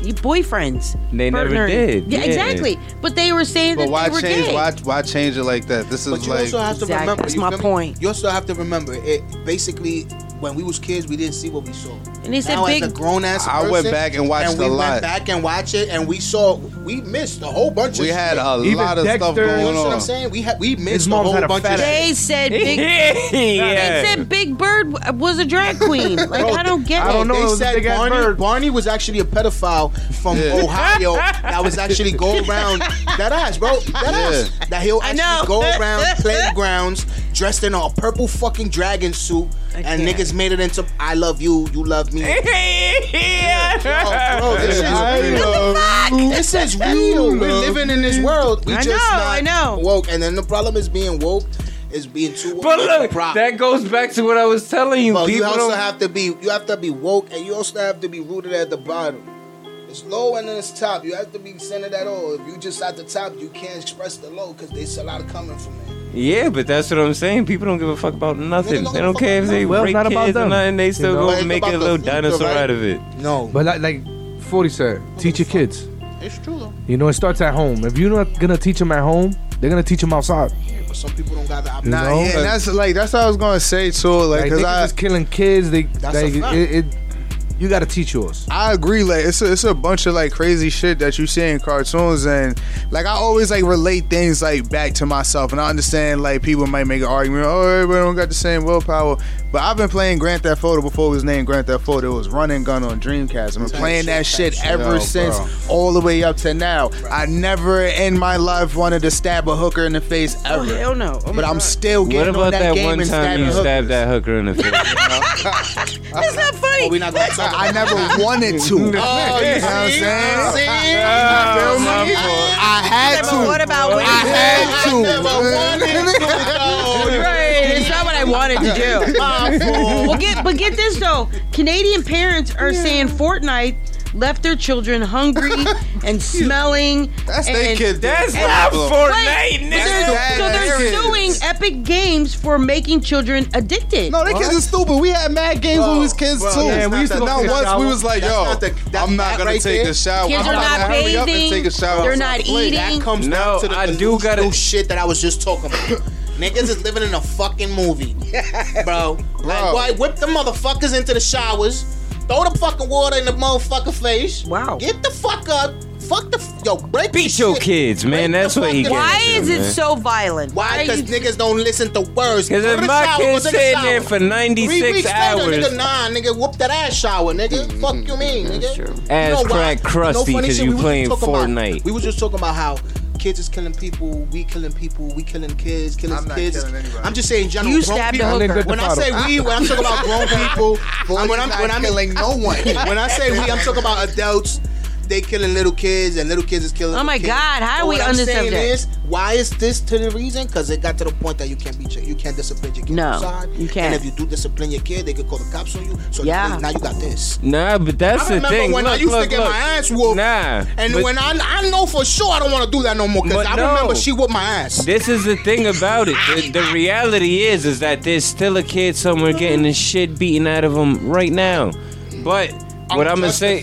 Speaker 5: y- boyfriends?
Speaker 3: They never
Speaker 5: Partner.
Speaker 3: did,
Speaker 5: Yeah,
Speaker 3: yeah.
Speaker 5: exactly. But they were saying
Speaker 8: But
Speaker 5: that
Speaker 8: why
Speaker 5: they were
Speaker 8: change?
Speaker 5: gay.
Speaker 8: Why why change it like that? This is
Speaker 9: But you
Speaker 8: like
Speaker 9: also have to
Speaker 5: Exactly.
Speaker 9: remember.
Speaker 5: That's
Speaker 9: you
Speaker 5: my
Speaker 9: feel me?
Speaker 5: point.
Speaker 9: You also have to remember it. Basically, when we was kids, we didn't see what we saw.
Speaker 5: And they said
Speaker 9: now,
Speaker 5: big-
Speaker 9: as a grown ass.
Speaker 8: I went back and watched
Speaker 9: we
Speaker 8: a lot.
Speaker 9: Went back and watched it, and we saw we missed a whole bunch of.
Speaker 8: we had a
Speaker 9: shit.
Speaker 8: lot of stuff
Speaker 7: Dexter-
Speaker 9: You
Speaker 8: going
Speaker 9: know what I'm
Speaker 8: on.
Speaker 9: saying? We had we missed
Speaker 7: His
Speaker 9: a
Speaker 7: mom's
Speaker 9: whole
Speaker 7: had a
Speaker 9: bunch
Speaker 7: fat
Speaker 9: of.
Speaker 7: ass.
Speaker 9: shit.
Speaker 5: They said big.
Speaker 3: Yeah.
Speaker 5: They said Big Bird w- was a drag queen. Like I don't get
Speaker 7: I don't
Speaker 5: it.
Speaker 7: know. it
Speaker 9: They
Speaker 7: was a
Speaker 9: said
Speaker 7: big-ass
Speaker 9: Barney,
Speaker 7: bird.
Speaker 9: Barney was actually a pedophile from
Speaker 8: Yeah.
Speaker 9: Ohio that was actually go around that ass, bro. That ass.
Speaker 8: Yeah.
Speaker 9: That he'll
Speaker 5: I know.
Speaker 9: actually go around playgrounds dressed in a purple fucking dragon suit
Speaker 5: I
Speaker 9: and
Speaker 5: can't.
Speaker 9: niggas made it into I love you, you love me.
Speaker 3: yeah.
Speaker 9: Oh, Bro, this is
Speaker 8: I
Speaker 9: real.
Speaker 8: love you.
Speaker 9: This is real. We're living in this world. We
Speaker 5: I
Speaker 9: just
Speaker 5: know,
Speaker 9: not
Speaker 5: I know.
Speaker 9: Woke, and then the problem is being woke is being too woke.
Speaker 3: But
Speaker 9: is
Speaker 3: look,
Speaker 9: the problem.
Speaker 3: that goes back to what I was telling you.
Speaker 9: But you
Speaker 3: People
Speaker 9: also
Speaker 3: don't
Speaker 9: have to be you have to be woke and you also have to be rooted at the bottom. It's It's low and then it's top. You have to be centered at all. If you just at the top, you can't express the low because there's a lot of coming from it.
Speaker 3: Yeah, but that's what I'm saying. People don't give a fuck about nothing. They don't care if they
Speaker 7: Well,
Speaker 3: break
Speaker 7: not about
Speaker 3: kids or
Speaker 7: them.
Speaker 3: nothing. They
Speaker 7: You
Speaker 3: still
Speaker 7: know?
Speaker 3: go make a little dinosaur out of it.
Speaker 7: No, but like, like Forty said, teach your kids.
Speaker 9: It's true though.
Speaker 7: You know, it starts at home. If you're not gonna teach them at home, they're gonna teach them outside.
Speaker 9: Yeah, but some people don't got the opportunity.
Speaker 7: You
Speaker 6: Nah,
Speaker 7: know?
Speaker 6: yeah, and that's like that's what I was gonna say too. Like,
Speaker 7: Like,
Speaker 6: cause
Speaker 7: niggas
Speaker 6: I
Speaker 7: is killing kids. They,
Speaker 6: That's
Speaker 7: like,
Speaker 6: a fact.
Speaker 7: it, it, you gotta teach yours.
Speaker 6: I agree. Like it's a, it's a bunch of like crazy shit that you see in cartoons, and like I always like relate things like back to myself, and I understand like people might make an argument, oh everybody don't got the same willpower, but I've been playing Grand Theft Auto before it was named Grand Theft Auto. It was Run and Gun on Dreamcast. I've been playing that shit ever
Speaker 8: Yo,
Speaker 6: since,
Speaker 8: bro.
Speaker 6: all the way up to now. I never in my life wanted to stab a hooker in the face ever.
Speaker 5: hell no!
Speaker 6: but I'm still
Speaker 3: What
Speaker 6: getting
Speaker 3: about
Speaker 6: on that,
Speaker 3: that,
Speaker 6: game
Speaker 3: one
Speaker 6: and
Speaker 3: time
Speaker 6: stabbing
Speaker 3: you
Speaker 6: hookers.
Speaker 3: stabbed that hooker in the face?
Speaker 5: That's not funny.
Speaker 9: we not gonna talk
Speaker 6: I never wanted to. you know what I'm
Speaker 9: see?
Speaker 6: saying?
Speaker 9: See?
Speaker 6: Feel me? I had to.
Speaker 5: What about
Speaker 6: I
Speaker 5: when
Speaker 6: had to.
Speaker 5: Right, it's not what I wanted to do.
Speaker 6: Ah,
Speaker 9: My fault.
Speaker 5: well, get but get this though. Canadian parents are saying Fortnite left their children hungry and smelling.
Speaker 6: That's
Speaker 5: and,
Speaker 6: they kid- that's
Speaker 5: and-
Speaker 6: not
Speaker 5: Wait,
Speaker 6: Fortnite,
Speaker 5: but
Speaker 6: nigga.
Speaker 5: they're- So they're suing Epic Games for making children addicted.
Speaker 6: No, they kids are stupid. We had mad games when we was kids
Speaker 8: Bro,
Speaker 6: too.
Speaker 8: yeah, we used to
Speaker 6: Now
Speaker 8: go
Speaker 6: once we was like, yo,
Speaker 8: I'm not gonna
Speaker 6: right
Speaker 8: take
Speaker 6: there.
Speaker 8: a shower.
Speaker 5: Kids
Speaker 8: I'm
Speaker 5: are
Speaker 8: about
Speaker 5: not
Speaker 8: to hurry up
Speaker 5: bathing.
Speaker 8: and take a shower.
Speaker 5: They're not
Speaker 8: Wait,
Speaker 5: eating.
Speaker 9: That comes down to the I do gotta, shit that I was just talking about. Niggas is living in a fucking movie, bro. Like, why whip the motherfuckers into the showers? Throw the fucking water in the motherfucker face. Wow. Get the fuck up. Fuck the f- yo. Break the
Speaker 3: Beat your
Speaker 9: shit.
Speaker 3: kids, man. That's what he gets.
Speaker 5: Why is it so violent?
Speaker 9: Why? Because niggas don't listen to words.
Speaker 3: Because
Speaker 9: Go
Speaker 3: if
Speaker 9: to the
Speaker 3: my
Speaker 9: shower,
Speaker 3: kid's
Speaker 9: go to the
Speaker 3: sitting
Speaker 9: shower.
Speaker 3: there for 96
Speaker 9: Three weeks Later,
Speaker 3: hours. Mm-hmm.
Speaker 9: nigga, nah, nigga, whoop that ass shower, nigga. Fuck you mean, nigga.
Speaker 3: Ass
Speaker 9: You know
Speaker 3: crack
Speaker 9: why?
Speaker 3: crusty
Speaker 9: funny
Speaker 3: 'cause
Speaker 9: shit,
Speaker 3: you
Speaker 9: we was
Speaker 3: playing
Speaker 9: just talking about-
Speaker 3: Fortnite.
Speaker 9: we was just talking about how kids is killing people, we killing people, we killing kids, killing
Speaker 6: not
Speaker 9: kids.
Speaker 6: killing anybody.
Speaker 9: I'm just saying, in general.
Speaker 5: You
Speaker 9: grown
Speaker 5: stabbed a
Speaker 9: people-
Speaker 5: hooker.
Speaker 9: When I say we, when I'm talking about grown people, and when I'm when I'm killing no one. When I say we, I'm talking about adults. They killing little kids, and little kids is killing.
Speaker 5: Oh my
Speaker 9: little kids.
Speaker 5: God, how do
Speaker 9: But
Speaker 5: we
Speaker 9: what I'm
Speaker 5: understand
Speaker 9: saying
Speaker 5: that?
Speaker 9: is, why is this to the reason? Because it got to the point that you can't be you can't discipline your kid
Speaker 5: No,
Speaker 9: outside.
Speaker 5: you can't.
Speaker 9: And if you do discipline your kid, they could call the cops on you. So
Speaker 5: Yeah.
Speaker 9: now you got this.
Speaker 3: Nah, but that's
Speaker 9: I
Speaker 3: the
Speaker 9: remember
Speaker 3: thing.
Speaker 9: when I
Speaker 3: look,
Speaker 9: used to
Speaker 3: look,
Speaker 9: get
Speaker 3: look.
Speaker 9: my ass whooped.
Speaker 3: Nah.
Speaker 9: And
Speaker 3: but-
Speaker 9: when I I know for sure I don't want to do that no more because
Speaker 3: But
Speaker 9: I
Speaker 3: no.
Speaker 9: remember she whooped my ass.
Speaker 3: This is the thing about it. The, the reality is, is that there's still a kid somewhere getting the shit beaten out of him right now. But what I'm gonna say,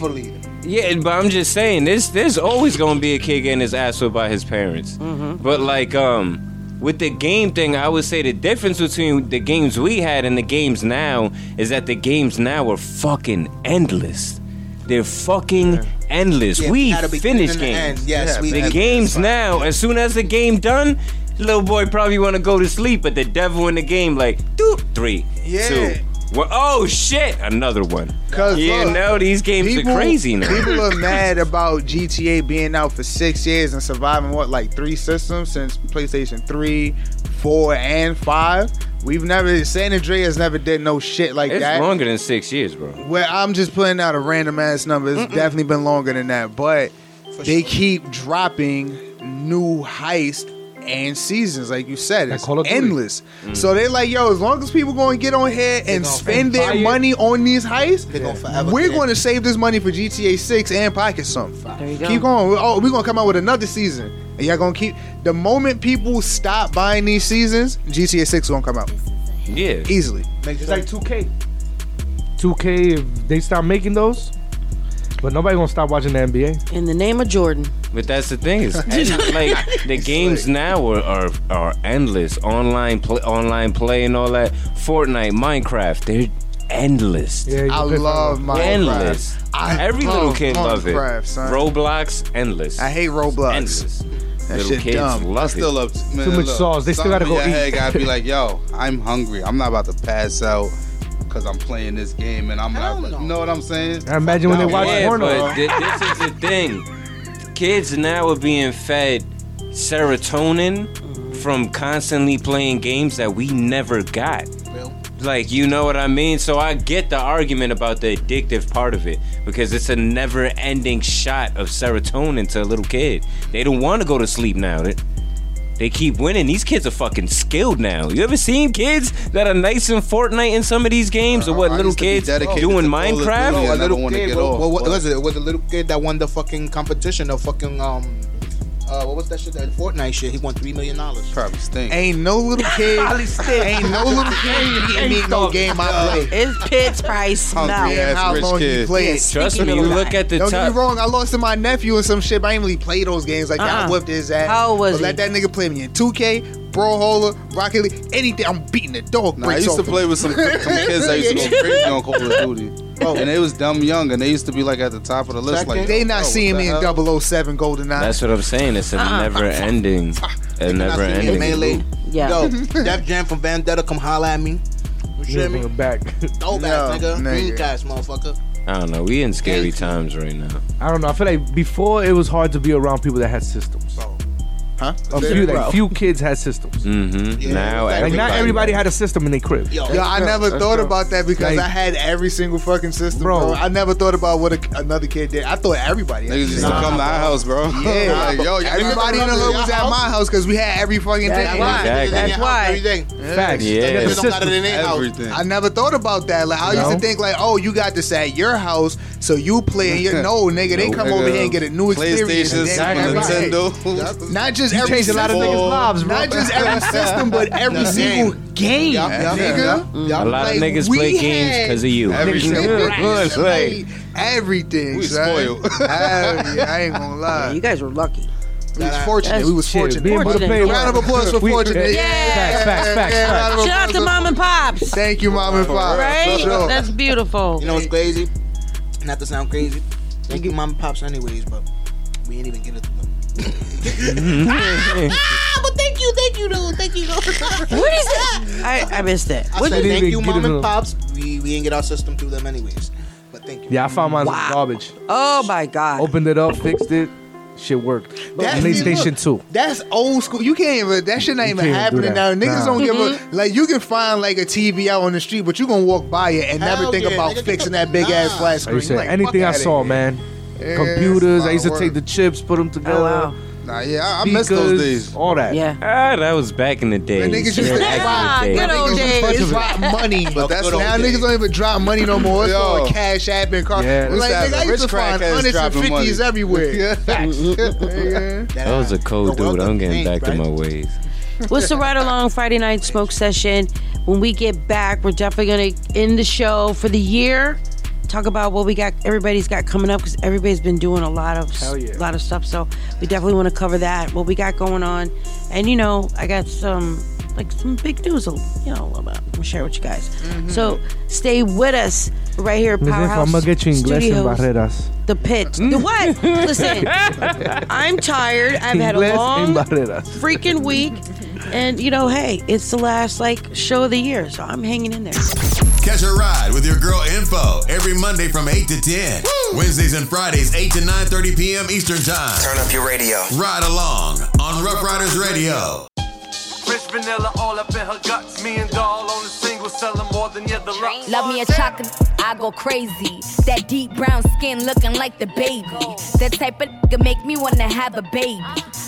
Speaker 3: yeah, but I'm just saying, this there's always gonna be a kid getting his ass whipped by his parents.
Speaker 9: Mm-hmm.
Speaker 3: But like, um. With the game thing, I would say the difference between the games we had and the games now is that the games now are fucking endless. They're fucking endless.
Speaker 9: Yeah,
Speaker 3: we
Speaker 9: at the beginning
Speaker 3: finish
Speaker 9: and the end.
Speaker 3: games.
Speaker 9: Yes, we
Speaker 3: the
Speaker 9: do.
Speaker 3: games now. As soon as the game done, little boy probably want to go to sleep. But the devil in the game, like, doop, three,
Speaker 6: Yeah.
Speaker 3: two, one. Oh shit, another one.
Speaker 6: 'Cause
Speaker 3: yeah,
Speaker 6: look,
Speaker 3: no, these games are crazy now.
Speaker 6: People are mad about GTA being out for six years and surviving what like three systems since PlayStation three, four, and five. We've never San Andreas never did no shit like
Speaker 3: it's
Speaker 6: that.
Speaker 3: longer than six years, bro.
Speaker 6: Well, I'm just putting out a random ass number. It's definitely been longer than that, but they keep dropping new heist and seasons, like you said, it's endless. So they're like, yo, as long as people going to get on here and spend their money on these heists, we're going to save this money for GTA 6 and pocket some. Keep going. Oh, we're going to come out with another season. And y'all going to keep. The moment people stop buying these seasons, GTA 6 going to come out
Speaker 3: Yeah,
Speaker 6: easily.
Speaker 7: It's like 2K. 2K, if they stop making those, but nobody gonna stop watching the NBA.
Speaker 5: In the name of Jordan.
Speaker 3: But that's the thing is, and, like the games now are, are are endless. Online play, online play, and all that. Fortnite, Minecraft, they're endless.
Speaker 6: I love Minecraft.
Speaker 3: endless.
Speaker 6: I
Speaker 3: Every little
Speaker 6: love
Speaker 3: kid love it.
Speaker 6: Minecraft, son.
Speaker 3: Roblox, endless.
Speaker 6: I hate Roblox.
Speaker 3: Endless.
Speaker 6: That
Speaker 3: little
Speaker 6: shit
Speaker 3: kids
Speaker 6: dumb.
Speaker 3: love
Speaker 8: I still
Speaker 3: it.
Speaker 8: love man,
Speaker 7: Too much
Speaker 8: look,
Speaker 7: sauce. They still gotta
Speaker 8: something
Speaker 7: go
Speaker 8: in your head
Speaker 7: eat.
Speaker 8: gotta be like, yo, I'm hungry. I'm not about to pass out because I'm playing this game and I'm not. You know what I'm saying?
Speaker 7: I imagine when they watch
Speaker 3: yeah,
Speaker 7: porno.
Speaker 3: but thi- this is the thing. Kids now are being fed serotonin from constantly playing games that we never got. Like, you know what I mean? So I get the argument about the addictive part of it because it's a never ending shot of serotonin to a little kid. They don't want to go to sleep now. They- They keep winning. These kids are fucking skilled now. You ever seen kids that are nice in Fortnite in some of these games, or what? little kids doing Minecraft?
Speaker 9: No, a little kid. well, well, what was it? It was a little kid that won the fucking competition of fucking um. Uh, what was that shit? That Fortnite shit. He won three million dollars.
Speaker 8: Probably stink.
Speaker 6: Ain't no little kid. ain't no little kid. Ain't me no game I play.
Speaker 5: It's Pitt's price.
Speaker 6: Hungry
Speaker 5: No.
Speaker 6: ass how long you play. it.
Speaker 3: Trust me, you look at the
Speaker 6: Don't get
Speaker 3: top.
Speaker 6: me wrong. I lost to my nephew and some shit. But I ain't really play those games like that. I
Speaker 5: Uh-uh.
Speaker 6: whipped his ass.
Speaker 5: How old was
Speaker 6: but Let
Speaker 5: he?
Speaker 6: that nigga play me in 2K, Brawlhalla, Rocket League, anything. I'm beating the dog.
Speaker 8: Nah, I used to play with some, some kids that used to go crazy on Call of Duty.
Speaker 3: Oh.
Speaker 8: And they was dumb young, and they used to be like at the top of the list. Like
Speaker 6: they not
Speaker 8: oh,
Speaker 6: seeing
Speaker 8: what
Speaker 6: me
Speaker 8: the
Speaker 6: in
Speaker 8: hell?
Speaker 6: 007 GoldenEye.
Speaker 3: That's what I'm saying. It's a
Speaker 6: Uh-uh.
Speaker 3: never ending. A never ending.
Speaker 9: Melee.
Speaker 3: loop.
Speaker 5: Yeah.
Speaker 9: Yo, Def Jam from Vendetta, come holla at me. You
Speaker 3: Yeah,
Speaker 9: hear me?
Speaker 3: we're
Speaker 7: back.
Speaker 9: Dope ass
Speaker 7: No,
Speaker 9: nigga.
Speaker 7: nigga.
Speaker 9: Green guys, motherfucker.
Speaker 3: I don't know. We in scary times right now.
Speaker 7: I don't know. I feel like before it was hard to be around people that had systems.
Speaker 6: Huh?
Speaker 7: A few, like, few kids had systems.
Speaker 3: Mm-hmm. now
Speaker 7: like not everybody had a system in their crib.
Speaker 6: Yo, I never thought about that because I had every single fucking system, bro. I never thought about what a, another kid did. I thought everybody. had
Speaker 8: Niggas used to
Speaker 6: systems.
Speaker 8: come to our house, bro.
Speaker 6: Yeah,
Speaker 8: Like, yo, y'all
Speaker 6: everybody in the hood was at my house because we had every fucking
Speaker 8: That's
Speaker 6: thing.
Speaker 8: why. Exactly. That's
Speaker 9: why.
Speaker 6: Everything.
Speaker 8: Facts. Yeah.
Speaker 6: Niggas
Speaker 8: It's
Speaker 6: don't got it
Speaker 8: system.
Speaker 6: in their house.
Speaker 8: Everything.
Speaker 6: I never thought about that. Like I used
Speaker 8: No.
Speaker 6: to think like, oh, you got this at your house, so you play. in Your, no, nigga, they
Speaker 8: No,
Speaker 6: come
Speaker 8: nigga.
Speaker 6: over here and get a new experience.
Speaker 8: PlayStation,
Speaker 6: and then everybody-
Speaker 8: Nintendo.
Speaker 6: Not just
Speaker 8: You
Speaker 6: every
Speaker 8: changed a lot of
Speaker 6: system.
Speaker 8: niggas' lives, bro.
Speaker 6: Not just every system, but every
Speaker 8: No,
Speaker 6: single game,
Speaker 8: yup,
Speaker 6: nigga.
Speaker 8: yup, yup.
Speaker 3: A lot of
Speaker 6: Like,
Speaker 3: niggas
Speaker 6: we
Speaker 3: play games
Speaker 6: had-
Speaker 3: because of you.
Speaker 6: Every
Speaker 3: Niggas
Speaker 6: single
Speaker 3: play-
Speaker 6: game.
Speaker 3: play.
Speaker 6: Everything.
Speaker 3: We
Speaker 6: son.
Speaker 3: spoiled.
Speaker 6: Hell yeah, I ain't gonna lie.
Speaker 5: you guys were lucky.
Speaker 6: We was fortunate.
Speaker 5: That's
Speaker 6: We was
Speaker 5: shit,
Speaker 6: fortunate.
Speaker 5: being able to play-
Speaker 6: Round of applause for
Speaker 5: We-
Speaker 6: fortunate.
Speaker 5: Yeah. Facts, facts, facts,
Speaker 6: Yeah,
Speaker 5: facts.
Speaker 6: round of
Speaker 5: Shout out
Speaker 6: applause
Speaker 5: to
Speaker 6: for-
Speaker 5: Mom and Pops.
Speaker 6: Thank you, mom and pop.
Speaker 5: Right?
Speaker 6: For sure.
Speaker 5: That's beautiful.
Speaker 9: You know what's crazy? Not to sound crazy. Thank you, mom and pops, anyways, but we ain't even get it.
Speaker 5: ah,
Speaker 9: but thank you, thank you, though. Thank you, though. what is
Speaker 5: that? I, I missed that.
Speaker 9: I
Speaker 5: What
Speaker 9: said
Speaker 5: did-
Speaker 9: thank you, mom
Speaker 7: them.
Speaker 9: and pops. We we ain't get our system through them anyways. But thank you.
Speaker 7: Yeah, I found mine was garbage.
Speaker 5: Oh my god.
Speaker 7: Opened it up, fixed it. Shit worked.
Speaker 6: That's-
Speaker 7: PlayStation
Speaker 6: look,
Speaker 7: 2.
Speaker 6: That's old school. You can't even. That shit not even
Speaker 7: can't do
Speaker 6: happening now.
Speaker 7: that.
Speaker 6: Niggas
Speaker 7: Nah.
Speaker 6: don't give
Speaker 5: Mm-hmm.
Speaker 6: a like. You can find like a TV out on the street, but you gonna walk by it and
Speaker 9: Hell
Speaker 6: never think
Speaker 9: yeah,
Speaker 6: about
Speaker 9: nigga,
Speaker 6: fixing that big ass flat
Speaker 7: I
Speaker 6: screen.
Speaker 7: used to
Speaker 6: Like,
Speaker 7: anything
Speaker 6: fuck
Speaker 7: I
Speaker 6: outta
Speaker 7: saw,
Speaker 6: here.
Speaker 7: man.
Speaker 6: Yeah,
Speaker 7: Computers.
Speaker 6: it's
Speaker 7: I used to
Speaker 6: wild
Speaker 7: take
Speaker 6: work.
Speaker 7: the chips, put them together.
Speaker 5: Oh,
Speaker 6: wow. Nah, yeah, I- I miss those
Speaker 7: speakers,
Speaker 6: days.
Speaker 7: All that.
Speaker 5: Yeah.
Speaker 3: Ah, that was back in the day.
Speaker 6: Niggas used to
Speaker 5: Ah,
Speaker 6: drop,
Speaker 5: good
Speaker 6: niggas
Speaker 5: old
Speaker 6: used to
Speaker 5: days.
Speaker 6: drop money,
Speaker 8: But that's
Speaker 6: now
Speaker 8: what-
Speaker 6: niggas don't even drop money no more. It's
Speaker 8: Yo.
Speaker 6: all cash app and car.
Speaker 8: Yeah.
Speaker 6: like
Speaker 8: Rich
Speaker 6: nigga, I used to
Speaker 8: crackheads
Speaker 6: find hundreds and
Speaker 8: dropping money.
Speaker 6: fifties everywhere.
Speaker 8: Yeah.
Speaker 6: Nigga.
Speaker 3: That was a cold dude. I'm getting back to my ways.
Speaker 5: What's the ride along Friday night smoke session? When we get back, we're definitely gonna end the show for the year. Talk about what we got. Everybody's got coming up because everybody's been doing a lot of
Speaker 15: Hell yeah.
Speaker 5: lot of stuff. So we definitely want to cover that. What we got going on, and you know, I got some like some big news. You know, about we'll share with you guys.
Speaker 15: Mm-hmm.
Speaker 5: So stay with us right here, at
Speaker 7: Me dejo,
Speaker 5: Powerhouse
Speaker 7: I'ma get you English and
Speaker 5: Studios.
Speaker 7: barreras.
Speaker 5: The pit. The what? Listen, I'm tired. I've had a
Speaker 7: Inglés
Speaker 5: long
Speaker 7: and barreras.
Speaker 5: freaking week. And you know, hey, it's the last like show of the year, so I'm hanging in there.
Speaker 2: Catch a ride with your girl Info every Monday from 8 to 10. Wednesdays and Fridays 8 to 9:30 p.m. Eastern Time. Turn up your radio. Ride along on Rough Riders Radio.
Speaker 19: Rich vanilla all up in her guts. Me and doll on a single selling more than the other lot.
Speaker 22: Love me a chocolate, I go crazy. That deep brown skin looking like the baby. That type of nigga make me wanna have a baby.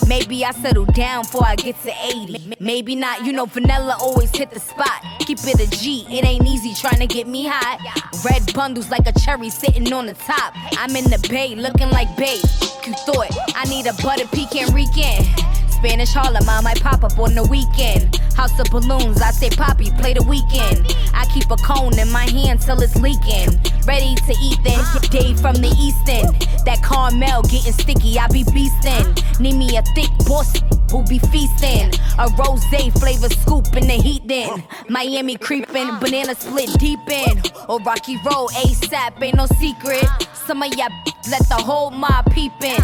Speaker 22: Maybe I settle down before I get to 80. Maybe not, you know, vanilla always hit the spot. Keep it a G, it ain't easy trying to get me hot. Red bundles like a cherry sitting on the top. I'm in the bay looking like babe. You thought I need a butter pecan weekend. Spanish Harlem, I might pop up on the weekend. House of balloons, I say poppy, play the weekend. I keep a cone in my hand till it's leaking. Ready to eat then, day from the east end. That caramel getting sticky, I be beastin'. Need me a thick boss who be feasting. A rose flavor scoop in the heat then. Miami creepin', banana split deep in. Or Rocky Road ASAP, ain't no secret. Some of y'all let the whole mob peep in.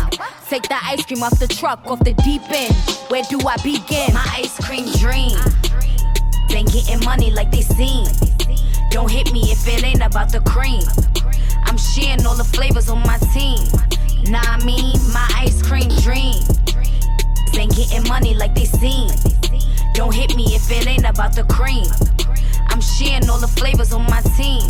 Speaker 22: Take the ice cream off the truck, off the deep end. Where do I begin? My ice cream dream. Been getting money like they seen. Don't hit me if it ain't about the cream. I'm sharing all the flavors on my team. Nah, I mean, my ice cream dream. Been getting money like they seen. Don't hit me if it ain't about the cream. I'm sharing all the flavors on my team.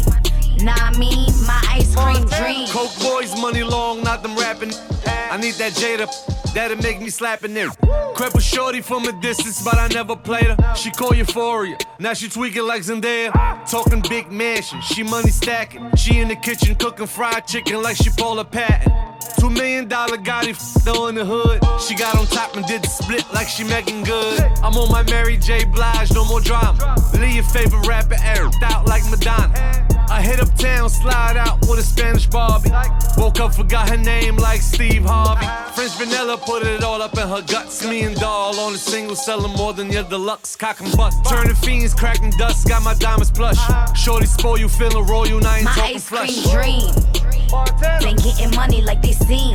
Speaker 22: Nah, I mean, my ice cream dream.
Speaker 19: Coke boys, money long, not them rapping. I need that Jada that'll make me slapping them.
Speaker 33: Crept with shorty from a distance, but I never played her. She call euphoria, now she tweaking like Zendaya. Talking big mansion, she money stacking. She in the kitchen cooking fried chicken like she Paula Patton. Two million dollar Gotti f- though in the hood. She got on top and did the split like she making good. I'm on my Mary J. Blige, no more drama. Leave your favorite rapper air out like Madonna. I hit uptown, slide out with a Spanish Barbie. Woke up, forgot her name like Steve Harvey. French vanilla put it all up in her guts. Me and doll on a single, selling more than your deluxe. Cock and bust. Turning fiends, cracking dust. Got my diamonds plush. Shorty spoil you, feeling royal. Now I ain't
Speaker 22: My
Speaker 33: talking
Speaker 22: ice
Speaker 33: flush.
Speaker 22: cream dream. Been getting money like they seen.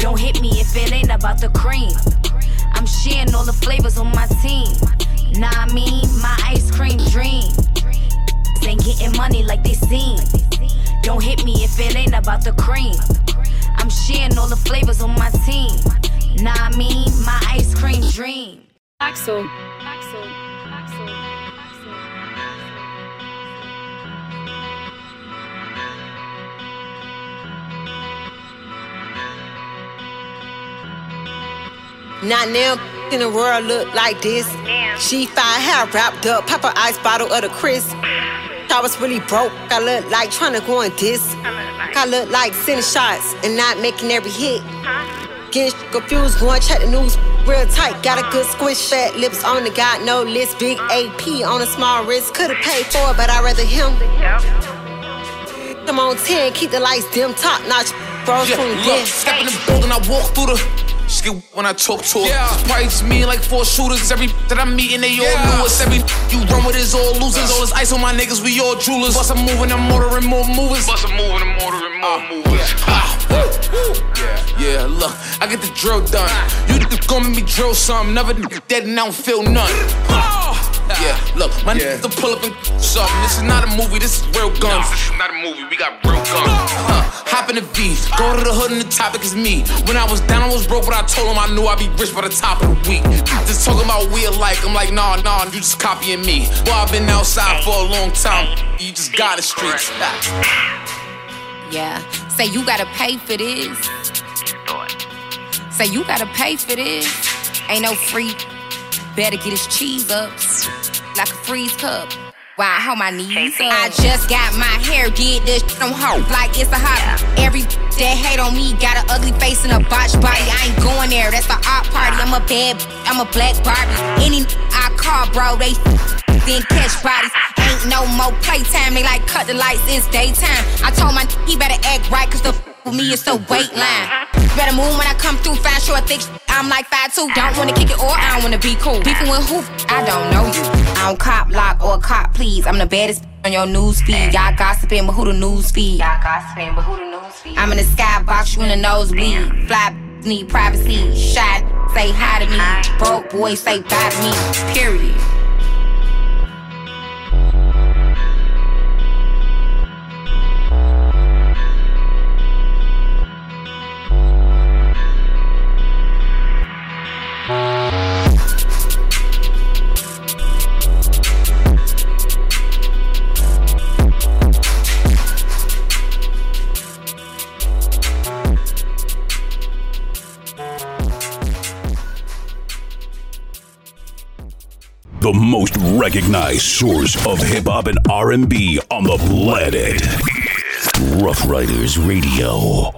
Speaker 22: Don't hit me if it ain't about the cream. I'm sharing all the flavors on my team. Nah, I mean, my ice cream dream. Been getting money like they seen. Don't hit me if it ain't about the cream. I'm sharing all the flavors on my team. Nah, I mean, my ice cream dream. Axel.
Speaker 34: Not now in the world look like this. She fine hair wrapped up, pop her ice bottle of the crisp. I was really broke. I look like tryna go on this. I look like sending shots and not making every hit. Getting sh- confused, going check the news real tight. Got a good squish, fat lips on the got no list. Big AP on a small wrist. Could've paid for it, but I'd rather him. Come on 10, keep the lights dim, top notch. Bros
Speaker 35: Yeah,
Speaker 34: from the
Speaker 35: look, step in the building, I walk through the. She get when I talk to her. Yeah. Pipes me like four shooters. 'cause Every that I'm meeting, they all
Speaker 34: Yeah.
Speaker 35: knew us. Every you run with is all losers. All this ice on my niggas, we all jewelers. Bust I'm moving, I'm ordering more movers. Bust I'm moving, I'm ordering more movers. Ah. Yeah, yeah, look, I get the drill done. You d- gonna make me drill some. Never d- dead and I don't feel none. Oh. Yeah, look, my niggas to pull up and something. This is not a movie, this is real guns. this is not a movie, we got real guns. Hop in the V, go to the hood and the topic is me. When I was down, I was broke, but I told him I knew I'd be rich by the top of the week. Just talking about we alike, I'm like, nah, nah, you just copying me. Boy, I've been outside for a long time, you just got the streets.
Speaker 36: Yeah. Say you gotta pay for this. Say you gotta pay for this. Ain't no free. Better get his cheese up. Like a freeze cup. Why I hold my knees up. I just got my hair did this shit on her like it's a hobby. Every that hate on me got an ugly face and a botched body. I ain't going there. That's the art party. I'm a bad. I'm a black Barbie. Any I call bro, they then catch bodies. Ain't no more playtime. They like cut the lights, it's daytime. I told my he better act right, cause the f- with me is so wait line. Better move when I come through, find short thick. sh- I'm like 5'2, don't wanna kick it or I don't wanna be cool. Beefing with who? I don't know you. I don't cop lock or cop please. I'm the baddest on your news feed. Y'all gossiping, but who the news feed? Y'all gossiping, but who the news feed? I'm in the skybox, you in the nosebleed. Fly need privacy. Shy say hi to me. Broke boy say bye to me. Period.
Speaker 10: The most recognized source of hip hop and R&B on the planet. Rough Riders Radio.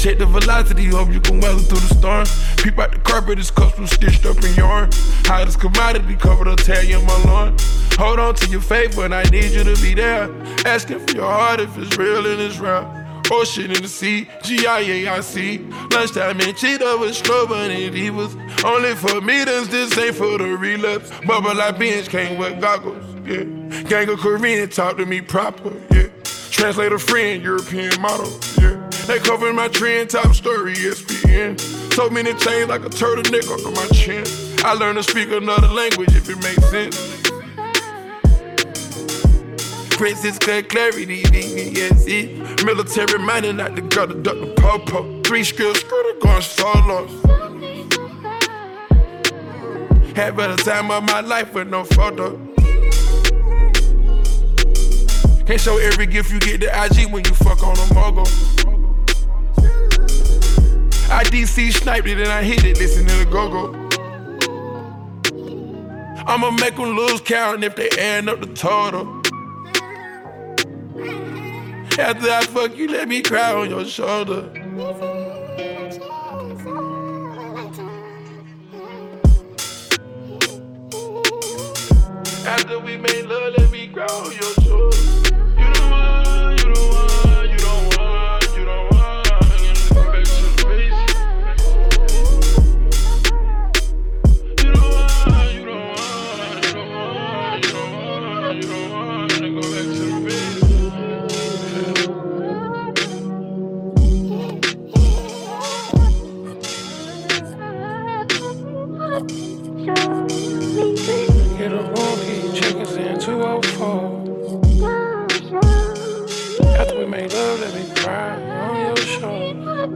Speaker 37: Check the velocity, hope you can weather through the storm. Peep out the carpet, his cups was stitched up in yarn. Hottest commodity, covered a tag in my lawn. Hold on to your faith, but I need you to be there. Asking for your heart if it's real and it's round. Ocean in the sea, G-I-A-I-C Lunchtime and cheetah with strawberry and divas Only for meetings, this ain't for the relapse Bubble like bench, can't wear goggles, yeah Gang of Korean, talk to me proper, yeah Translator friend, European model, yeah They covering my trend, top story, E ESPN. So many chains like a turtleneck under my chin. I learned to speak another language if it makes sense. Princess cut clarity, nigga, yes it. E, Military minded, not the gutter, duck the popo. Three skills, skirt, going solos. Had better time of my life with no photo. Can't show every gift you get to IG when you fuck on a mogul. I DC sniped it and I hit it, listen to the go-go. I'ma make them lose count if they add up the total. After I fuck you, let me cry on your shoulder. After we made love, let me cry on your shoulder. You the one, you the one, you don't want, you don't want. And it's back to the basics. Get a wonky chickens in 204. After we made love, let me cry on your shoulder.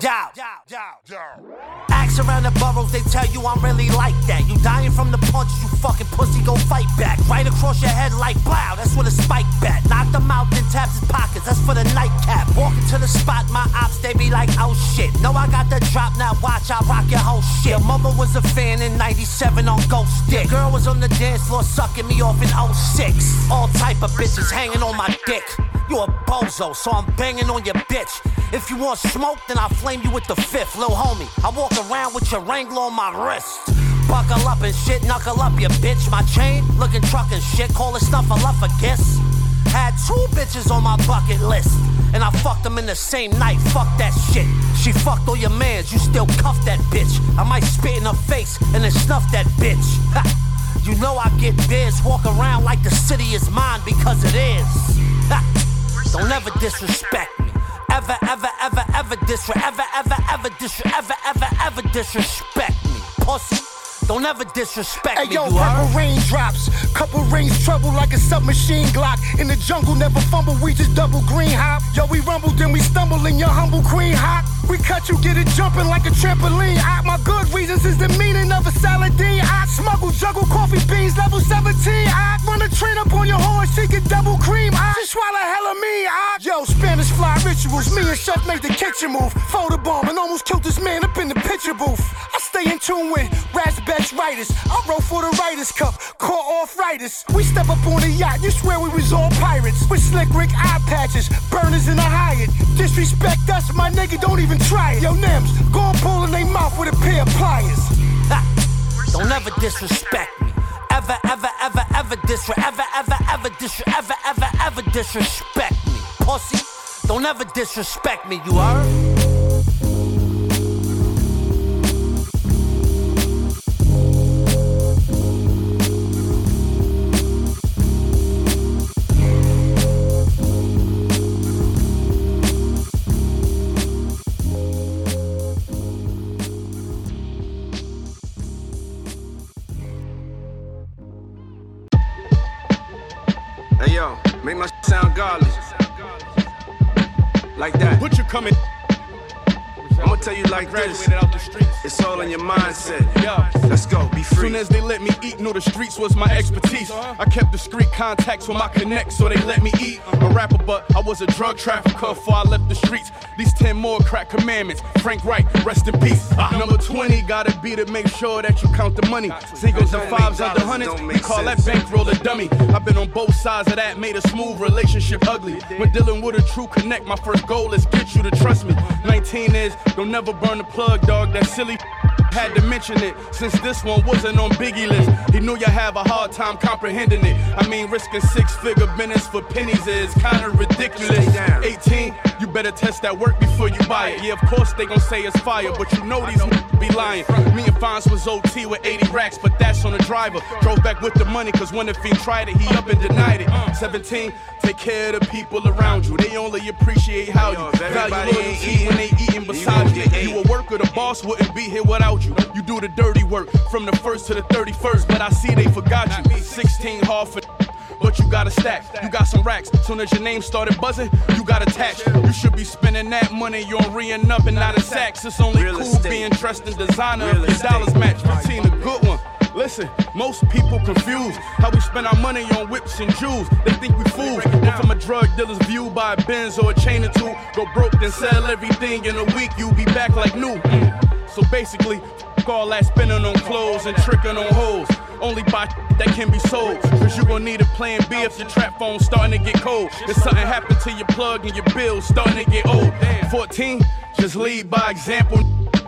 Speaker 38: Dow. Axe around the boroughs, they tell you I'm really like that. You dying from the punches, you fucking pussy, go fight back. Right across your head like wow, that's what a spike bat. Knocked him out, then taps his pockets, that's for the nightcap. Walking to the spot, my ops, they be like, oh shit. No, I got the drop, now watch, I rock your whole shit. Your mama was a fan in 97 on Ghost Dick. Your girl was on the dance floor sucking me off in 06. All type of bitches hanging on my dick. You a bozo, so I'm banging on your bitch. If you want smoke, then I flame you with the fifth, lil homie. I walk around with your Wrangler on my wrist. Buckle up and shit, knuckle up, you bitch. My chain, looking truck and shit, call it snuffle up a kiss. Had two bitches on my bucket list, and I fucked them in the same night. Fuck that shit. She fucked all your mans, you still cuff that bitch. I might spit in her face and then snuff that bitch. Ha. You know I get biz, walk around like the city is mine because it is. Ha. Don't ever disrespect me. Ever, ever, ever, ever disrespect. Ever, ever, ever disrespect. Ever, ever, ever disrespect me. Pussy. Don't ever disrespect
Speaker 21: Hey
Speaker 38: me.
Speaker 21: yo,
Speaker 38: you
Speaker 21: purple
Speaker 38: heard?
Speaker 21: raindrops, couple rings trouble like a submachine Glock. In the jungle, never fumble, we just double green hop. Yo, we rumble, then we stumble in your humble queen hop. We cut you, get it jumping like a trampoline. I, my good reasons is the meaning of a saladine. I smuggle, juggle coffee beans, level 17. I run a train up on your horse, she get double cream. I just swallow hella me. I, yo, Spanish fly rituals, me and Chef made the kitchen move. Fold a bomb and almost killed this man up in the picture booth. I stay in tune with Rats Best Writers. I wrote for the Writers Cup, caught off writers. We step up on the yacht, you swear we was all pirates. With slick Rick eye patches, burners in a Hyatt. Disrespect us, my nigga, don't even try it. Yo, Nims, go and pull in they mouth with a pair of pliers.
Speaker 38: Don't ever disrespect me. Ever, ever, ever, ever disrespect. Ever, ever, ever disrespect. Ever, ever, ever disrespect me. Pussy. Don't ever disrespect me. You heard?
Speaker 24: Hey yo, make my sound godless. Like that. What you coming? I'ma tell you like this. It's all in your mindset. Let's go, be free.
Speaker 28: Soon as they let me eat, knew the streets was my expertise. I kept discreet contacts with my connects, so they let me eat. A rapper, but I was a drug trafficker before I left the streets. These 10 more crack commandments. Frank Wright, rest in peace.
Speaker 24: Ah.
Speaker 28: Number 20, gotta be to make sure that you count the money. Singles and fives out the hundreds. We call that bankroll a dummy. I've been on both sides of that, made a smooth relationship ugly. When dealing with a true connect, my first goal is get you to trust me. 19 is don't never burn the plug, dog. That's silly.
Speaker 24: had to mention it since this one wasn't on Biggie list. He knew you have a hard time comprehending it. I mean, risking six figure business for pennies is kind of ridiculous. 18, you better test that work before you buy it. Yeah, of course they gon' say it's fire, but you know these n- be lying. Me and Fonz was OT with 80 racks, but that's on the driver. Drove back with the money, cause when the fiend tried it, he up and denied it. 17, take care of the people around you. They only appreciate how you value loyalty when they eating beside you. You a worker, the boss wouldn't be here without you. You do the dirty work from the first to the 31st, but I see they forgot you. 16 hard for but you got a stack. You got some racks. Soon as your name started buzzing, you got attached. You should be spending that money. You're reeing up and out of sacks. It's only cool being dressed in designer. if Your dollars match. You seen a good one. Listen, most people confused how we spend our money on whips and jewels. They think we fools. But from a drug dealer's view, buy a Benz or a chain or two. Go broke, then sell everything in a week. You be back like new. Mm. So basically, f- all that spending on clothes and tricking on hoes. Only buy that can be sold. Cause you gon' need a plan B if your trap phone's starting to get cold. If something happened to your plug and your bills starting to get old. 14, just lead by example.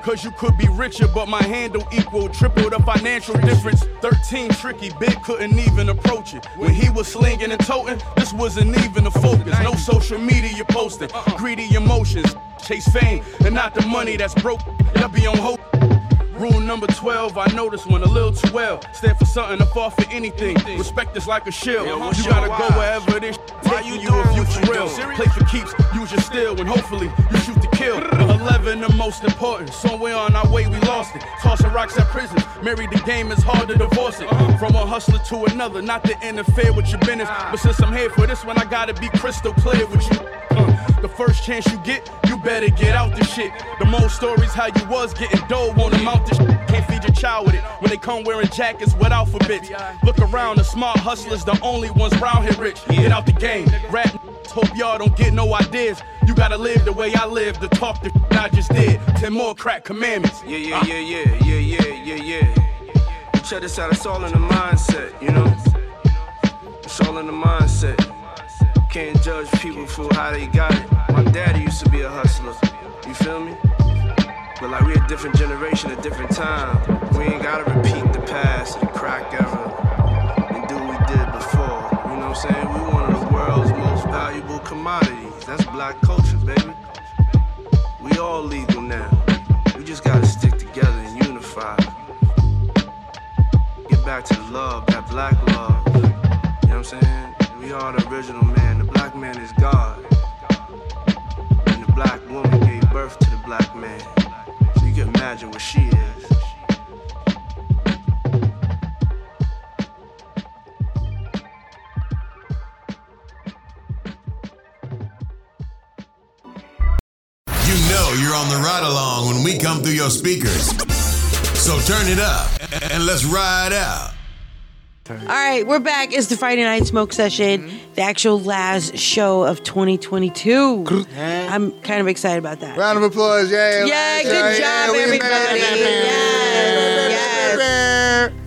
Speaker 24: Cause you could be richer, but my handle equal triple the financial difference. 13 tricky, big couldn't even approach it. When he was slinging and toting, this wasn't even a focus. No social media posting, greedy emotions. Chase fame and not the money that's broke. Y'all be on hope. Rule number 12, I know this one a little too well. Stand for something or fall for anything. Respect is like a shield. you gotta go wherever this taking you if you for real. Play for keeps, use your steel, and hopefully you shoot to kill. The 11, the most important. Somewhere on our way, we lost it. Tossing rocks at prisons. Married the game, it's hard to divorce it. From one hustler to another, not to interfere with your business. But since I'm here for this one, I gotta be crystal clear with you. Uh, the first chance you get, you better get out the shit. The most stories how you was getting dough on the mountain. Sh- can't feed your child with it when they come wearing jackets with alphabets. Look around, the smart hustlers, the only ones round here rich. Get out the game, rap. n- Hope y'all don't get no ideas. You gotta live the way I live, the talk the sh- I just did. Ten more crack commandments. Yeah, yeah, yeah, yeah, yeah, yeah, yeah, yeah. We check this out, it's all in the mindset, you know? It's all in the mindset. Can't judge people for how they got it. My daddy used to be a hustler, you feel me? But like we a different generation, a different time. We ain't gotta repeat the past, the crack era, and do what we did before. You know what I'm saying? We one of the world's most valuable commodities. That's black culture, baby. We all legal now. We just gotta stick together and unify. Get back to the love, that black love. You know what I'm saying? We are the original man. The black man is God. And the black woman gave birth to the black man. So you can imagine what she is.
Speaker 2: You know you're on the ride along when we come through your speakers. So turn it up and let's ride out.
Speaker 5: All right, we're back. It's the Friday night smoke session, the actual last show of 2022. I'm kind of excited about that.
Speaker 6: Round of applause, yeah.
Speaker 5: Yeah, good job, everybody.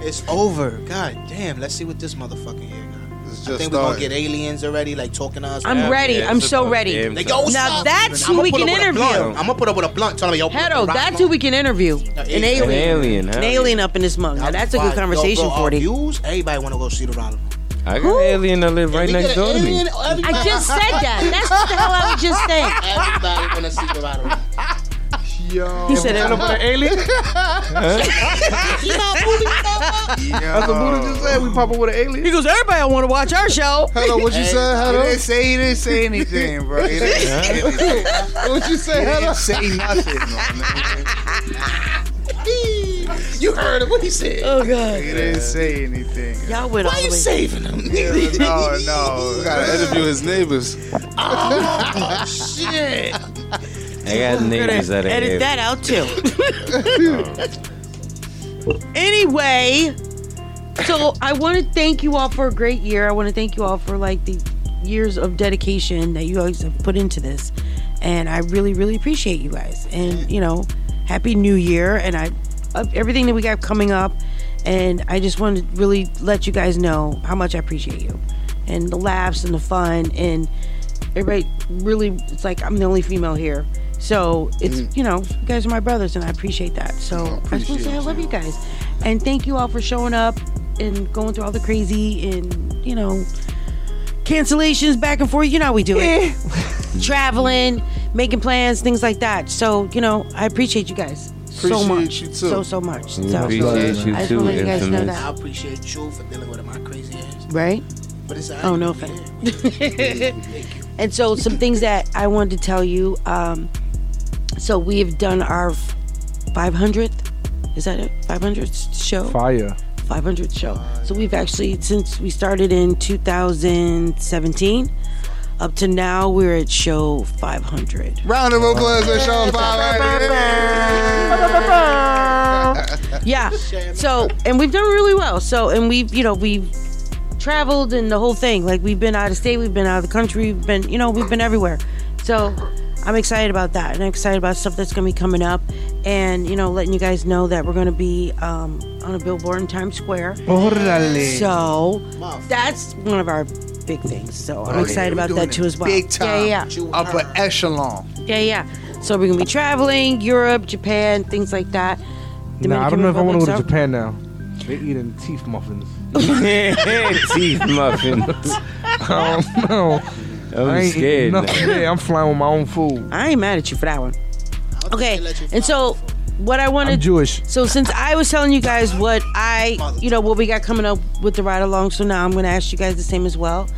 Speaker 9: It's over. God damn. Let's see what this motherfucking year got. I
Speaker 6: just
Speaker 9: think we're gonna
Speaker 6: started.
Speaker 9: get aliens already, like talking to us.
Speaker 5: I'm Yeah, ready. yeah, I'm it's so about ready. damn
Speaker 9: Like,
Speaker 5: time.
Speaker 9: yo, what's
Speaker 5: Now
Speaker 9: up?
Speaker 5: that's who
Speaker 9: I'ma
Speaker 5: we
Speaker 9: put up
Speaker 5: can
Speaker 9: with a blunt.
Speaker 5: interview.
Speaker 9: I'm gonna put up with a blunt. Tell me, yo,
Speaker 5: Hedo,
Speaker 9: rock
Speaker 5: that's who we can interview. An
Speaker 9: alien.
Speaker 5: alien.
Speaker 9: An alien,
Speaker 5: An
Speaker 9: huh?
Speaker 5: alien up in this mug. Now, that's a good
Speaker 9: Why? Yo,
Speaker 5: conversation
Speaker 9: bro,
Speaker 5: for
Speaker 9: our
Speaker 5: you.
Speaker 9: views, Everybody wanna go see the Ronald.
Speaker 3: I got an alien that live right next door to me.
Speaker 5: I just said that. That's what the hell I was just saying.
Speaker 9: Everybody wanna see the Ronald.
Speaker 6: Yo.
Speaker 5: He said it.
Speaker 6: That's what Buddha just said. We pop up with an alien.
Speaker 5: He goes, everybody want to watch our show.
Speaker 6: Hello, what you
Speaker 9: Hey.
Speaker 6: said? Hello. He didn't say, he didn't say anything, bro. He didn't say anything. what you say?
Speaker 9: He didn't
Speaker 6: Hello.
Speaker 9: say nothing, You heard him. What he said?
Speaker 5: Oh god.
Speaker 6: He didn't say anything.
Speaker 5: Y'all went
Speaker 9: Why all you the way- saving him?
Speaker 6: no, no.
Speaker 8: gotta interview his neighbors.
Speaker 9: Oh shit.
Speaker 3: I got neighbors that are
Speaker 5: Edit
Speaker 3: here.
Speaker 5: that out too. anyway, so I want to thank you all for a great year. I want to thank you all for like the years of dedication that you guys have put into this, and I really, really appreciate you guys. And you know, happy New Year, and I of everything that we got coming up. And I just want to really let you guys know how much I appreciate you, and the laughs and the fun and everybody really. It's like I'm the only female here, So it's you know you guys are my brothers and I appreciate that. So I just want
Speaker 6: appreciate
Speaker 5: to say I
Speaker 6: you.
Speaker 5: love you guys and thank you all for showing up and going through all the crazy and you know cancellations back and forth. You know how we do it. Traveling, making plans, things like that. So you know I appreciate you guys so
Speaker 9: Appreciate
Speaker 5: much,
Speaker 9: you too.
Speaker 5: so so much.
Speaker 3: We
Speaker 5: So
Speaker 3: appreciate you
Speaker 5: I just
Speaker 3: too,
Speaker 5: want to let you guys know
Speaker 3: Infamous.
Speaker 9: I
Speaker 5: that,
Speaker 9: appreciate you for dealing with my crazy ass.
Speaker 5: right?
Speaker 9: But it's
Speaker 5: Oh no offense. and so some things that I wanted to tell you. Um, so we have done our 500th. Is that it? 500th show.
Speaker 7: Fire.
Speaker 5: 500th show. So we've actually since we started in 2017. Up to now, we're at show 500.
Speaker 6: Round of applause for Sean
Speaker 5: yeah. So, and we've done really well. So, and we've, you know, we've traveled and the whole thing. Like, we've been out of state, we've been out of the country, we've been, you know, we've been everywhere. So, I'm excited about that. And I'm excited about stuff that's going to be coming up. And, you know, letting you guys know that we're going to be um, on a billboard in Times Square.
Speaker 6: Órale.
Speaker 5: So, that's one of our big things. So, I'm
Speaker 6: Órale.
Speaker 5: excited about
Speaker 6: We're doing
Speaker 5: that too
Speaker 6: it
Speaker 5: as well.
Speaker 6: Big time. Uh,
Speaker 5: Yeah, yeah, yeah.
Speaker 6: Upper echelon.
Speaker 5: Yeah, yeah. So we're gonna be traveling Europe, Japan, things like that.
Speaker 7: Nah, I don't
Speaker 5: Dominican
Speaker 7: know if I want to go to
Speaker 5: Republic,
Speaker 7: Japan now. They eating teeth muffins.
Speaker 3: Teeth muffins.
Speaker 7: I don't know.
Speaker 3: I'm
Speaker 7: I ain't eating
Speaker 3: scared now.
Speaker 7: nothing today. I'm flying with my own food.
Speaker 5: I ain't mad at you for that one. so- Okay, and so what I wanted.
Speaker 7: I'm Jewish.
Speaker 5: So since I was telling you guys what I, you know, what we got coming up with the ride along, so now I'm gonna ask you guys the same as well.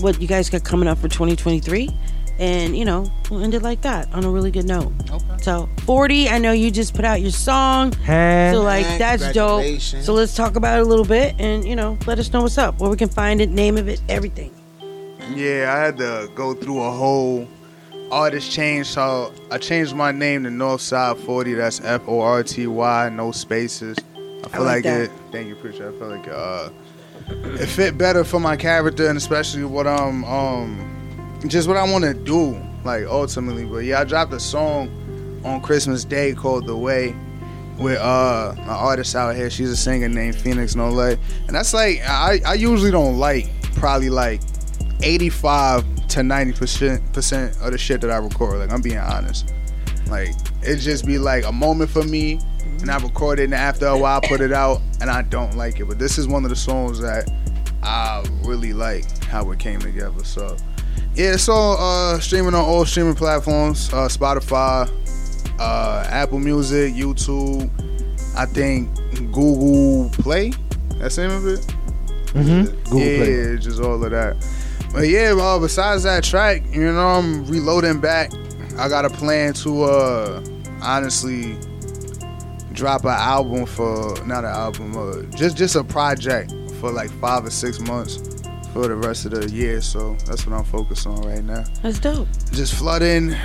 Speaker 5: What you guys got coming up for 2023, and you know, we'll end it like that on a really good note. Okay. So 40, I know you just put out your song,
Speaker 7: Hey.
Speaker 5: so like
Speaker 7: Hey,
Speaker 5: that's dope.
Speaker 7: congratulations.
Speaker 5: So let's talk about it a little bit, and you know, let us know what's up, where we can find it, name of it, everything.
Speaker 6: Yeah, I had to go through a whole artist change. So I changed my name to Northside 40. That's F O R T Y, no spaces. I feel
Speaker 21: like
Speaker 6: like,
Speaker 21: that.
Speaker 6: it. Thank you, appreciate. it. I feel like uh, it fit better for my character and especially what I'm um, just what I want to do, like ultimately. But yeah, I dropped a song on Christmas Day called "The Way." with uh an artist out here. She's a singer named Phoenix Nole, and that's like I I usually don't like probably like 85 to 90 percent percent of the shit that I record. Like I'm being honest, like it just be like a moment for me, and I record it, and after a while I put it out, and I don't like it. But this is one of the songs that I really like how it came together. So. Yeah, so uh, streaming on all streaming platforms, uh, Spotify, uh, Apple Music, YouTube, I think Google Play. That's the name of it.
Speaker 7: Mm-hmm. Google
Speaker 6: yeah,
Speaker 7: Play.
Speaker 6: just all of that. But yeah, well, besides that track, you know, I'm reloading back. I got a plan to uh honestly drop an album for not an album, uh, just just a project for like five or six months for the rest of the year. So that's what I'm focused on right now
Speaker 5: That's dope.
Speaker 6: just flooding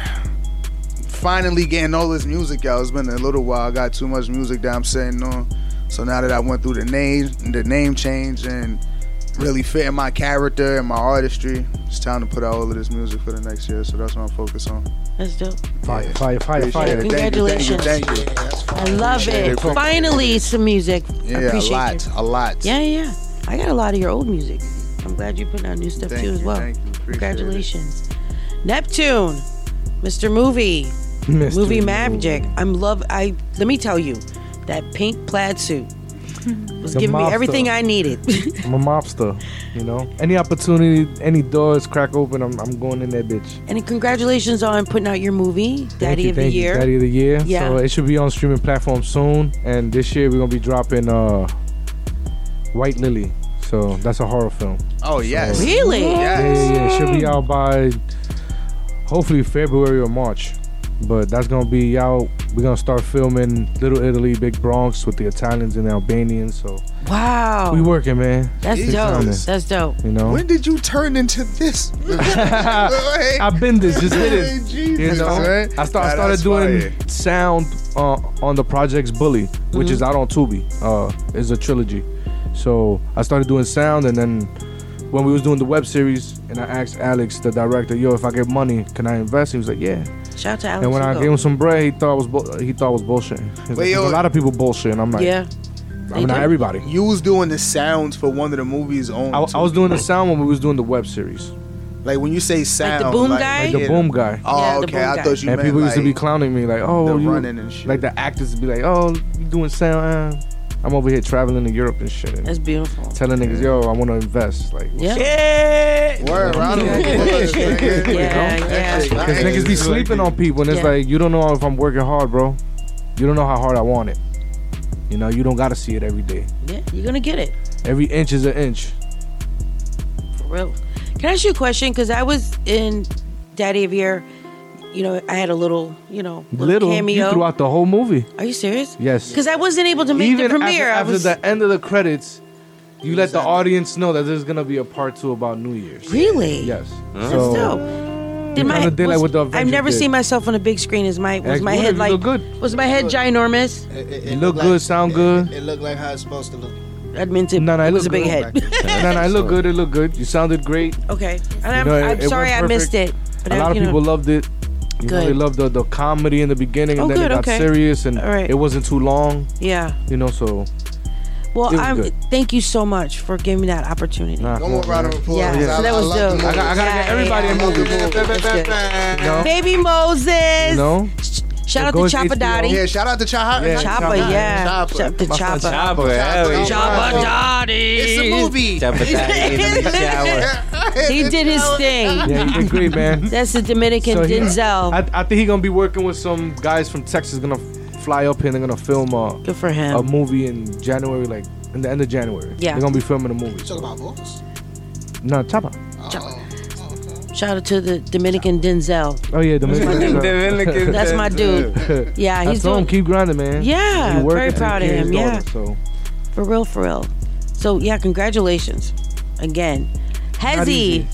Speaker 6: finally getting all this music out it's been a little while i got too much music that i'm sitting on so now that i went through the name the name change and really fitting my character and my artistry it's time to put out all of this music for the next year so that's what i'm focused on
Speaker 5: That's dope.
Speaker 7: Fire, fire, fire, fire.
Speaker 6: Appreciate it. Thank you, thank you,
Speaker 5: Congratulations.
Speaker 6: thank
Speaker 5: I
Speaker 6: you.
Speaker 5: love
Speaker 6: Appreciate
Speaker 5: it.
Speaker 6: it.
Speaker 5: Finally, some music. I
Speaker 6: yeah a
Speaker 5: appreciate
Speaker 6: lot
Speaker 5: you.
Speaker 6: a lot
Speaker 5: Yeah, yeah. yeah. I got a lot of your old music. I'm glad you put out new stuff
Speaker 6: Thank
Speaker 5: too as
Speaker 6: you,
Speaker 5: well.
Speaker 6: thank you. Appreciate it.
Speaker 5: Congratulations, Neptune, Mr. Movie,
Speaker 7: Mr.
Speaker 5: Movie
Speaker 7: Movie.
Speaker 5: Magic. I'm love. I let me tell you, that pink plaid suit was
Speaker 7: The
Speaker 5: giving me
Speaker 7: mobster.
Speaker 5: everything I needed.
Speaker 7: I'm a mobster, you know. Any opportunity, any doors crack open, I'm, I'm going in that bitch.
Speaker 5: and congratulations on putting out your movie,
Speaker 7: Thank
Speaker 5: Daddy
Speaker 7: you,
Speaker 5: of the
Speaker 7: thank you.
Speaker 5: Year.
Speaker 7: Daddy of the year.
Speaker 5: Yeah.
Speaker 7: So it should be on streaming platforms soon. And this year we're gonna be dropping uh, White Lily. So that's a horror film.
Speaker 6: Oh, yes.
Speaker 7: So-
Speaker 6: Really?
Speaker 7: Yeah, yeah, yeah. It should be out by hopefully February or March. But that's gonna be out. We're gonna start filming Little Italy, Big Bronx with the Italians and the Albanians. So
Speaker 5: Wow.
Speaker 7: we working, man.
Speaker 5: Oh. That's
Speaker 7: Big
Speaker 5: dope.
Speaker 7: time.
Speaker 5: That's dope.
Speaker 7: You know.
Speaker 6: when did you turn into this
Speaker 7: I've been this, just did
Speaker 6: Hey,
Speaker 7: it.
Speaker 6: Jesus,
Speaker 7: You know,
Speaker 6: man.
Speaker 7: I, start, I
Speaker 6: Nah,
Speaker 7: started
Speaker 6: that's
Speaker 7: doing
Speaker 6: fire. Mm-hmm.
Speaker 7: sound uh, on the project's Bully, which is out on Tubi. Uh, it's a trilogy. So I started doing sound, and then when we was doing the web series, and I asked Alex, the director, "Yo, if I get money, can I invest?" He was like, "Yeah."
Speaker 5: Shout out to Alex.
Speaker 7: and when I
Speaker 5: Hugo.
Speaker 7: gave him some bread, he thought I was bu- he thought I was bullshit. He's like,
Speaker 6: Wait,
Speaker 7: "There's
Speaker 6: yo-
Speaker 7: a lot of people bullshit, and I'm like,
Speaker 5: yeah.
Speaker 7: I mean, not everybody.
Speaker 6: you was doing the sounds for one of the movies on
Speaker 7: I, I was doing the sound when we was doing the web series.
Speaker 6: Like when you say sound,
Speaker 5: boom
Speaker 6: like-
Speaker 5: guy?
Speaker 6: like,
Speaker 7: The
Speaker 6: yeah,
Speaker 7: boom guy.
Speaker 6: Oh, okay. I thought you
Speaker 7: And
Speaker 6: meant
Speaker 7: people
Speaker 6: like,
Speaker 7: used to be clowning me like, oh,
Speaker 6: the
Speaker 7: you,
Speaker 6: running and shit.
Speaker 7: Like the actors would be like, oh, you doing sound? uh, I'm over here traveling to Europe and shit. And
Speaker 5: That's beautiful.
Speaker 7: Telling niggas, yo, I want to invest. Like,
Speaker 5: Yeah.
Speaker 6: Word, round of applause, nigga.
Speaker 5: yeah,
Speaker 6: yeah.
Speaker 7: Because niggas be sleeping on people, and it's
Speaker 5: Yeah.
Speaker 7: like you don't know if I'm working hard, bro. You don't know how hard I want it. You know, you don't gotta see it every day.
Speaker 5: Yeah, you're gonna get it.
Speaker 7: Every inch is an inch.
Speaker 5: For real. Can I ask you a question? Because I was in Daddy of Year. You know, I had a little, you know,
Speaker 7: Little
Speaker 5: cameo.
Speaker 7: you throughout the whole movie.
Speaker 5: Are you serious?
Speaker 7: Yes.
Speaker 5: Because I wasn't able to make
Speaker 7: Even
Speaker 5: the premiere.
Speaker 7: after, after
Speaker 5: I was
Speaker 7: the end of the credits, you let the audience know that there's gonna be a part two about New Year's.
Speaker 5: Really?
Speaker 7: Yes.
Speaker 5: That's
Speaker 7: So
Speaker 5: dope.
Speaker 7: you
Speaker 5: Did my-
Speaker 7: kinda did like
Speaker 5: was-
Speaker 7: what the
Speaker 5: I've
Speaker 7: Avengers
Speaker 5: never
Speaker 7: did.
Speaker 5: seen myself on a big screen. Is my was
Speaker 7: Act
Speaker 5: my
Speaker 7: good,
Speaker 5: head
Speaker 7: you
Speaker 5: like
Speaker 7: look good.
Speaker 5: was my head ginormous?
Speaker 7: You look good, sound good.
Speaker 9: It looked like how it's supposed to look.
Speaker 5: Admit it.
Speaker 7: No, no, it
Speaker 5: was
Speaker 7: looked
Speaker 5: a big
Speaker 7: good.
Speaker 5: head.
Speaker 7: no, no, it looked good. It looked good. You sounded great.
Speaker 5: Okay, and
Speaker 7: You
Speaker 5: I'm,
Speaker 7: know, it-
Speaker 5: I'm
Speaker 7: it
Speaker 5: sorry
Speaker 7: went
Speaker 5: I missed it.
Speaker 7: perfect.
Speaker 5: But
Speaker 7: a
Speaker 5: I-
Speaker 7: lot of
Speaker 5: you know,
Speaker 7: people loved it. You know, they
Speaker 5: Good.
Speaker 7: loved the, the comedy in the beginning, and
Speaker 5: Oh,
Speaker 7: then
Speaker 5: good,
Speaker 7: it got
Speaker 5: okay.
Speaker 7: serious, and
Speaker 5: All right.
Speaker 7: it wasn't too long.
Speaker 5: Yeah.
Speaker 7: You know, so It
Speaker 5: Well,
Speaker 7: was
Speaker 5: I'm.
Speaker 7: good.
Speaker 5: Thank you so much for giving me that opportunity.
Speaker 7: Nah, One more nah, round of nah. applause.
Speaker 5: Oh, Yeah,
Speaker 7: Oh, Yeah.
Speaker 5: so that
Speaker 7: I-
Speaker 5: was
Speaker 7: I love
Speaker 5: dope.
Speaker 7: the I gotta- I gotta
Speaker 5: Yeah,
Speaker 7: get everybody
Speaker 5: yeah,
Speaker 7: in
Speaker 5: yeah.
Speaker 7: movie.
Speaker 5: That's good.
Speaker 7: No.
Speaker 5: Baby Moses.
Speaker 7: you know.
Speaker 5: Shout out
Speaker 7: Go
Speaker 5: to
Speaker 7: with
Speaker 5: Chopper
Speaker 7: HBO.
Speaker 5: Dotty.
Speaker 7: Yeah,
Speaker 6: shout out to Chopper.
Speaker 5: Yeah, Chopper, yeah.
Speaker 6: Chopper.
Speaker 5: Shout out to
Speaker 6: My
Speaker 5: Chopper.
Speaker 6: son Chopper, hell yeah.
Speaker 5: Chopper Dotty.
Speaker 6: It's a movie.
Speaker 3: Chopper Dotty in the shower.
Speaker 5: He did his thing.
Speaker 7: Yeah, you did great, man.
Speaker 5: That's the Dominican
Speaker 7: So he-
Speaker 5: Denzel.
Speaker 7: I, I think he gonna be working with some guys from Texas. Gonna fly up here. and They're gonna film a
Speaker 5: good for him
Speaker 7: a movie in January, like in the end of January.
Speaker 5: Yeah.
Speaker 7: they're gonna be filming a movie.
Speaker 9: Talk about vocals.
Speaker 7: No, Chopper.
Speaker 5: Shout out to the Dominican Denzel.
Speaker 7: Oh yeah, Dominican.
Speaker 5: That's my dude.
Speaker 7: Denzel.
Speaker 5: That's my dude. Yeah,
Speaker 7: I
Speaker 5: he's
Speaker 7: told him,
Speaker 5: doing
Speaker 7: keep grinding, man.
Speaker 5: Yeah,
Speaker 7: He working
Speaker 5: very
Speaker 7: to
Speaker 5: proud of
Speaker 7: care
Speaker 5: him,
Speaker 7: his daughter,
Speaker 5: yeah.
Speaker 7: so
Speaker 5: for real, for real. So yeah, congratulations again, Hezzy.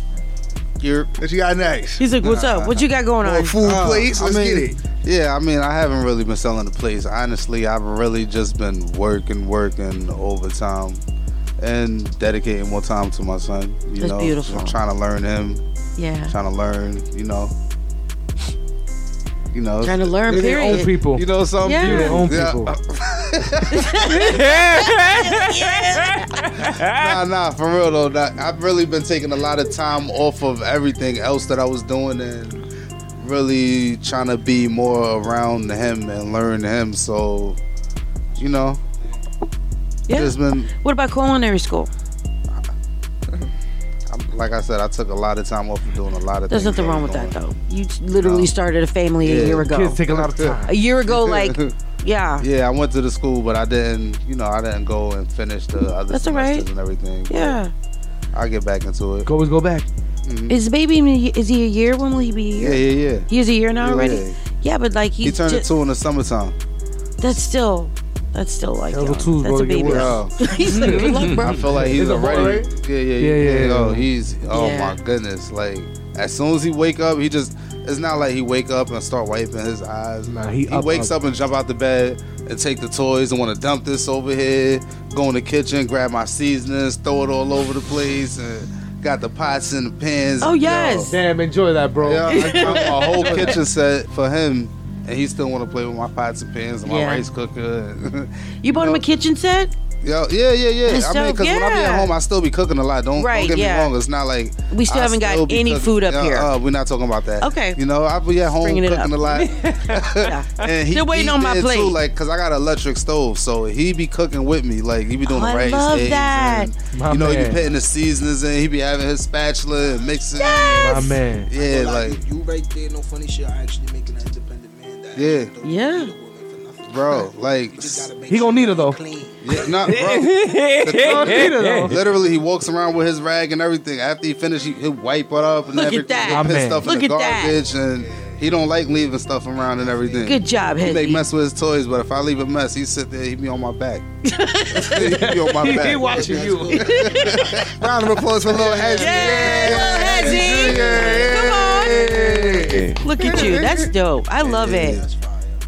Speaker 8: You're,
Speaker 6: what you got next?
Speaker 5: He's like, what's up? What you got going on?
Speaker 8: Uh, I mean, Yeah, I mean, I haven't really been selling the plates. Honestly, I've really just been working, working overtime, and dedicating more time to my son. You
Speaker 5: That's
Speaker 8: know,
Speaker 5: beautiful.
Speaker 8: I'm trying to learn him,
Speaker 5: Yeah.
Speaker 8: trying to learn. You know. You know,
Speaker 5: Trying to learn,
Speaker 8: They're their
Speaker 5: period.
Speaker 8: You know, some
Speaker 5: Yeah.
Speaker 8: people.
Speaker 5: They're their own
Speaker 8: Yeah.
Speaker 5: people.
Speaker 8: nah, nah, for real though. nah, I've really been taking a lot of time off of everything else that I was doing and really trying to be more around him and learn him. So, you know,
Speaker 5: Yeah.
Speaker 8: just been
Speaker 5: What about culinary school?
Speaker 8: I'm, like I said, I took a lot of time off of doing a lot of.
Speaker 5: There's
Speaker 8: things
Speaker 5: nothing wrong with
Speaker 8: was
Speaker 5: that
Speaker 8: doing.
Speaker 5: though. You literally
Speaker 8: No.
Speaker 5: started a family a
Speaker 8: Yeah,
Speaker 5: year ago.
Speaker 8: kids take a lot of time.
Speaker 5: A year ago, like, yeah,
Speaker 8: Yeah, I went to the school, but I didn't. You know, I didn't go and finish the other
Speaker 5: That's all
Speaker 8: semesters
Speaker 5: right.
Speaker 8: and everything. but
Speaker 5: yeah.
Speaker 8: I'll get back into it.
Speaker 7: Go, always go back.
Speaker 5: Is baby? Is he a year? When will he be a year?
Speaker 8: Yeah, yeah, yeah.
Speaker 5: He is a year now already.
Speaker 8: Yeah.
Speaker 5: Yeah, but like
Speaker 8: He
Speaker 5: he's
Speaker 8: turned
Speaker 5: ju-
Speaker 8: it two in the summertime.
Speaker 5: that's still, that's still like young.
Speaker 8: twos,
Speaker 5: that's a
Speaker 8: bro,
Speaker 5: baby.
Speaker 8: get worse.
Speaker 5: he's like, look, bro.
Speaker 8: I feel like he's
Speaker 7: Mm-hmm. Is it
Speaker 8: already.
Speaker 7: hard,
Speaker 8: Yeah, yeah,
Speaker 7: Yeah,
Speaker 8: yeah,
Speaker 7: yeah,
Speaker 8: yeah.
Speaker 7: yeah.
Speaker 8: Oh, he's. Oh
Speaker 7: Yeah.
Speaker 8: my goodness! Like as soon as he wake up, he just. It's not like he wake up and start wiping his eyes. Nah,
Speaker 7: he up,
Speaker 8: wakes up. and jump out the bed and take the toys and want to dump this over here. Go in the kitchen, grab my seasonings, throw it all over the place, and got the pots and the pans.
Speaker 5: Oh,
Speaker 8: Yo.
Speaker 5: yes.
Speaker 7: Damn, enjoy that, bro.
Speaker 8: Yeah, I got my whole kitchen set for him, and he still want to play with my pots and pans and my
Speaker 5: Yeah.
Speaker 8: rice cooker.
Speaker 5: You bought him a kitchen set?
Speaker 8: Yo, yeah, yeah, yeah.
Speaker 5: That's
Speaker 8: I mean,
Speaker 5: dope,
Speaker 8: because when I be
Speaker 5: yeah.
Speaker 8: at home, I still be cooking a lot. Don't, don't
Speaker 5: Right,
Speaker 8: get me
Speaker 5: yeah.
Speaker 8: wrong. It's not like
Speaker 5: We still
Speaker 8: I
Speaker 5: haven't got
Speaker 8: be
Speaker 5: any
Speaker 8: cooking-
Speaker 5: food up
Speaker 8: Uh,
Speaker 5: here.
Speaker 8: Uh, we're not talking about that.
Speaker 5: Okay.
Speaker 8: You know, I be at home
Speaker 5: Bringing it up.
Speaker 8: cooking a lot. and he,
Speaker 5: Still waiting
Speaker 8: he
Speaker 5: on my
Speaker 8: did
Speaker 5: plate.
Speaker 8: Too, like, cause I got an electric stove, so he be cooking with me. Like, he be doing
Speaker 5: Oh,
Speaker 8: the
Speaker 5: I
Speaker 8: rice.
Speaker 5: love
Speaker 8: eggs,
Speaker 5: that.
Speaker 8: and,
Speaker 7: My
Speaker 8: you know, he
Speaker 7: man.
Speaker 8: be putting the seasonings in. He be having his spatula and mixing.
Speaker 5: Yes!
Speaker 7: My man.
Speaker 8: Yeah, like,
Speaker 9: You right there, no funny shit. I actually making an independent man. That
Speaker 8: yeah,
Speaker 5: yeah,
Speaker 8: bro. Like,
Speaker 7: He gonna need her though.
Speaker 8: Yeah, nah, bro.
Speaker 7: Don't need it, though.
Speaker 8: Literally, he walks around with his rag and everything. After he finishes, he, he'll wipe it up and
Speaker 5: Look at
Speaker 8: everything.
Speaker 5: that.
Speaker 8: He'll
Speaker 5: My
Speaker 8: put
Speaker 5: man.
Speaker 8: stuff
Speaker 5: Look
Speaker 8: in the
Speaker 5: at that.
Speaker 8: garbage, and he don't like leaving stuff around and everything.
Speaker 5: Good job,
Speaker 8: He make
Speaker 5: Hezzy.
Speaker 8: mess with his toys, but if I leave a mess, he sit there. He be on my back. he be on my back.
Speaker 7: watching you.
Speaker 8: Round of applause for little Hezzy.
Speaker 5: Look at you. That's dope. I love it.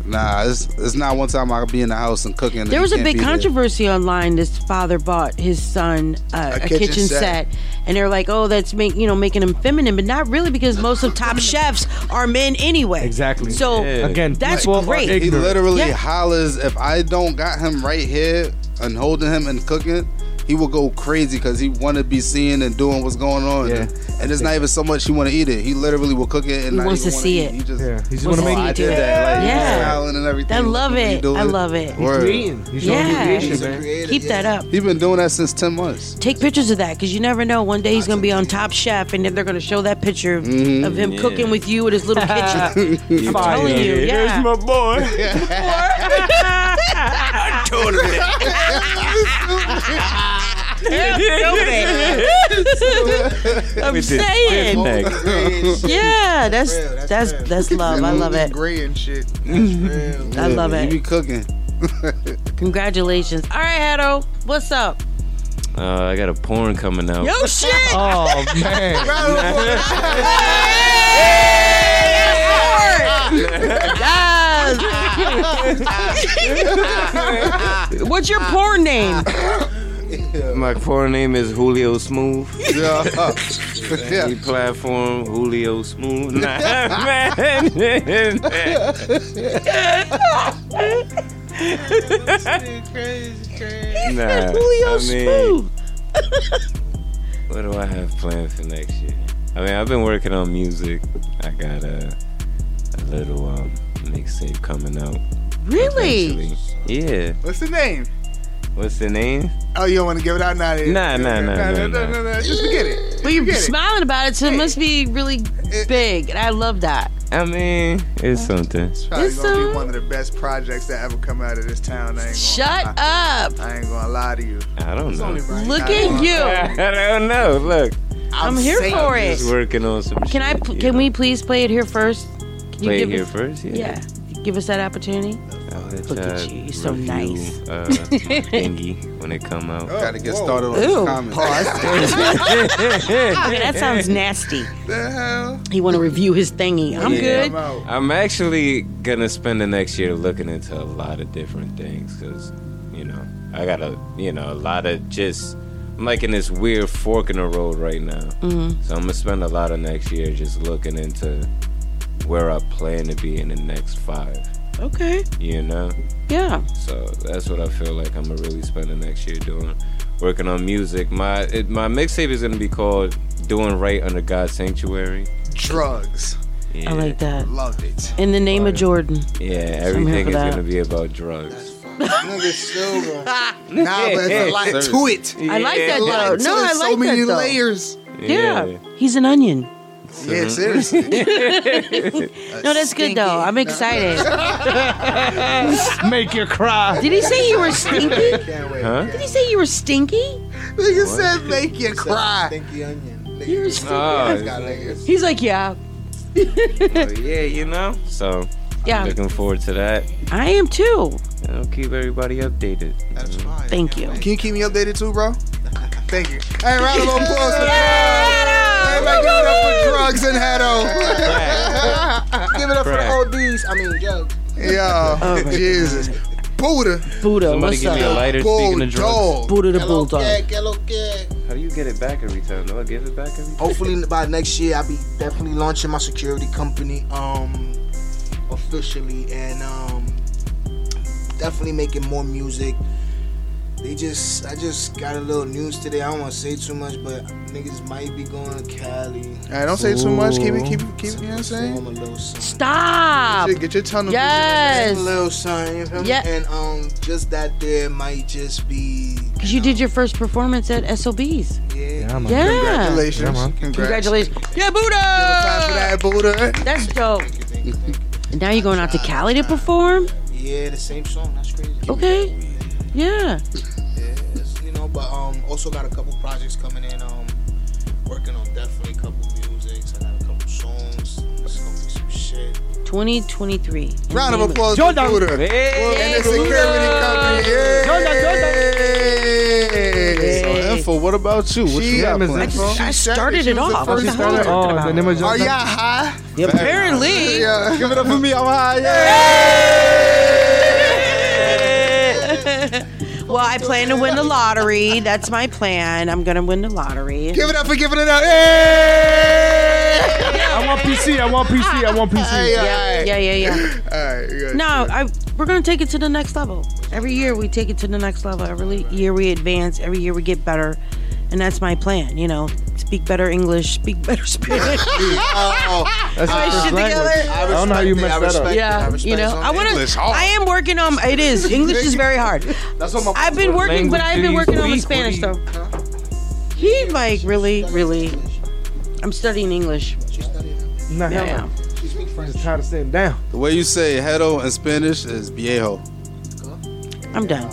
Speaker 8: Nah, it's it's not one time I could be in the house and cooking. and
Speaker 5: There
Speaker 8: he
Speaker 5: was a
Speaker 8: can't
Speaker 5: big
Speaker 8: be there.
Speaker 5: controversy online. This father bought his son uh, a, kitchen, set. and they're like, "Oh, that's make you know making him feminine, but not really because most of top chefs are men anyway."
Speaker 7: Exactly.
Speaker 5: So
Speaker 7: Again,
Speaker 5: that's
Speaker 7: people are
Speaker 5: great.
Speaker 8: He
Speaker 7: ignorant.
Speaker 8: literally
Speaker 5: Yeah.
Speaker 8: hollers, if I don't got him right here and holding him and cooking, he would go crazy because he want to be seeing and doing what's going on. And, and it's not even so much he want to eat it. He literally will cook it and
Speaker 5: He
Speaker 8: not
Speaker 5: wants
Speaker 8: even
Speaker 5: to
Speaker 8: wanna
Speaker 5: see
Speaker 8: eat
Speaker 5: it.
Speaker 8: He just
Speaker 7: yeah, he's
Speaker 8: wants
Speaker 7: gonna
Speaker 8: to
Speaker 7: make
Speaker 8: Oh, I
Speaker 7: it.
Speaker 8: did that. Like, smiling and everything.
Speaker 5: I love
Speaker 8: He
Speaker 5: it.
Speaker 8: doing
Speaker 5: I love it.
Speaker 8: Word.
Speaker 5: yeah. Keep that up.
Speaker 8: He been doing that since ten months.
Speaker 5: Take pictures of that because you never know. One day he's gonna be on Top Chef, and then they're gonna show that picture
Speaker 8: Mhm.
Speaker 5: of him
Speaker 8: Yeah.
Speaker 5: cooking with you in his little kitchen. I'm
Speaker 23: Fire.
Speaker 5: telling you,
Speaker 23: There's
Speaker 5: yeah.
Speaker 23: my
Speaker 5: boy. I'm
Speaker 23: With the
Speaker 5: saying,
Speaker 23: stiff neck.
Speaker 5: yeah, that's that's that's love. I love it.
Speaker 6: Gray and shit.
Speaker 5: I love it.
Speaker 8: You be cooking.
Speaker 5: Congratulations. All right, Hado, what's up?
Speaker 3: Uh, I got a porn coming out.
Speaker 5: Yo, shit.
Speaker 3: Oh, man.
Speaker 5: Yes. What's your porn name?
Speaker 3: My porn name is Julio Smooth.
Speaker 8: Yeah.
Speaker 3: Any platform, Julio Smooth. Nah, man. Nah,
Speaker 23: Julio
Speaker 3: I mean, what do I have planned for next year? I mean, I've been working on music. I got a, a little um, mixtape coming out.
Speaker 6: Really?
Speaker 3: eventually. Yeah.
Speaker 6: What's the name?
Speaker 3: What's the name?
Speaker 6: Oh, you don't want to give it out now? then?
Speaker 3: Nah, nah, nah,
Speaker 6: Nah,
Speaker 3: nah,
Speaker 6: nah,
Speaker 3: nah.
Speaker 6: nah, nah, Just forget it.
Speaker 5: Well, you're
Speaker 6: Forget it.
Speaker 5: smiling about it, so it must be really big, and I love that.
Speaker 3: I mean, it's something.
Speaker 6: It's probably
Speaker 5: It's
Speaker 6: gonna
Speaker 5: a-
Speaker 6: be one of the best projects that ever come out of this town. I ain't
Speaker 5: Shut
Speaker 6: gonna,
Speaker 5: up.
Speaker 6: I ain't gonna lie to you.
Speaker 3: I don't know.
Speaker 5: Look at you.
Speaker 3: I don't know. Look,
Speaker 5: I'm here
Speaker 3: I'm
Speaker 5: for it.
Speaker 3: Just working on some.
Speaker 5: Can I?
Speaker 3: shit,
Speaker 5: p-
Speaker 3: you
Speaker 5: Can
Speaker 3: know.
Speaker 5: we please play it here first? Can
Speaker 3: Play it
Speaker 5: give
Speaker 3: here
Speaker 5: us-
Speaker 3: first? Yeah.
Speaker 5: Give us that opportunity.
Speaker 3: I'll let
Speaker 5: Look at
Speaker 3: y'all
Speaker 5: you, you're so
Speaker 3: review,
Speaker 5: nice.
Speaker 3: Uh, my thingy when it come out.
Speaker 8: Gotta get started on this comment.
Speaker 5: okay, Ah, that sounds nasty. He want to review his thingy. I'm
Speaker 3: Yeah.
Speaker 5: good.
Speaker 3: I'm actually gonna spend the next year looking into a lot of different things because, you know, I got a you know a lot of just I'm like in this weird fork in the road right now.
Speaker 5: Mm-hmm.
Speaker 23: Mhm.
Speaker 3: So I'm gonna spend a lot of next year just looking into where I plan to be in the next five.
Speaker 5: Okay.
Speaker 3: You know.
Speaker 5: Yeah.
Speaker 3: So that's what I feel like I'm gonna really spend the next year doing, working on music. My it, my mixtape is gonna be called "Doing Right Under God's Sanctuary."
Speaker 6: Drugs.
Speaker 3: Yeah.
Speaker 5: I like that.
Speaker 6: Loved it.
Speaker 5: In the name of Jordan.
Speaker 3: Yeah,
Speaker 5: I'm here
Speaker 3: everything
Speaker 5: for
Speaker 3: is
Speaker 5: that.
Speaker 3: gonna be about drugs.
Speaker 6: Nigga still going. Nah, but it's a lot to it.
Speaker 5: I like that
Speaker 6: It's a lot
Speaker 5: though.
Speaker 6: to
Speaker 5: No,
Speaker 6: it.
Speaker 5: I like
Speaker 6: so many
Speaker 5: that though.
Speaker 6: layers.
Speaker 5: Yeah. he's an onion.
Speaker 6: Yeah, seriously.
Speaker 5: No, that's good though. I'm excited.
Speaker 7: Make you cry.
Speaker 5: Did he say you were stinky?
Speaker 3: Huh?
Speaker 5: Did he say you were stinky?
Speaker 6: Nigga said make you cry.
Speaker 5: You're
Speaker 3: Oh,
Speaker 5: stinky. He's like, yeah.
Speaker 3: yeah, you know. So
Speaker 5: Yeah.
Speaker 3: I'm looking forward to that.
Speaker 5: I am too.
Speaker 3: I'll keep everybody updated. Mm. That's fine.
Speaker 5: Thank you.
Speaker 6: Can you keep me updated too, bro? Thank you. Hey, round of applause. Everybody give it up for drugs and Hado.
Speaker 9: Give it up
Speaker 3: Crack.
Speaker 9: for the ODs. I mean, yo.
Speaker 6: Yeah,
Speaker 5: Oh, my
Speaker 6: Jesus. Buddha.
Speaker 5: Buddha,
Speaker 3: Somebody
Speaker 5: what's
Speaker 3: give
Speaker 5: up?
Speaker 3: me a lighter. Speaking of drugs,
Speaker 5: Buddha the
Speaker 9: Hello,
Speaker 5: bulldog.
Speaker 9: cat, hello, cat.
Speaker 3: How do you get it back every time? Do I give it back every time?
Speaker 9: Hopefully by next year, I'll be definitely launching my security company um officially and um definitely making more music. They just, I just got a little news today. I don't want to say too much, but niggas might be going to Cali.
Speaker 6: Hey, don't say too much. Keep it, keep it, keep it. You know what I'm saying?
Speaker 5: Stop.
Speaker 6: Get your, get your tunnel.
Speaker 5: Yes.
Speaker 9: Little son, you feel me?
Speaker 5: Yeah.
Speaker 9: And um, just that there might just be
Speaker 5: Because you did your first performance at SOBs.
Speaker 9: yeah.
Speaker 5: man. Yeah.
Speaker 6: Congratulations.
Speaker 5: Yeah, man. Congratulations. Yeah, Buddha. That's dope. And now you're going out to Cali to perform?
Speaker 9: Yeah, the same song. That's crazy.
Speaker 5: Okay. Yeah.
Speaker 9: Yes, you know, but um, also got a couple projects coming in. Um, working on definitely a couple musics. I got a couple songs. It's gonna be some shit.
Speaker 5: 2023.
Speaker 6: Round of
Speaker 5: Name it.
Speaker 6: applause for Buddha. and the security
Speaker 5: Uh,
Speaker 6: company. Yeah.
Speaker 8: So info, what about you? What
Speaker 6: She-
Speaker 8: you got
Speaker 6: I
Speaker 8: planned?
Speaker 6: just- I started
Speaker 8: She
Speaker 6: it
Speaker 8: was the
Speaker 6: off.
Speaker 8: first
Speaker 6: She
Speaker 8: one.
Speaker 6: started it off.
Speaker 8: Oh, the name of
Speaker 6: Are
Speaker 8: Jonathan?
Speaker 6: y'all high?
Speaker 8: Yeah,
Speaker 5: apparently.
Speaker 6: Yeah, give it up for me. I'm high.
Speaker 5: well, I plan to win the lottery. That's my plan. I'm going to win the lottery.
Speaker 6: Give it up for giving it up. Hey!
Speaker 7: I want PC. I want PC. I want PC.
Speaker 5: Yeah, yeah, yeah, yeah.
Speaker 6: All right. you got
Speaker 5: No, I, we're gonna take it to the next level. Every year we take it to the next level. Every le- year we advance. Every year we get better, and that's my plan. You know, speak better English, speak better Spanish.
Speaker 7: That's
Speaker 5: Put
Speaker 7: your
Speaker 5: shit
Speaker 7: first language.
Speaker 5: together.
Speaker 7: I don't know how you messed that up.
Speaker 5: Yeah, you know, I want
Speaker 7: English
Speaker 5: to.
Speaker 7: hard.
Speaker 5: I am working on. It is English is very hard.
Speaker 6: That's what my
Speaker 5: I've been
Speaker 6: mom's
Speaker 5: working, but
Speaker 6: language
Speaker 5: I've
Speaker 6: do
Speaker 5: been
Speaker 6: you
Speaker 5: working on the
Speaker 6: speak? What
Speaker 5: Spanish though. He like really, really. I'm studying English.
Speaker 7: Nah,
Speaker 5: Yeah.
Speaker 7: hell no. Just try to stay down.
Speaker 8: The way you say hedo in Spanish is viejo.
Speaker 5: I'm done.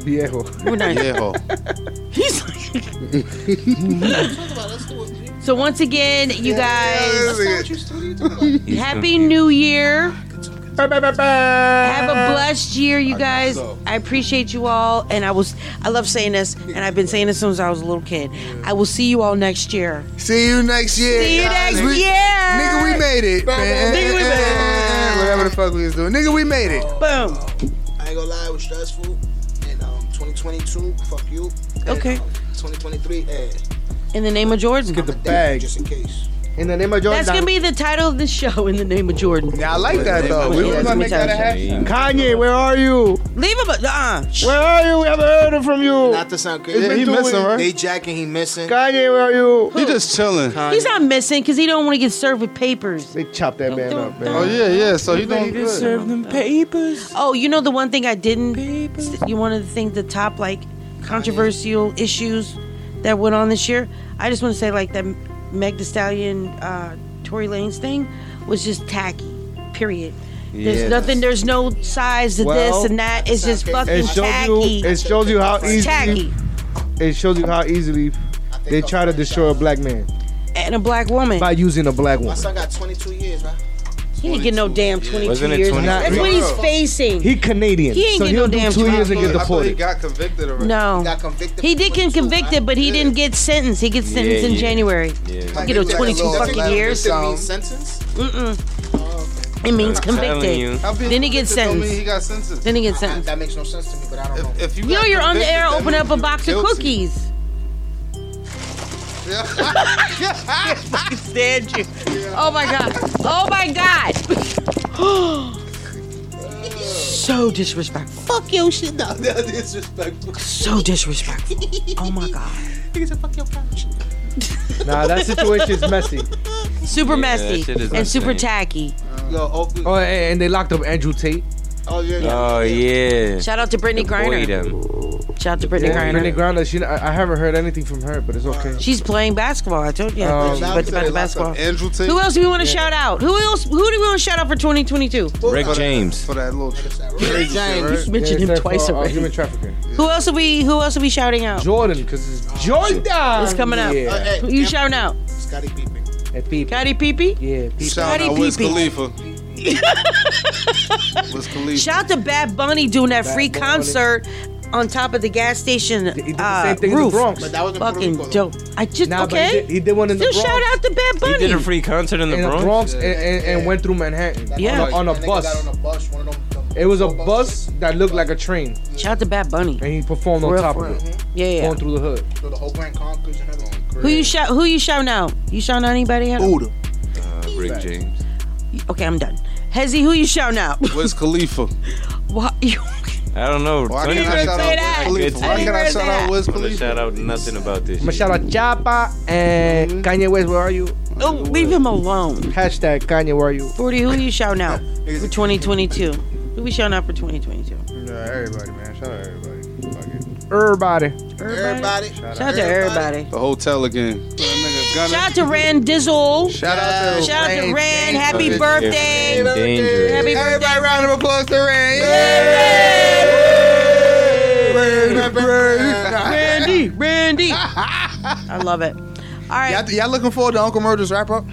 Speaker 7: Viejo.
Speaker 5: We're not-
Speaker 8: Viejo.
Speaker 5: He's like. so once again, you guys. Happy New Year. Have a blessed year, you guys. I appreciate you all, and I was I love saying this, and I've been saying this since I was a little kid. I will see you all next year.
Speaker 6: See you next year.
Speaker 5: See you
Speaker 6: guys.
Speaker 5: next
Speaker 6: We-
Speaker 5: year.
Speaker 6: Nigga, we made it. man.
Speaker 5: Nigga, we made
Speaker 6: it. Whatever the fuck we was doing. Nigga, we made it.
Speaker 5: Boom.
Speaker 9: I ain't gonna lie, it was stressful. And um, 2022, fuck you. And,
Speaker 5: Okay.
Speaker 9: um, 2023, eh.
Speaker 5: In the name of Jordan. Get the
Speaker 9: bag. Just in case.
Speaker 7: In the name of Jordan.
Speaker 5: That's gonna be the title of the show. In the name of Jordan. Yeah,
Speaker 6: I like that though. We was gonna make that a hashtag.
Speaker 7: Kanye, where are you?
Speaker 5: Leave him. a- Uh.
Speaker 7: Where are you? We haven't heard it from you.
Speaker 9: Not to sound crazy.
Speaker 7: It's been two weeks.
Speaker 9: They jacking, he missing.
Speaker 7: Kanye, where are you?
Speaker 8: He just chilling.
Speaker 5: He's not missing because he don't want to get served with papers.
Speaker 7: They chop that man up, man.
Speaker 8: Oh yeah, yeah. So you don't.
Speaker 5: them papers. Oh, you know the one thing I didn't. You wanted to think the top like controversial issues that went on this year. I just want to say like that Meg The Stallion, uh, Tory Lanez thing was just tacky. Period. There's
Speaker 7: Yeah,
Speaker 5: nothing. There's no size to
Speaker 7: Well,
Speaker 5: this and that. It's just fucking
Speaker 7: it shows
Speaker 5: tacky.
Speaker 7: you. It shows you how easily.
Speaker 5: tacky.
Speaker 7: It shows you how easily they try to destroy a black man
Speaker 5: And a black woman.
Speaker 7: by using a black
Speaker 9: My
Speaker 7: woman.
Speaker 9: son got 22 years, man.
Speaker 5: He didn't get no damn 22
Speaker 7: Wasn't it
Speaker 5: years.
Speaker 7: 23?
Speaker 5: That's what he's facing.
Speaker 7: He Canadian,
Speaker 5: He ain't
Speaker 7: so
Speaker 5: get
Speaker 7: he'll
Speaker 5: no
Speaker 7: do
Speaker 5: damn
Speaker 7: two
Speaker 5: time.
Speaker 7: years and get
Speaker 5: I thought he
Speaker 7: deported.
Speaker 8: got convicted already.
Speaker 5: No. He did get convicted, but he didn't get sentenced. He gets sentenced in
Speaker 8: yeah.
Speaker 5: January. You know, 22 fucking years.
Speaker 9: sentence? Oh,
Speaker 5: Mm-mm. It means
Speaker 8: I'm telling you.
Speaker 5: convicted.
Speaker 8: How being
Speaker 5: Then he gets
Speaker 8: convicted don't
Speaker 5: sentenced.
Speaker 8: mean he got sentenced.
Speaker 5: Then he gets sentenced.
Speaker 9: That makes no sense to me, but I don't know.
Speaker 8: If
Speaker 5: You know,
Speaker 8: got
Speaker 5: you're on the
Speaker 8: convicted,
Speaker 5: air.
Speaker 8: that
Speaker 5: Open
Speaker 8: means
Speaker 5: up a
Speaker 8: you
Speaker 5: box
Speaker 8: guilty.
Speaker 5: of cookies.
Speaker 9: I
Speaker 5: stand you. Oh my god. Oh my god. so disrespectful. Fuck your shit. No,
Speaker 9: disrespectful.
Speaker 5: So disrespectful. Oh my god.
Speaker 9: Nigga said, fuck your couch.
Speaker 7: Nah, that situation is messy.
Speaker 5: Super
Speaker 7: Yeah, that
Speaker 5: messy
Speaker 7: shit is
Speaker 5: and super
Speaker 7: insane.
Speaker 5: tacky.
Speaker 9: Yo,
Speaker 7: Oh, and, and they locked up Andrew Tate.
Speaker 9: Oh yeah.
Speaker 3: Oh yeah.
Speaker 5: Shout out to Brittany
Speaker 3: Boy,
Speaker 5: Griner.
Speaker 3: them.
Speaker 5: Shout out to Brittany
Speaker 7: Yeah,
Speaker 5: Griner.
Speaker 7: Brittany Griner. She, I, I haven't heard anything from her, but it's okay.
Speaker 5: She's playing basketball. I told you.
Speaker 8: Oh,
Speaker 7: Um,
Speaker 5: She's about, about the basketball.
Speaker 8: Andrew Tate.
Speaker 5: Who else do we want to shout out? Who else? Who do we want to shout out for 2022?
Speaker 3: Rick James.
Speaker 8: For that little.
Speaker 5: Rick James. You mentioned him
Speaker 7: except
Speaker 5: twice
Speaker 7: for, uh,
Speaker 5: already.
Speaker 7: Human trafficking.
Speaker 5: Who else are we? Who else are we shouting out?
Speaker 7: Jordan, because it's Jordan.
Speaker 5: Who's coming up?
Speaker 8: Uh,
Speaker 7: Yeah.
Speaker 5: Who you shouting out?
Speaker 9: Scotty Pippen.
Speaker 5: Scotty Peepee.
Speaker 7: Yeah,
Speaker 8: Shout out Wiz Khalifa. Wiz Khalifa.
Speaker 5: Shout out to Bad Bunny doing that
Speaker 8: Bad
Speaker 5: free
Speaker 8: Bunny.
Speaker 5: concert on top of the gas station uh,
Speaker 7: same thing in the
Speaker 5: roof.
Speaker 7: Bronx. But that was in Puerto
Speaker 5: fucking dope. I just
Speaker 7: Nah, but he
Speaker 5: okay.
Speaker 7: did- he did one in the
Speaker 5: Still
Speaker 7: Bronx.
Speaker 5: shout out to Bad Bunny.
Speaker 3: He did a free concert in the Bronx.
Speaker 7: and, and, and went through Manhattan.
Speaker 5: Yeah.
Speaker 7: on a, on a bus. It was a bus that looked like a train.
Speaker 5: Shout out to Bad Bunny.
Speaker 7: And he performed on
Speaker 5: Real
Speaker 7: top
Speaker 5: for
Speaker 7: of
Speaker 5: real. Mm-hmm.
Speaker 7: it.
Speaker 5: Yeah, yeah.
Speaker 7: Going through the hood.
Speaker 9: So the whole Grand Concourse and everything.
Speaker 5: Who you shout? Who you shouting out? You shouting out anybody? Out?
Speaker 3: Uh, Rick James.
Speaker 5: Okay, I'm done. Hezzy, who you shouting out?
Speaker 8: Wiz Khalifa.
Speaker 5: What? You,
Speaker 3: I don't know.
Speaker 8: Why can't I shout out Wiz Khalifa? Why can't I shout out Wiz
Speaker 3: I'm gonna
Speaker 8: Khalifa?
Speaker 3: shout out nothing about this.
Speaker 7: I'm gonna shout out Japa and Kanye West, where are you?
Speaker 5: Mm-hmm. oh, leave him alone.
Speaker 7: Hashtag Kanye, where are you?
Speaker 5: 40, who you shouting out for 2022? Who we shouting out for 2022?
Speaker 6: Yeah, everybody, man. Shout out everybody.
Speaker 7: Everybody.
Speaker 9: Everybody.
Speaker 5: Shout out to everybody.
Speaker 8: The hotel again.
Speaker 5: Shout out to Rand Dizzle.
Speaker 8: Shout out to
Speaker 5: Shout out to
Speaker 8: Rand
Speaker 5: Rand. Happy
Speaker 8: Danger.
Speaker 5: birthday.
Speaker 8: Rand Danger.
Speaker 5: Happy birthday.
Speaker 6: Everybody, round of applause to Ray.
Speaker 5: Randy, Randy. I love it. All right.
Speaker 6: Y'all, y'all looking forward to Uncle Murder's wrap up?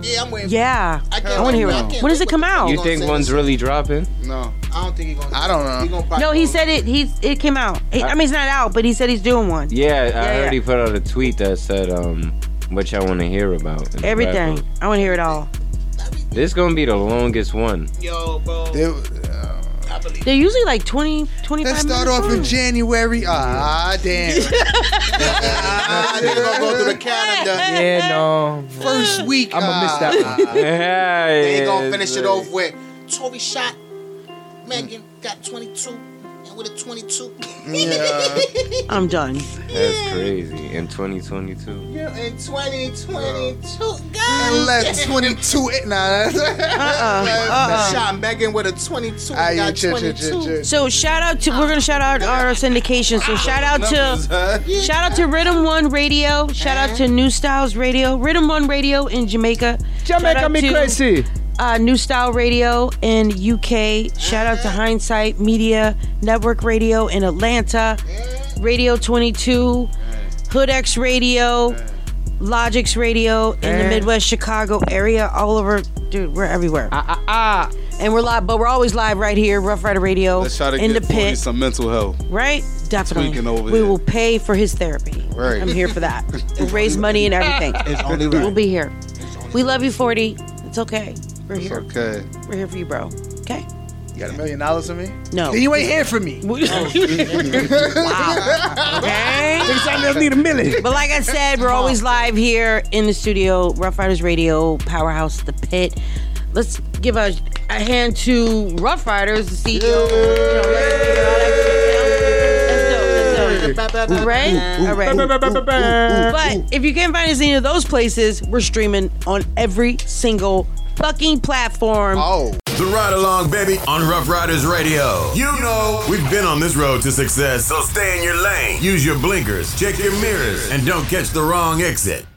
Speaker 9: Yeah, I'm waiting.
Speaker 5: Yeah.
Speaker 9: I
Speaker 5: I,
Speaker 9: can't
Speaker 5: want to hear
Speaker 9: wait. I
Speaker 5: it.
Speaker 9: can't
Speaker 5: When does it come out?
Speaker 3: You think one's really dropping?
Speaker 8: No.
Speaker 9: I don't think he's gonna.
Speaker 8: I don't know.
Speaker 9: He gonna
Speaker 5: No, he said it. He's it came out. He- I mean, it's not out, but he said he's doing one.
Speaker 3: Yeah, I heard
Speaker 5: yeah.
Speaker 3: he put out a tweet that said, um, what y'all want to hear about. in the
Speaker 5: Everything.
Speaker 3: rap.
Speaker 5: I want to hear it all.
Speaker 3: This gonna be the longest one.
Speaker 9: Yo, bro.
Speaker 8: They- uh,
Speaker 9: I believe
Speaker 5: They're usually like 20, 25
Speaker 6: Let's start
Speaker 5: minutes
Speaker 6: off in
Speaker 5: long.
Speaker 6: January. Ah, damn. ah, they're gonna go through the calendar.
Speaker 7: Yeah, no.
Speaker 6: First week. ah.
Speaker 7: I'ma miss that one.
Speaker 6: they ain't gonna finish it
Speaker 7: Yeah,
Speaker 6: off with.
Speaker 1: Tory shot. Megan got 22. And with a 22.
Speaker 6: Yeah.
Speaker 5: I'm done.
Speaker 3: That's crazy. In 2022.
Speaker 1: You're in 2022.
Speaker 6: Unless 22. Nah, that's. Uh
Speaker 1: uh-uh. Shot Megan with a 22.
Speaker 6: Ah,
Speaker 1: and
Speaker 6: yeah,
Speaker 1: got
Speaker 6: ch- ch- ch-
Speaker 1: 22.
Speaker 5: So shout out to we're gonna shout out our syndication. So shout out to shout out to Rhythm One Radio. Shout out
Speaker 8: Uh-huh.
Speaker 5: to New Styles Radio. Rhythm One Radio in Jamaica.
Speaker 7: Jamaica me crazy.
Speaker 5: Uh, New Style Radio in UK. Shout out to Hindsight Media Network Radio in Atlanta. Radio 22. Hood X Radio. Logix Radio in the
Speaker 7: Eh.
Speaker 5: Midwest Chicago area. All over, dude, we're everywhere. Ah, ah, ah. And we're live, but we're always live right here, Rough Rider Radio.
Speaker 8: Let's try to
Speaker 5: in
Speaker 8: get
Speaker 5: the pit.
Speaker 8: Forty some mental health.
Speaker 5: Right? Definitely.
Speaker 8: Tweaking over
Speaker 5: we
Speaker 8: there.
Speaker 5: will pay for his therapy.
Speaker 8: Right.
Speaker 5: I'm here for that. We'll raise money and everything.
Speaker 8: It's only right.
Speaker 5: We'll be here. We love you, 40. It's okay. We're here.
Speaker 8: Okay.
Speaker 5: We're here for you, bro. Okay?
Speaker 6: You got a million dollars for me?
Speaker 5: No. Oh,
Speaker 6: Then you ain't here for me.
Speaker 5: wow. Okay.
Speaker 6: Next time they'll need a million.
Speaker 5: But like I said, we're always live here in the studio, Rough Riders Radio, Powerhouse, The Pit. Let's give a, a hand to Rough Riders, the E CEO. right? All right. But if you can't find us in any of those places, we're streaming on every single fucking platform.
Speaker 6: Oh.
Speaker 2: The Ride Along Baby on Rough Riders Radio. You know, we've been on this road to success, so stay in your lane. Use your blinkers, check your mirrors, and don't catch the wrong exit.